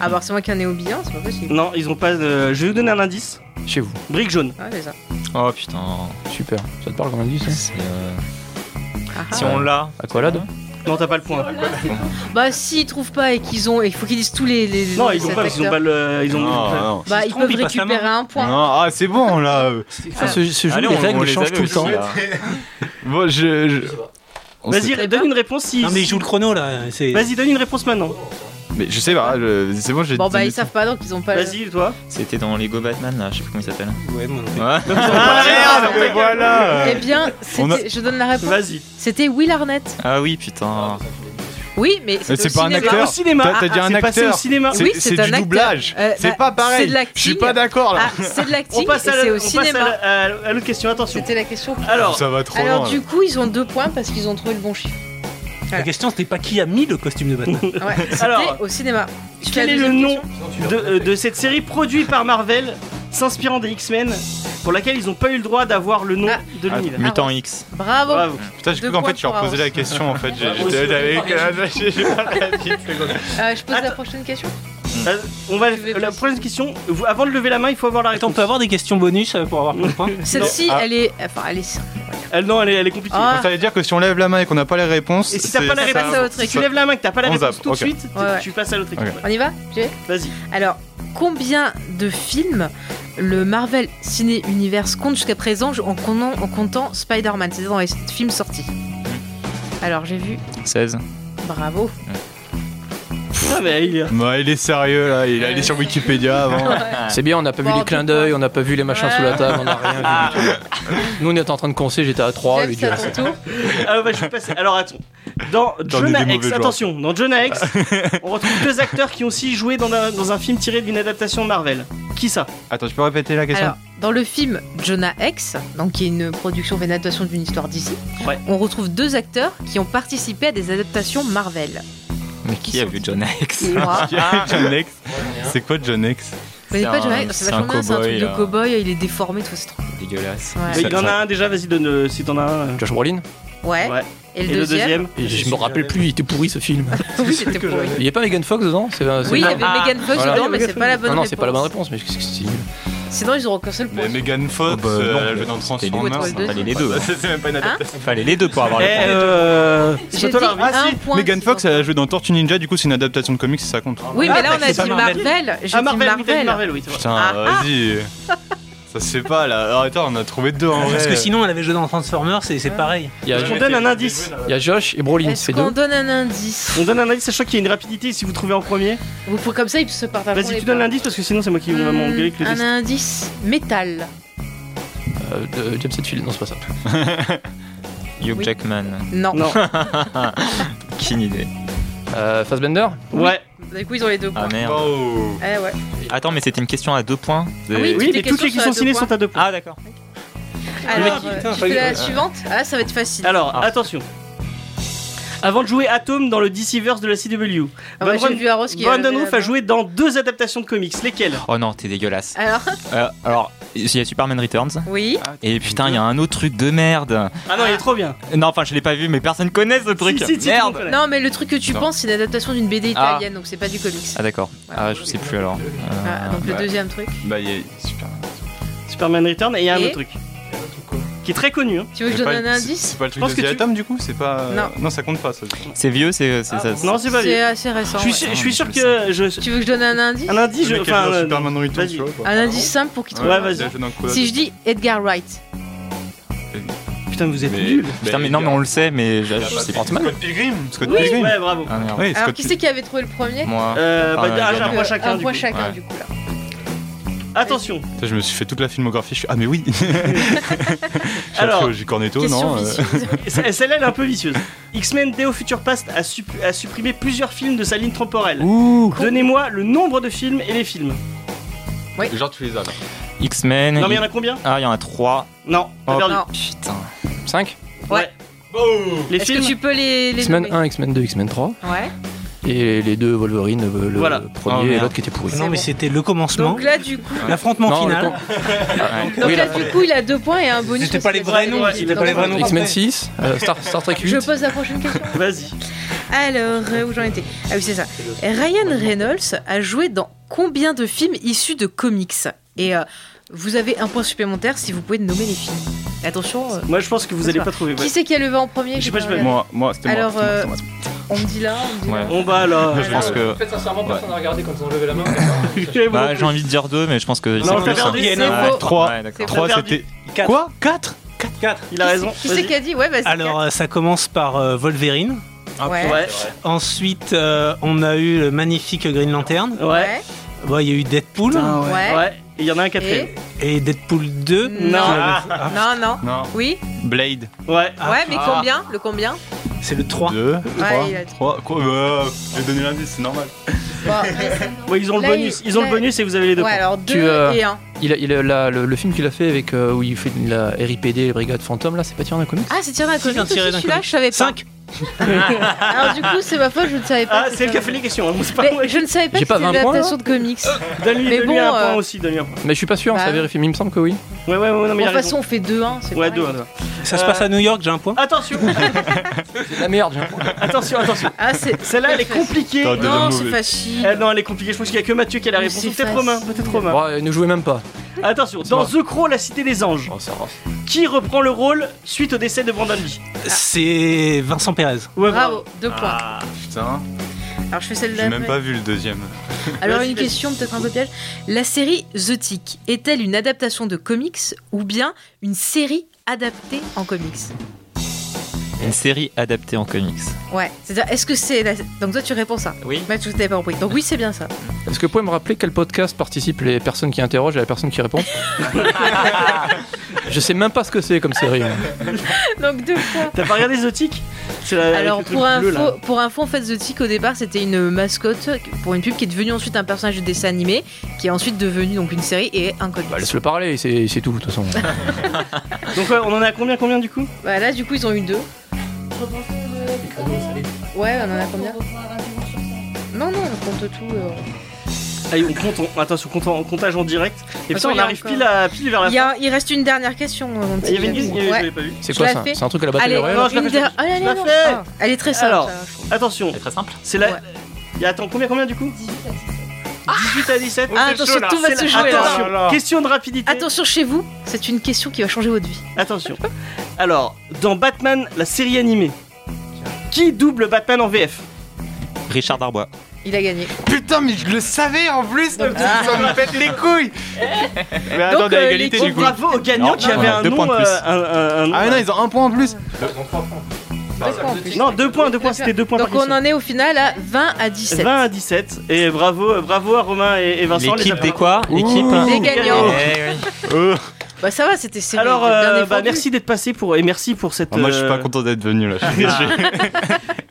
[SPEAKER 2] Ah, bah, c'est moi qui en ai oublié, un, c'est pas possible.
[SPEAKER 1] Non, ils ont pas. euh, Je vais vous donner un indice.
[SPEAKER 3] Chez vous.
[SPEAKER 1] Brique jaune.
[SPEAKER 2] Ah, c'est ça.
[SPEAKER 5] [LAUGHS] Oh putain.
[SPEAKER 3] Super. Ça te parle comme indice ça
[SPEAKER 5] c'est, euh,
[SPEAKER 2] Ah, ah.
[SPEAKER 5] Si on l'a.
[SPEAKER 3] Aqualad
[SPEAKER 1] Non, t'as pas le
[SPEAKER 2] Oh,
[SPEAKER 1] point.
[SPEAKER 2] Bah, s'ils trouvent pas et qu'ils ont. Il faut qu'ils disent tous les. les- les
[SPEAKER 1] Non,
[SPEAKER 2] noms
[SPEAKER 1] ils
[SPEAKER 2] des
[SPEAKER 1] ont pas, ils ont
[SPEAKER 2] acteurs.
[SPEAKER 1] pas le. Ils ont.
[SPEAKER 4] Ah, Non,
[SPEAKER 2] Bah,
[SPEAKER 6] S'ils
[SPEAKER 2] ils
[SPEAKER 6] trompent,
[SPEAKER 2] peuvent
[SPEAKER 6] ils passent la main.
[SPEAKER 2] récupérer un
[SPEAKER 4] non.
[SPEAKER 2] point.
[SPEAKER 4] Non, ah, c'est bon là.
[SPEAKER 6] Ah.
[SPEAKER 3] Enfin, ce, ce jeu,
[SPEAKER 5] Allez,
[SPEAKER 3] les
[SPEAKER 5] on-
[SPEAKER 3] règles
[SPEAKER 5] on les
[SPEAKER 3] changent
[SPEAKER 5] avait
[SPEAKER 3] tout le
[SPEAKER 5] aussi,
[SPEAKER 3] temps.
[SPEAKER 5] là.
[SPEAKER 4] Bon, je. je- on
[SPEAKER 1] Vas-y,
[SPEAKER 2] sait.
[SPEAKER 1] donne une réponse si.
[SPEAKER 6] Non, mais ils jouent le chrono là. c'est-
[SPEAKER 1] Vas-y, donne une réponse maintenant.
[SPEAKER 4] sait- Mais je sais pas, je- c'est bon, j'ai
[SPEAKER 2] Bon,
[SPEAKER 4] dit-
[SPEAKER 2] bah, ils savent pas, donc ils ont pas. le-
[SPEAKER 1] Vas-y, toi.
[SPEAKER 5] C'était dans Lego Batman là, je sais plus comment il s'appelle.
[SPEAKER 6] euh, Ouais, bon,
[SPEAKER 2] [LAUGHS]
[SPEAKER 4] Ah merde, mais voilà
[SPEAKER 2] Eh bien, c'était-
[SPEAKER 4] On a-
[SPEAKER 2] je donne la réponse.
[SPEAKER 1] Vas-y.
[SPEAKER 2] C'était Will Arnett.
[SPEAKER 5] Ah oui, putain.
[SPEAKER 2] Oui, mais c'était
[SPEAKER 4] c'est
[SPEAKER 2] au
[SPEAKER 4] pas un
[SPEAKER 2] cinéma.
[SPEAKER 4] acteur.
[SPEAKER 1] Au cinéma.
[SPEAKER 4] T'as- t'as dit
[SPEAKER 1] Ah,
[SPEAKER 4] un
[SPEAKER 1] c'est passé
[SPEAKER 4] acteur.
[SPEAKER 1] au cinéma.
[SPEAKER 2] Oui, c'est
[SPEAKER 4] C'est c'est
[SPEAKER 2] un
[SPEAKER 4] du
[SPEAKER 2] acteur.
[SPEAKER 4] doublage.
[SPEAKER 2] Euh,
[SPEAKER 4] C'est
[SPEAKER 2] bah,
[SPEAKER 4] pas
[SPEAKER 2] c'est de
[SPEAKER 4] pareil.
[SPEAKER 2] l'acting.
[SPEAKER 4] Je suis pas d'accord là.
[SPEAKER 2] Ah, c'est de
[SPEAKER 1] On
[SPEAKER 2] l'acting et
[SPEAKER 1] passe à
[SPEAKER 2] c'est
[SPEAKER 1] la-
[SPEAKER 2] au
[SPEAKER 1] on passe à
[SPEAKER 2] cinéma.
[SPEAKER 1] la- à la- à l'autre question. Attention.
[SPEAKER 2] C'était la question.
[SPEAKER 1] Alors,
[SPEAKER 4] Ça va trop
[SPEAKER 2] Ah, Alors
[SPEAKER 4] loin.
[SPEAKER 2] du coup, ils ont deux points parce qu'ils ont trouvé le bon chiffre.
[SPEAKER 6] La question c'était pas qui a mis le costume de Batman.
[SPEAKER 1] [LAUGHS]
[SPEAKER 2] Ouais,
[SPEAKER 1] Alors,
[SPEAKER 2] c'était au cinéma. Tu fais
[SPEAKER 1] Quel
[SPEAKER 2] la
[SPEAKER 1] est le
[SPEAKER 2] deuxième
[SPEAKER 1] nom
[SPEAKER 2] question
[SPEAKER 1] de, euh, de cette série produite par Marvel, s'inspirant des X-Men, pour laquelle ils n'ont pas eu le droit d'avoir le nom
[SPEAKER 2] Ah.
[SPEAKER 1] de
[SPEAKER 5] Ah,
[SPEAKER 1] l'univers
[SPEAKER 5] Mutant X.
[SPEAKER 4] Ah.
[SPEAKER 2] Bravo.
[SPEAKER 1] Bravo.
[SPEAKER 4] Putain, j'ai
[SPEAKER 2] Deux
[SPEAKER 4] cru qu'en
[SPEAKER 2] points
[SPEAKER 4] fait tu leur
[SPEAKER 2] pour Ah,
[SPEAKER 4] posais
[SPEAKER 2] Aaron.
[SPEAKER 4] la question en fait. J'ai-
[SPEAKER 3] Ouais,
[SPEAKER 4] J'étais j'avais- j'ai- [LAUGHS] j'ai pas réagi.
[SPEAKER 2] Euh, je pose la
[SPEAKER 1] Attends.
[SPEAKER 2] prochaine question.
[SPEAKER 1] Euh, On va
[SPEAKER 2] Tu veux
[SPEAKER 1] la
[SPEAKER 2] passer
[SPEAKER 1] prochaine question. vous- avant de lever la main, il faut avoir la
[SPEAKER 6] Attends, on
[SPEAKER 1] réponse.
[SPEAKER 6] peut avoir des questions bonus euh, pour avoir plein de points
[SPEAKER 2] Celle-ci,
[SPEAKER 4] Ah.
[SPEAKER 2] elle est, enfin, elle est simple.
[SPEAKER 1] Elle non, elle est, elle est compliquée.
[SPEAKER 2] Ah.
[SPEAKER 4] Ça veut dire que si on lève la main et qu'on n'a pas les réponses.
[SPEAKER 1] Et si t'as
[SPEAKER 4] c'est-
[SPEAKER 1] pas la
[SPEAKER 4] ça-
[SPEAKER 2] passe à
[SPEAKER 1] réponse,
[SPEAKER 2] autre
[SPEAKER 1] si tu
[SPEAKER 4] équipe.
[SPEAKER 1] lèves la main que t'as pas la
[SPEAKER 4] On
[SPEAKER 1] réponse
[SPEAKER 4] zappe,
[SPEAKER 1] tout de
[SPEAKER 4] ok.
[SPEAKER 1] suite,
[SPEAKER 2] Ouais, ouais.
[SPEAKER 1] tu passes à l'autre équipe.
[SPEAKER 4] Ok.
[SPEAKER 2] On y va Tu veux
[SPEAKER 1] Vas-y.
[SPEAKER 2] Alors, combien de films le Marvel Ciné Universe compte jusqu'à présent en comptant, en comptant Spider-Man C'était dans les films sortis. Alors j'ai vu,
[SPEAKER 5] 16.
[SPEAKER 2] bravo.
[SPEAKER 1] Ah, mais il est-
[SPEAKER 4] Bah, il est sérieux là, il est allé sur
[SPEAKER 2] [LAUGHS]
[SPEAKER 4] Wikipédia avant.
[SPEAKER 3] C'est bien, on n'a pas vu
[SPEAKER 2] Bon,
[SPEAKER 3] les clins
[SPEAKER 2] tout
[SPEAKER 3] d'œil, on n'a pas vu les machins sous la table, on n'a rien vu
[SPEAKER 2] [LAUGHS]
[SPEAKER 3] du tout. Nous, on était en train de conseiller, j'étais à 3,
[SPEAKER 2] Jeff,
[SPEAKER 3] lui
[SPEAKER 2] c'est à
[SPEAKER 3] dire.
[SPEAKER 2] ton tour.
[SPEAKER 1] Ah, bah, je vais passer. Alors attends. Dans
[SPEAKER 4] des
[SPEAKER 1] Jonah
[SPEAKER 4] mauvais
[SPEAKER 1] Hex,
[SPEAKER 4] joueurs.
[SPEAKER 1] attention, dans Jonah
[SPEAKER 4] [LAUGHS]
[SPEAKER 1] Hex, on retrouve deux acteurs qui ont aussi joué dans un, dans un film tiré d'une adaptation Marvel. Qui ça
[SPEAKER 4] Attends, tu peux répéter la question
[SPEAKER 2] Alors, dans le film Jonah Hex, donc qui est une production fait une adaptation d'une histoire d'ici,
[SPEAKER 1] Ouais.
[SPEAKER 2] on retrouve deux acteurs qui ont participé à des adaptations Marvel.
[SPEAKER 5] Mais qui a vu John X
[SPEAKER 1] Ah,
[SPEAKER 2] Moi,
[SPEAKER 4] [LAUGHS]
[SPEAKER 2] Ah.
[SPEAKER 4] John X C'est quoi John X
[SPEAKER 2] vous connaissez pas
[SPEAKER 5] C'est
[SPEAKER 2] Jonah
[SPEAKER 5] un-
[SPEAKER 2] Hex C'est
[SPEAKER 5] c'est
[SPEAKER 2] vachement
[SPEAKER 5] un
[SPEAKER 2] bien, c'est un truc
[SPEAKER 5] cow-boy, euh.
[SPEAKER 2] de
[SPEAKER 5] là.
[SPEAKER 2] cow-boy, il est déformé, tout c'est trop.
[SPEAKER 5] Dégueulasse.
[SPEAKER 2] Ouais.
[SPEAKER 1] Il y en a un déjà, vas-y, donne euh, si t'en as un. euh.
[SPEAKER 3] Josh Brolin
[SPEAKER 2] Ouais.
[SPEAKER 1] Ouais.
[SPEAKER 2] Et le deuxième,
[SPEAKER 3] Et Je me rappelle plus, il était pourri ce film.
[SPEAKER 2] [LAUGHS] oui, c'était pourri.
[SPEAKER 3] Il n'y a pas Megan Fox dedans C'est- c'est-
[SPEAKER 2] Oui, il y avait
[SPEAKER 6] Ah,
[SPEAKER 2] Megan Fox
[SPEAKER 3] voilà.
[SPEAKER 2] dedans, mais c'est pas la bonne
[SPEAKER 3] Non, non,
[SPEAKER 2] réponse.
[SPEAKER 3] c'est pas la bonne réponse, mais qu'est-ce que c'est nul.
[SPEAKER 2] Sinon, ils auront cassé le point.
[SPEAKER 4] Mais Megan Fox,
[SPEAKER 5] Oh, bah,
[SPEAKER 4] euh,
[SPEAKER 5] non,
[SPEAKER 4] elle a
[SPEAKER 5] mais
[SPEAKER 4] joué dans
[SPEAKER 5] c'était
[SPEAKER 4] Transformers. Bah,
[SPEAKER 2] Westworld deux.
[SPEAKER 4] [LAUGHS]
[SPEAKER 5] Fallait les deux. hein.
[SPEAKER 4] C'est même pas une
[SPEAKER 2] Hein
[SPEAKER 5] Fallait les deux pour
[SPEAKER 4] Oh,
[SPEAKER 5] avoir
[SPEAKER 1] Eh,
[SPEAKER 5] le point.
[SPEAKER 1] euh,
[SPEAKER 2] J'ai
[SPEAKER 1] c'est toi
[SPEAKER 2] dit
[SPEAKER 1] la-
[SPEAKER 2] un point.
[SPEAKER 4] Megan
[SPEAKER 2] sinon.
[SPEAKER 4] Fox, elle a joué dans Tortue Ninja, du coup, c'est une adaptation de comics, si ça compte.
[SPEAKER 2] Oui, mais là, on a
[SPEAKER 6] c'est pas
[SPEAKER 2] dit
[SPEAKER 6] Marvel.
[SPEAKER 2] Marvel. J'ai
[SPEAKER 1] Ah,
[SPEAKER 2] dit
[SPEAKER 1] Marvel, oui, t'as dit
[SPEAKER 2] Marvel.
[SPEAKER 1] Marvel, oui, c'est vrai.
[SPEAKER 4] Putain,
[SPEAKER 2] Ah, ah.
[SPEAKER 4] vas-y. ça se fait pas là. Ah, attends, on a trouvé deux en vrai.
[SPEAKER 6] Parce que sinon, elle avait joué dans Transformers et c'est pareil.
[SPEAKER 3] Il y a-
[SPEAKER 1] On donne un indice.
[SPEAKER 3] il y a Josh et Brolin,
[SPEAKER 2] Est-ce
[SPEAKER 3] c'est
[SPEAKER 2] qu'on
[SPEAKER 3] deux.
[SPEAKER 2] donne un indice
[SPEAKER 1] On donne un indice, sachant qu'il y a une rapidité si vous trouvez en premier.
[SPEAKER 2] Vous pourrez comme ça, ils se partagent.
[SPEAKER 1] Vas-y, tu donnes l'indice parce que sinon c'est moi qui vais m'engueuler avec le
[SPEAKER 2] Euh, Un
[SPEAKER 1] test.
[SPEAKER 2] indice métal.
[SPEAKER 3] Euh, de James Hetfield, non, c'est pas ça.
[SPEAKER 5] Hugh
[SPEAKER 2] Oui.
[SPEAKER 5] Jackman.
[SPEAKER 2] Non.
[SPEAKER 1] Non,
[SPEAKER 5] Quelle idée.
[SPEAKER 3] Euh, Fassbender
[SPEAKER 1] ouais,
[SPEAKER 2] [LAUGHS] Du coup, ils ont les deux
[SPEAKER 5] Ah
[SPEAKER 2] points.
[SPEAKER 5] merde.
[SPEAKER 4] Oh.
[SPEAKER 2] Eh ouais.
[SPEAKER 5] Attends, mais c'était une question à deux points.
[SPEAKER 2] Ah oui,
[SPEAKER 1] oui,
[SPEAKER 2] les
[SPEAKER 1] mais
[SPEAKER 2] questions
[SPEAKER 1] toutes les
[SPEAKER 2] sont à
[SPEAKER 1] questions
[SPEAKER 2] deux
[SPEAKER 1] ciné
[SPEAKER 2] points.
[SPEAKER 1] sont à deux points.
[SPEAKER 5] Ah d'accord.
[SPEAKER 2] Alors,
[SPEAKER 6] putain,
[SPEAKER 2] euh, tu
[SPEAKER 6] fallait-
[SPEAKER 2] fais la suivante Ah, là, ça va être facile.
[SPEAKER 1] Alors,
[SPEAKER 5] Ah.
[SPEAKER 1] attention. Avant de jouer Atom dans le DCverse de la CW,
[SPEAKER 2] Ah bah,
[SPEAKER 1] Brandon-
[SPEAKER 2] j'ai vu Arrows qui avait
[SPEAKER 1] Brandon
[SPEAKER 2] la
[SPEAKER 1] Roof
[SPEAKER 2] main.
[SPEAKER 1] a joué dans deux adaptations de comics. Lesquelles
[SPEAKER 5] Oh non, t'es dégueulasse.
[SPEAKER 2] Alors,
[SPEAKER 5] Euh, alors, il y a Superman Returns.
[SPEAKER 2] oui.
[SPEAKER 5] Et putain, il y a un autre truc de merde.
[SPEAKER 1] Ah non, il est trop bien.
[SPEAKER 5] Non, enfin, je l'ai pas vu, mais personne connaît ce truc.
[SPEAKER 1] Si, si, si, tu
[SPEAKER 5] merde.
[SPEAKER 1] reconnais.
[SPEAKER 2] Non, mais le truc que tu
[SPEAKER 5] Non.
[SPEAKER 2] penses, c'est une adaptation d'une BD
[SPEAKER 5] Ah.
[SPEAKER 2] italienne, donc c'est pas du comics.
[SPEAKER 5] Ah d'accord. Ah, je sais plus alors. Euh,
[SPEAKER 2] Ah, donc le
[SPEAKER 4] ouais.
[SPEAKER 2] deuxième truc.
[SPEAKER 4] Bah, il est super.
[SPEAKER 1] Superman Return et il y a un
[SPEAKER 2] Et
[SPEAKER 1] autre truc. Qui est très connu. hein.
[SPEAKER 2] Tu veux que je
[SPEAKER 4] C'est
[SPEAKER 2] donne
[SPEAKER 4] pas-
[SPEAKER 2] un
[SPEAKER 4] c'est-
[SPEAKER 2] indice
[SPEAKER 4] C'est pas le truc
[SPEAKER 1] pense
[SPEAKER 4] de
[SPEAKER 1] que
[SPEAKER 4] The
[SPEAKER 1] tu-
[SPEAKER 4] Atom, du coup C'est pas.
[SPEAKER 2] Non.
[SPEAKER 4] Non, ça compte pas ça.
[SPEAKER 5] C'est vieux, c'est c'est ça.
[SPEAKER 1] Non, c'est pas
[SPEAKER 2] C'est
[SPEAKER 1] bien.
[SPEAKER 2] assez récent.
[SPEAKER 1] Je suis,
[SPEAKER 2] ouais.
[SPEAKER 1] sûr- je suis sûr que. Je...
[SPEAKER 2] Tu veux que je donne un indice
[SPEAKER 1] Un indice, je...
[SPEAKER 4] Le mec qui a
[SPEAKER 1] enfin.
[SPEAKER 4] joué dans
[SPEAKER 1] euh,
[SPEAKER 4] Superman Returns,
[SPEAKER 1] vas-y.
[SPEAKER 4] tu vois, quoi. Ah
[SPEAKER 2] Un indice simple pour qu'il trouve.
[SPEAKER 1] Ouais, vas-y.
[SPEAKER 4] il a joué dans Coda.
[SPEAKER 2] Si je dis Edgar Wright,
[SPEAKER 1] Putain, vous êtes
[SPEAKER 4] Mais-
[SPEAKER 1] nuls.
[SPEAKER 5] Putain, mais non, mais on le sait, mais je, je sais pas.
[SPEAKER 4] Scott Pilgrim Scott
[SPEAKER 2] Oui.
[SPEAKER 4] Pilgrim
[SPEAKER 1] Ouais, bravo.
[SPEAKER 5] Ah merde.
[SPEAKER 4] Oui,
[SPEAKER 2] alors
[SPEAKER 4] Scott
[SPEAKER 2] qui c'est qui avait trouvé le premier
[SPEAKER 5] Moi.
[SPEAKER 1] Euh, bah,
[SPEAKER 5] Ah, ouais,
[SPEAKER 1] un- un
[SPEAKER 5] évidemment.
[SPEAKER 1] point chacun.
[SPEAKER 2] Un
[SPEAKER 1] du
[SPEAKER 2] point
[SPEAKER 1] coup.
[SPEAKER 2] chacun,
[SPEAKER 5] Ouais.
[SPEAKER 2] du coup, là.
[SPEAKER 1] Attention.
[SPEAKER 4] Putain, Je me suis fait toute la filmographie, je suis. Ah,
[SPEAKER 2] [LAUGHS]
[SPEAKER 4] mais oui
[SPEAKER 1] Alors,
[SPEAKER 4] J'ai Cornetto,
[SPEAKER 2] Question
[SPEAKER 4] non euh,
[SPEAKER 2] vicieuse.
[SPEAKER 1] Ce- Celle-là, elle est un peu vicieuse. X-Men Day of Future Past a, sup- a supprimé plusieurs films de sa ligne temporelle. Donnez-moi le nombre de films et les films.
[SPEAKER 5] Mmh.
[SPEAKER 7] Genre, tu les as là.
[SPEAKER 5] X-Men.
[SPEAKER 1] Non, mais il y en a combien
[SPEAKER 5] Ah, il y en a trois.
[SPEAKER 1] Non, t'as
[SPEAKER 5] Oh,
[SPEAKER 1] perdu.
[SPEAKER 2] Non. Oh.
[SPEAKER 5] Putain.
[SPEAKER 3] 5
[SPEAKER 1] Les
[SPEAKER 2] Est-ce
[SPEAKER 1] films
[SPEAKER 2] que tu peux les, les
[SPEAKER 3] X-Men
[SPEAKER 2] nommer
[SPEAKER 3] 1, X-Men 2, X-Men 3.
[SPEAKER 2] Ouais.
[SPEAKER 3] Et les deux Wolverine, euh, le
[SPEAKER 1] Voilà.
[SPEAKER 3] premier
[SPEAKER 5] Oh,
[SPEAKER 3] et
[SPEAKER 5] merde.
[SPEAKER 3] l'autre qui était pourri.
[SPEAKER 6] Non, mais
[SPEAKER 2] bon.
[SPEAKER 6] c'était le commencement,
[SPEAKER 2] Donc là, du coup,
[SPEAKER 6] l'affrontement
[SPEAKER 3] Non, le
[SPEAKER 6] final.
[SPEAKER 3] con-
[SPEAKER 2] donc
[SPEAKER 3] Oui,
[SPEAKER 2] là,
[SPEAKER 3] la-
[SPEAKER 2] du coup, il a deux points et un bonus.
[SPEAKER 6] C'était
[SPEAKER 2] parce
[SPEAKER 6] pas
[SPEAKER 2] que
[SPEAKER 6] les
[SPEAKER 2] c'est
[SPEAKER 6] vrais
[SPEAKER 1] noms,
[SPEAKER 2] les-
[SPEAKER 1] c'était
[SPEAKER 2] donc
[SPEAKER 1] pas les
[SPEAKER 2] on
[SPEAKER 6] vrais noms.
[SPEAKER 2] prend
[SPEAKER 3] X-Men
[SPEAKER 2] pas.
[SPEAKER 3] 6, euh, Star, Star Trek 8.
[SPEAKER 2] Je pose la prochaine question.
[SPEAKER 1] Vas-y.
[SPEAKER 2] Alors, euh, où j'en étais Ah oui, c'est ça. Ryan Reynolds a joué dans combien de films issus de comics Et euh, vous avez un point supplémentaire si vous pouvez nommer les films. Attention, euh,
[SPEAKER 1] Moi, je pense que vous
[SPEAKER 2] Ça
[SPEAKER 1] allez
[SPEAKER 2] va.
[SPEAKER 1] pas trouver.
[SPEAKER 2] qui c'est qui a levé en premier
[SPEAKER 1] Je sais pas, je
[SPEAKER 2] J'ai
[SPEAKER 1] vais-
[SPEAKER 4] Moi, moi c'était moi.
[SPEAKER 2] Alors,
[SPEAKER 4] c'était moi,
[SPEAKER 2] euh,
[SPEAKER 4] c'était moi, c'était
[SPEAKER 2] On me dit là, on me dit là.
[SPEAKER 5] Ouais.
[SPEAKER 1] On va là.
[SPEAKER 2] [LAUGHS]
[SPEAKER 4] moi. Je pense que.
[SPEAKER 8] En fait, sincèrement, personne n'a regardé quand ils ont levé la main.
[SPEAKER 5] Bah, j'ai envie de dire deux, mais je pense que
[SPEAKER 1] Non, t'as perdu,
[SPEAKER 5] plus, hein.
[SPEAKER 2] c'est
[SPEAKER 5] Ouais,
[SPEAKER 2] faux.
[SPEAKER 5] trois.
[SPEAKER 4] Ouais,
[SPEAKER 2] C'est
[SPEAKER 4] Ah, Trois,
[SPEAKER 1] perdu.
[SPEAKER 4] c'était.
[SPEAKER 6] Quatre.
[SPEAKER 4] Quoi 4
[SPEAKER 6] Quatre.
[SPEAKER 1] Il a raison.
[SPEAKER 2] Qui c'est qui a dit Ouais, vas-y.
[SPEAKER 6] Alors, euh, ça commence par euh, Wolverine.
[SPEAKER 2] ouais.
[SPEAKER 1] Ouais,
[SPEAKER 6] Ensuite, euh, on a eu le magnifique Green Lantern.
[SPEAKER 1] ouais.
[SPEAKER 2] ouais.
[SPEAKER 6] Bon, il y a eu Deadpool.
[SPEAKER 1] Putain,
[SPEAKER 2] Ouais.
[SPEAKER 1] ouais. Et il y en a un quatrième.
[SPEAKER 2] Et
[SPEAKER 6] Et Deadpool 2.
[SPEAKER 2] Non.
[SPEAKER 6] Ah,
[SPEAKER 2] Non, non.
[SPEAKER 4] Non.
[SPEAKER 2] Oui
[SPEAKER 4] Blade.
[SPEAKER 1] Ouais.
[SPEAKER 6] Ah.
[SPEAKER 2] Ouais, mais combien Le combien
[SPEAKER 6] C'est le 3.
[SPEAKER 4] 2.
[SPEAKER 2] il a-
[SPEAKER 4] 3. 3. Quoi bah, J'ai donné l'indice, c'est normal.
[SPEAKER 2] Bon,
[SPEAKER 1] Bon, ils ont le
[SPEAKER 2] Là,
[SPEAKER 1] bonus.
[SPEAKER 2] il-
[SPEAKER 1] Ils ont le
[SPEAKER 2] là-
[SPEAKER 1] bonus et vous avez les deux.
[SPEAKER 2] Ouais,
[SPEAKER 1] points.
[SPEAKER 2] alors
[SPEAKER 3] Tu,
[SPEAKER 2] 2
[SPEAKER 3] euh,
[SPEAKER 2] et 1.
[SPEAKER 3] Il a- il a- la- le, le film qu'il a fait avec euh, où il fait de la RIPD, les brigades fantômes, là, c'est pas tiré d'un comics
[SPEAKER 2] Ah, c'est tiré d'un
[SPEAKER 6] Si, c'est
[SPEAKER 2] comics aussi,
[SPEAKER 6] tiré d'un
[SPEAKER 2] celui-là,
[SPEAKER 6] comics.
[SPEAKER 2] je savais pas.
[SPEAKER 6] 5.
[SPEAKER 2] [LAUGHS] Alors, du coup, c'est ma faute, je ne savais pas.
[SPEAKER 1] Ah,
[SPEAKER 2] que
[SPEAKER 1] c'est elle qui a
[SPEAKER 2] c'était-
[SPEAKER 1] fait les questions. hein, C'est pas moi.
[SPEAKER 2] Mais je ne savais pas
[SPEAKER 3] J'ai
[SPEAKER 2] que
[SPEAKER 3] pas
[SPEAKER 2] c'était une
[SPEAKER 3] 20 points, là
[SPEAKER 2] adaptation de comics.
[SPEAKER 1] Donne-lui
[SPEAKER 2] Mais
[SPEAKER 1] donne-lui
[SPEAKER 2] bon,
[SPEAKER 1] un
[SPEAKER 2] euh,
[SPEAKER 1] point aussi. Donne-lui un point.
[SPEAKER 3] Mais je suis pas sûr,
[SPEAKER 2] Bah.
[SPEAKER 3] ça vérifie, mais il me semble que oui.
[SPEAKER 1] Ouais, ouais, ouais. Non, mais
[SPEAKER 2] Bon,
[SPEAKER 1] il
[SPEAKER 2] de
[SPEAKER 1] a
[SPEAKER 2] toute
[SPEAKER 1] raison.
[SPEAKER 2] façon, on fait 2-1. c'est
[SPEAKER 1] Ouais,
[SPEAKER 2] pareil.
[SPEAKER 1] deux. un, deux.
[SPEAKER 6] Ça se passe à New York, j'ai un point.
[SPEAKER 1] Attention,
[SPEAKER 3] C'est de la merde, j'ai un point.
[SPEAKER 1] attention, attention.
[SPEAKER 2] Ah,
[SPEAKER 1] [LAUGHS]
[SPEAKER 2] c'est.
[SPEAKER 1] Celle-là, elle est compliquée.
[SPEAKER 4] T'as deux
[SPEAKER 2] Non,
[SPEAKER 4] hommes
[SPEAKER 2] c'est
[SPEAKER 4] mauvais.
[SPEAKER 1] Eh
[SPEAKER 2] facile.
[SPEAKER 1] non, elle est compliquée. Je pense qu'il n'y a que Mathieu qui a la
[SPEAKER 2] Mais
[SPEAKER 1] réponse.
[SPEAKER 2] c'est
[SPEAKER 1] Ou Peut-être
[SPEAKER 2] facile.
[SPEAKER 1] Romain, peut-être Romain.
[SPEAKER 3] Bon, euh, ne jouez même pas.
[SPEAKER 1] Attention, dans The Crow, la cité des anges,
[SPEAKER 3] Oh, ça va.
[SPEAKER 1] qui reprend le rôle suite au décès de Brandon Lee
[SPEAKER 6] C'est Vincent Pérez.
[SPEAKER 1] Ouais,
[SPEAKER 2] Bravo, 2 points.
[SPEAKER 1] Ah.
[SPEAKER 4] Putain,
[SPEAKER 2] Alors, je fais
[SPEAKER 4] j'ai
[SPEAKER 2] celle-là.
[SPEAKER 4] même pas vu le deuxième.
[SPEAKER 2] Alors,
[SPEAKER 1] Vas-y,
[SPEAKER 2] une
[SPEAKER 1] vas-y.
[SPEAKER 2] question peut-être un peu piège. La série The Tick est-elle une adaptation de comics ou bien une série adaptée en comics
[SPEAKER 5] Une série adaptée en comics.
[SPEAKER 2] Ouais. C'est-à-dire, est-ce que c'est. la- Donc, toi, tu réponds ça.
[SPEAKER 5] Oui.
[SPEAKER 2] Mathieu, je t'avais pas compris. Donc, oui, c'est bien ça.
[SPEAKER 3] Est-ce que vous pouvez me rappeler quel podcast participent les personnes qui interrogent et la personne qui répond Je sais même pas ce que c'est comme série. hein.
[SPEAKER 2] [LAUGHS] Donc, deux points.
[SPEAKER 1] T'as pas regardé Zotic C'est la-
[SPEAKER 2] Alors
[SPEAKER 1] avec le
[SPEAKER 2] pour
[SPEAKER 1] truc bleu,
[SPEAKER 2] info,
[SPEAKER 1] là.
[SPEAKER 2] pour info, en fait, The Tick au départ c'était une mascotte pour une pub qui est devenue ensuite un personnage de dessin animé, qui est ensuite devenu donc une série et un comics.
[SPEAKER 3] Bah, laisse-le parler, c'est c'est tout, de toute façon.
[SPEAKER 1] Donc ouais, on en est à combien, combien du coup
[SPEAKER 2] Bah, là du coup ils ont eu deux. Ouais, on en a combien Non non, on compte tout. euh.
[SPEAKER 1] Allez, Ah, on compte, on... attention, on compte en- en comptage en direct. Et putain,
[SPEAKER 2] Attends, il
[SPEAKER 1] on
[SPEAKER 2] y a
[SPEAKER 1] arrive
[SPEAKER 2] encore.
[SPEAKER 1] pile, à... pile vers la
[SPEAKER 2] Il, y a- il reste une dernière question. euh, mon
[SPEAKER 1] fin. Ah, Il
[SPEAKER 2] petit
[SPEAKER 1] y avait une question,
[SPEAKER 2] Jamie.
[SPEAKER 1] je
[SPEAKER 2] Ouais.
[SPEAKER 1] l'avais pas vu.
[SPEAKER 3] C'est
[SPEAKER 2] Je
[SPEAKER 3] quoi
[SPEAKER 2] la
[SPEAKER 3] ça
[SPEAKER 2] fais.
[SPEAKER 3] C'est un truc à la
[SPEAKER 2] Allez,
[SPEAKER 3] bataille royale
[SPEAKER 1] non, je la
[SPEAKER 2] une
[SPEAKER 1] fais, je la
[SPEAKER 2] der- allez,
[SPEAKER 1] je la
[SPEAKER 2] allez, non.
[SPEAKER 1] fais.
[SPEAKER 2] Ah, elle est très simple.
[SPEAKER 1] Alors. oh,
[SPEAKER 2] ça, je trouve.
[SPEAKER 1] Attention,
[SPEAKER 5] C'est très simple.
[SPEAKER 1] c'est la...
[SPEAKER 2] Ouais.
[SPEAKER 1] Il y a attends, combien, combien du coup 18 à 17.
[SPEAKER 2] Ah, attention, tout va se jouer. là.
[SPEAKER 1] Attention, question de rapidité.
[SPEAKER 2] Attention chez vous, c'est une question qui va changer votre vie.
[SPEAKER 1] Attention. Alors, dans Batman, la série animée, qui double Batman en VF
[SPEAKER 5] Richard Darbois.
[SPEAKER 2] Il a gagné.
[SPEAKER 1] Bah,
[SPEAKER 4] Putain, mais je le savais en plus,
[SPEAKER 2] Donc,
[SPEAKER 4] putain, ça me pète les
[SPEAKER 2] [LAUGHS]
[SPEAKER 4] couilles. Mais
[SPEAKER 2] Ah. Donc,
[SPEAKER 4] attendez,
[SPEAKER 2] euh,
[SPEAKER 4] à égalité
[SPEAKER 2] les
[SPEAKER 4] du
[SPEAKER 1] Oh,
[SPEAKER 4] coup.
[SPEAKER 1] Bravo au gagnant
[SPEAKER 5] Non,
[SPEAKER 1] qui
[SPEAKER 5] non,
[SPEAKER 1] avait
[SPEAKER 5] non,
[SPEAKER 1] un
[SPEAKER 5] deux
[SPEAKER 1] nom,
[SPEAKER 5] points de plus.
[SPEAKER 1] euh, un- un- un nom,
[SPEAKER 4] Ah, mais non, ils ont un point en plus.
[SPEAKER 2] Deux points en plus.
[SPEAKER 1] Non, deux points, deux points, c'était deux points
[SPEAKER 2] Donc
[SPEAKER 1] par
[SPEAKER 2] on
[SPEAKER 1] question.
[SPEAKER 2] en est au final à 20 à 17.
[SPEAKER 1] 20 à 17. Et bravo, euh, bravo à Romain et, et Vincent. les
[SPEAKER 5] L'équipe des
[SPEAKER 1] applaudissements.
[SPEAKER 5] quoi L'équipe.
[SPEAKER 2] Les gagnants.
[SPEAKER 5] Eh oui.
[SPEAKER 2] Bah ça va, c'était serré.
[SPEAKER 1] Alors,
[SPEAKER 2] vous êtes bien
[SPEAKER 1] euh, bah,
[SPEAKER 2] défendus.
[SPEAKER 1] merci d'être passé pour, et merci pour cette.
[SPEAKER 4] Ah, Moi, je suis
[SPEAKER 1] euh,
[SPEAKER 4] pas content d'être venu là. [LAUGHS] Ah.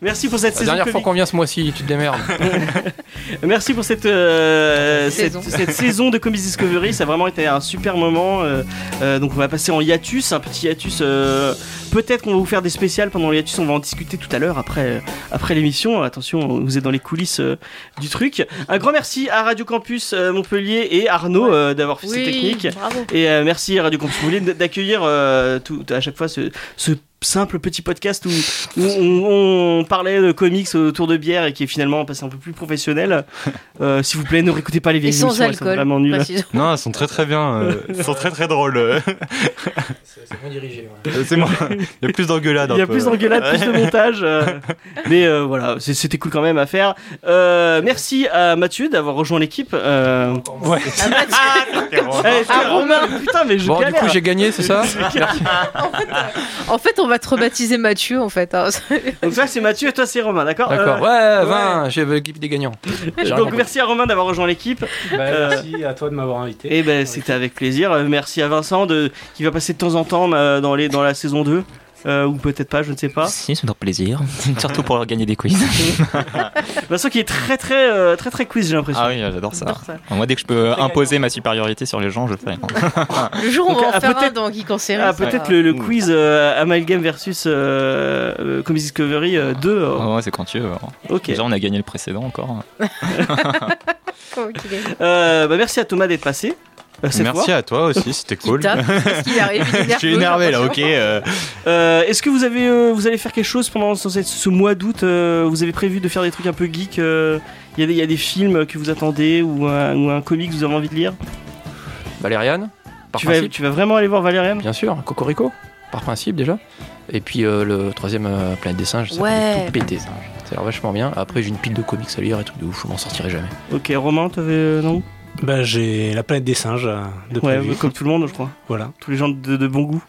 [SPEAKER 1] Merci pour cette
[SPEAKER 3] La
[SPEAKER 1] saison.
[SPEAKER 3] dernière fois
[SPEAKER 1] Covid.
[SPEAKER 3] qu'on vient ce mois-ci, tu te démerdes.
[SPEAKER 1] Merci pour cette, euh, cette,
[SPEAKER 2] Saison.
[SPEAKER 1] cette saison de Comics Discovery. Ça a vraiment été un super moment. euh, euh, donc, on va passer en hiatus, un petit hiatus. euh, Peut-être qu'on va vous faire des spéciales pendant le hiatus. On va en discuter tout à l'heure après, euh, après l'émission. Attention, vous êtes dans les coulisses euh, du truc. Un grand merci à Radio Campus euh, Montpellier et Arnaud euh, d'avoir fait ces techniques.
[SPEAKER 2] Bravo.
[SPEAKER 1] Et euh, merci à Radio Campus Montpellier d- d'accueillir euh, tout- à chaque fois ce, ce simple petit podcast où, où on, on parlait de comics autour de bière et qui est finalement passé un peu plus
[SPEAKER 3] [LAUGHS]
[SPEAKER 1] professionnel. Euh, S'il vous plaît, ne réécoutez pas les
[SPEAKER 2] Et
[SPEAKER 1] vieilles
[SPEAKER 2] sans
[SPEAKER 1] émissions, elles sont
[SPEAKER 2] alcool. Bah,
[SPEAKER 1] vraiment nulles.
[SPEAKER 2] précisons.
[SPEAKER 4] Non, ils sont très très bien. euh, Ils sont très très drôles. euh.
[SPEAKER 3] C'est bien dirigé.
[SPEAKER 4] Euh, C'est moi. Il y a plus d'engueulades.
[SPEAKER 1] Il y a
[SPEAKER 4] un peu.
[SPEAKER 1] plus d'engueulades, plus de montage. euh,
[SPEAKER 3] [LAUGHS]
[SPEAKER 1] mais euh, voilà, c'est- c'était cool quand même à faire. Euh, merci à Mathieu d'avoir rejoint l'équipe. Euh...
[SPEAKER 6] Ouais.
[SPEAKER 1] eh,
[SPEAKER 2] Ah,
[SPEAKER 1] Romain, putain, mais je
[SPEAKER 3] Bon, du
[SPEAKER 1] galère.
[SPEAKER 3] coup, j'ai gagné,
[SPEAKER 1] [LAUGHS]
[SPEAKER 3] c'est ça
[SPEAKER 2] En fait, on va te rebaptiser Mathieu, en fait. hein.
[SPEAKER 1] Donc toi, c'est Mathieu et toi, c'est Romain, d'accord
[SPEAKER 3] D'accord.
[SPEAKER 1] Euh,
[SPEAKER 3] Ouais, 20, j'ai l'équipe
[SPEAKER 1] [LAUGHS]
[SPEAKER 3] des gagnants. J'ai rien
[SPEAKER 1] Donc
[SPEAKER 3] compris.
[SPEAKER 1] merci à Romain d'avoir rejoint l'équipe.
[SPEAKER 3] Bah,
[SPEAKER 1] Euh,
[SPEAKER 6] Merci à toi de m'avoir invité.
[SPEAKER 1] Eh ben, c'était avec plaisir. Euh, Merci à Vincent de, qui va passer de temps en temps euh, dans, les, dans la saison 2. euh, ou peut-être pas, je ne sais
[SPEAKER 5] [LAUGHS]
[SPEAKER 1] pas.
[SPEAKER 5] Si, c'est un plaisir. Surtout pour gagner des quiz.
[SPEAKER 1] Vincent qui est très très euh, très très quiz, j'ai l'impression.
[SPEAKER 5] Ah oui, j'adore ça.
[SPEAKER 2] J'adore ça.
[SPEAKER 5] Moi, dès que je peux imposer ma supériorité sur les gens, je le fais.
[SPEAKER 2] Le jour où on
[SPEAKER 1] Donc,
[SPEAKER 2] va en
[SPEAKER 1] ah,
[SPEAKER 2] faire un
[SPEAKER 1] peut-être-
[SPEAKER 2] dans Geek en série.
[SPEAKER 1] Ah,
[SPEAKER 2] ça
[SPEAKER 1] peut-être
[SPEAKER 2] va.
[SPEAKER 1] le, le quiz euh, Amalgam versus euh, euh, Comics Discovery euh, 2. euh,
[SPEAKER 5] Ah ouais, c'est quand tu veux.
[SPEAKER 1] ok.
[SPEAKER 5] Déjà, on a gagné le précédent encore.
[SPEAKER 2] Oh, qu'il est.
[SPEAKER 1] Euh, bah, merci à Thomas d'être passé. euh, cette
[SPEAKER 4] Merci
[SPEAKER 1] fois.
[SPEAKER 4] à toi aussi, c'était
[SPEAKER 2] Qui
[SPEAKER 4] cool.
[SPEAKER 2] tape, parce qu'il arrive, il est
[SPEAKER 4] [LAUGHS] Je suis
[SPEAKER 2] nerveux, [LAUGHS]
[SPEAKER 4] énervé là, ok.
[SPEAKER 2] j'ai
[SPEAKER 4] euh,
[SPEAKER 1] Euh, Est-ce que vous avez, euh, vous allez faire quelque chose pendant ce, ce- ce mois d'août euh, Vous avez prévu de faire des trucs un peu geek euh, Il y, a des- il y a des films que vous attendez ou un, ou un comic que vous avez envie de lire
[SPEAKER 3] Valériane, par
[SPEAKER 1] tu vas,
[SPEAKER 3] principe.
[SPEAKER 1] tu vas vraiment aller voir Valérian
[SPEAKER 3] Bien sûr, Cocorico, par principe déjà. Et puis euh, le troisième euh, Planète des Singes, ça va
[SPEAKER 2] Ouais.
[SPEAKER 3] tout péter. Ça Ça a l'air vachement bien. Après, j'ai une pile de comics à lire et tout de ouf, je m'en sortirai jamais.
[SPEAKER 1] Ok, Romain, t'avais euh, non
[SPEAKER 6] Ben, j'ai la planète des singes euh, de
[SPEAKER 1] Ouais,
[SPEAKER 6] prévu.
[SPEAKER 1] comme tout le monde, je crois.
[SPEAKER 6] voilà.
[SPEAKER 1] Tous les gens de, de bon goût.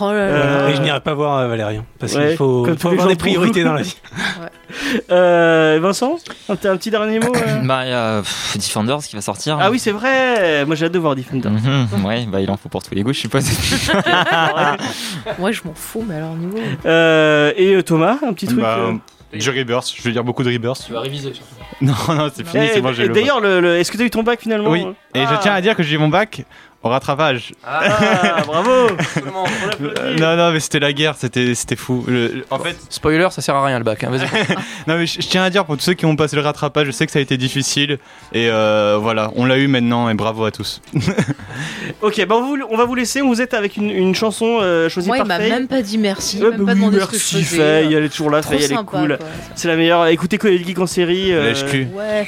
[SPEAKER 2] Oh là là.
[SPEAKER 1] Euh,
[SPEAKER 6] Et je n'irai pas voir euh, Valérian parce
[SPEAKER 1] ouais,
[SPEAKER 6] qu'il faut,
[SPEAKER 1] comme
[SPEAKER 6] faut
[SPEAKER 1] tous les
[SPEAKER 6] avoir
[SPEAKER 1] gens
[SPEAKER 6] des
[SPEAKER 1] pour
[SPEAKER 6] priorités
[SPEAKER 1] vous.
[SPEAKER 6] dans la vie.
[SPEAKER 1] Euh, Vincent, un, petit- un petit dernier mot
[SPEAKER 4] [COUGHS]
[SPEAKER 1] euh
[SPEAKER 5] Bah, il y a pff, Defenders qui va sortir.
[SPEAKER 1] Ah oui, c'est vrai. Moi, j'ai hâte de voir Defender.
[SPEAKER 5] Mhm, ouais, bah il en faut pour tous les goûts, je suppose.
[SPEAKER 2] Moi, je m'en fous, mais alors, niveau.
[SPEAKER 1] Euh, et euh, Thomas, un petit truc.
[SPEAKER 4] bah,
[SPEAKER 1] euh,
[SPEAKER 4] je rebirth, je vais lire beaucoup de rebirth.
[SPEAKER 8] Tu vas réviser surtout.
[SPEAKER 4] Non, non, c'est fini,
[SPEAKER 1] eh,
[SPEAKER 4] c'est moi, j'ai le.
[SPEAKER 1] D'ailleurs, le- le- est-ce que t'as eu ton bac finalement
[SPEAKER 4] Oui, Et je tiens à dire que j'ai eu mon bac au rattrapage.
[SPEAKER 1] Ah, bravo
[SPEAKER 4] Euh, non, non, mais c'était la guerre, c'était c'était fou. Le- en fait,
[SPEAKER 3] Spoiler, ça sert à rien le bac. hein, vas-y.
[SPEAKER 4] non, mais je, je tiens à dire pour tous ceux qui ont passé le rattrapage, je sais que ça a été difficile. Et euh, voilà, on l'a eu maintenant et bravo à tous.
[SPEAKER 1] Ok, bah on, vous- on va vous laisser. On vous êtes avec une, une chanson euh, choisie
[SPEAKER 2] Moi, il
[SPEAKER 1] par
[SPEAKER 2] m'a
[SPEAKER 1] Faye.
[SPEAKER 2] même pas dit merci,
[SPEAKER 1] Ouais,
[SPEAKER 2] même
[SPEAKER 1] bah
[SPEAKER 2] pas
[SPEAKER 1] oui,
[SPEAKER 2] demandé ce que je
[SPEAKER 1] merci
[SPEAKER 2] faisais.
[SPEAKER 1] Faye, elle est toujours là,
[SPEAKER 2] Trop
[SPEAKER 1] Faye, elle est
[SPEAKER 2] sympa,
[SPEAKER 1] cool.
[SPEAKER 2] quoi.
[SPEAKER 1] C'est la meilleure. Écoutez Code Geek en série. euh,
[SPEAKER 4] LHQ.
[SPEAKER 2] Ouais,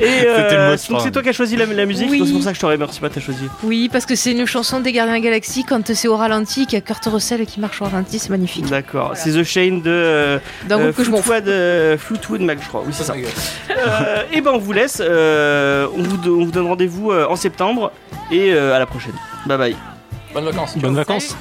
[SPEAKER 1] Et
[SPEAKER 4] C'était le
[SPEAKER 1] euh,
[SPEAKER 4] mot de
[SPEAKER 1] donc
[SPEAKER 4] fin.
[SPEAKER 1] c'est toi qui as choisi la, la musique,
[SPEAKER 2] Oui.
[SPEAKER 1] donc c'est pour ça que je te remercie pas, t'as choisi.
[SPEAKER 2] oui, parce que c'est une chanson des Gardiens de la Galaxie quand c'est au ralenti, qu'il y a Kurt Russell qui marche au ralenti, c'est magnifique.
[SPEAKER 1] D'accord, c'est The Shane de euh,
[SPEAKER 2] D'un
[SPEAKER 1] euh,
[SPEAKER 2] groupe que je m'en fous.
[SPEAKER 1] Fleetwood, euh, Fleetwood Mac, je crois. Oui, c'est ça. Euh, et ben on vous laisse. euh, on, vous, on vous donne rendez-vous euh, en septembre et euh, à la prochaine. Bye bye.
[SPEAKER 3] Bonnes vacances.
[SPEAKER 6] Bonnes vacances.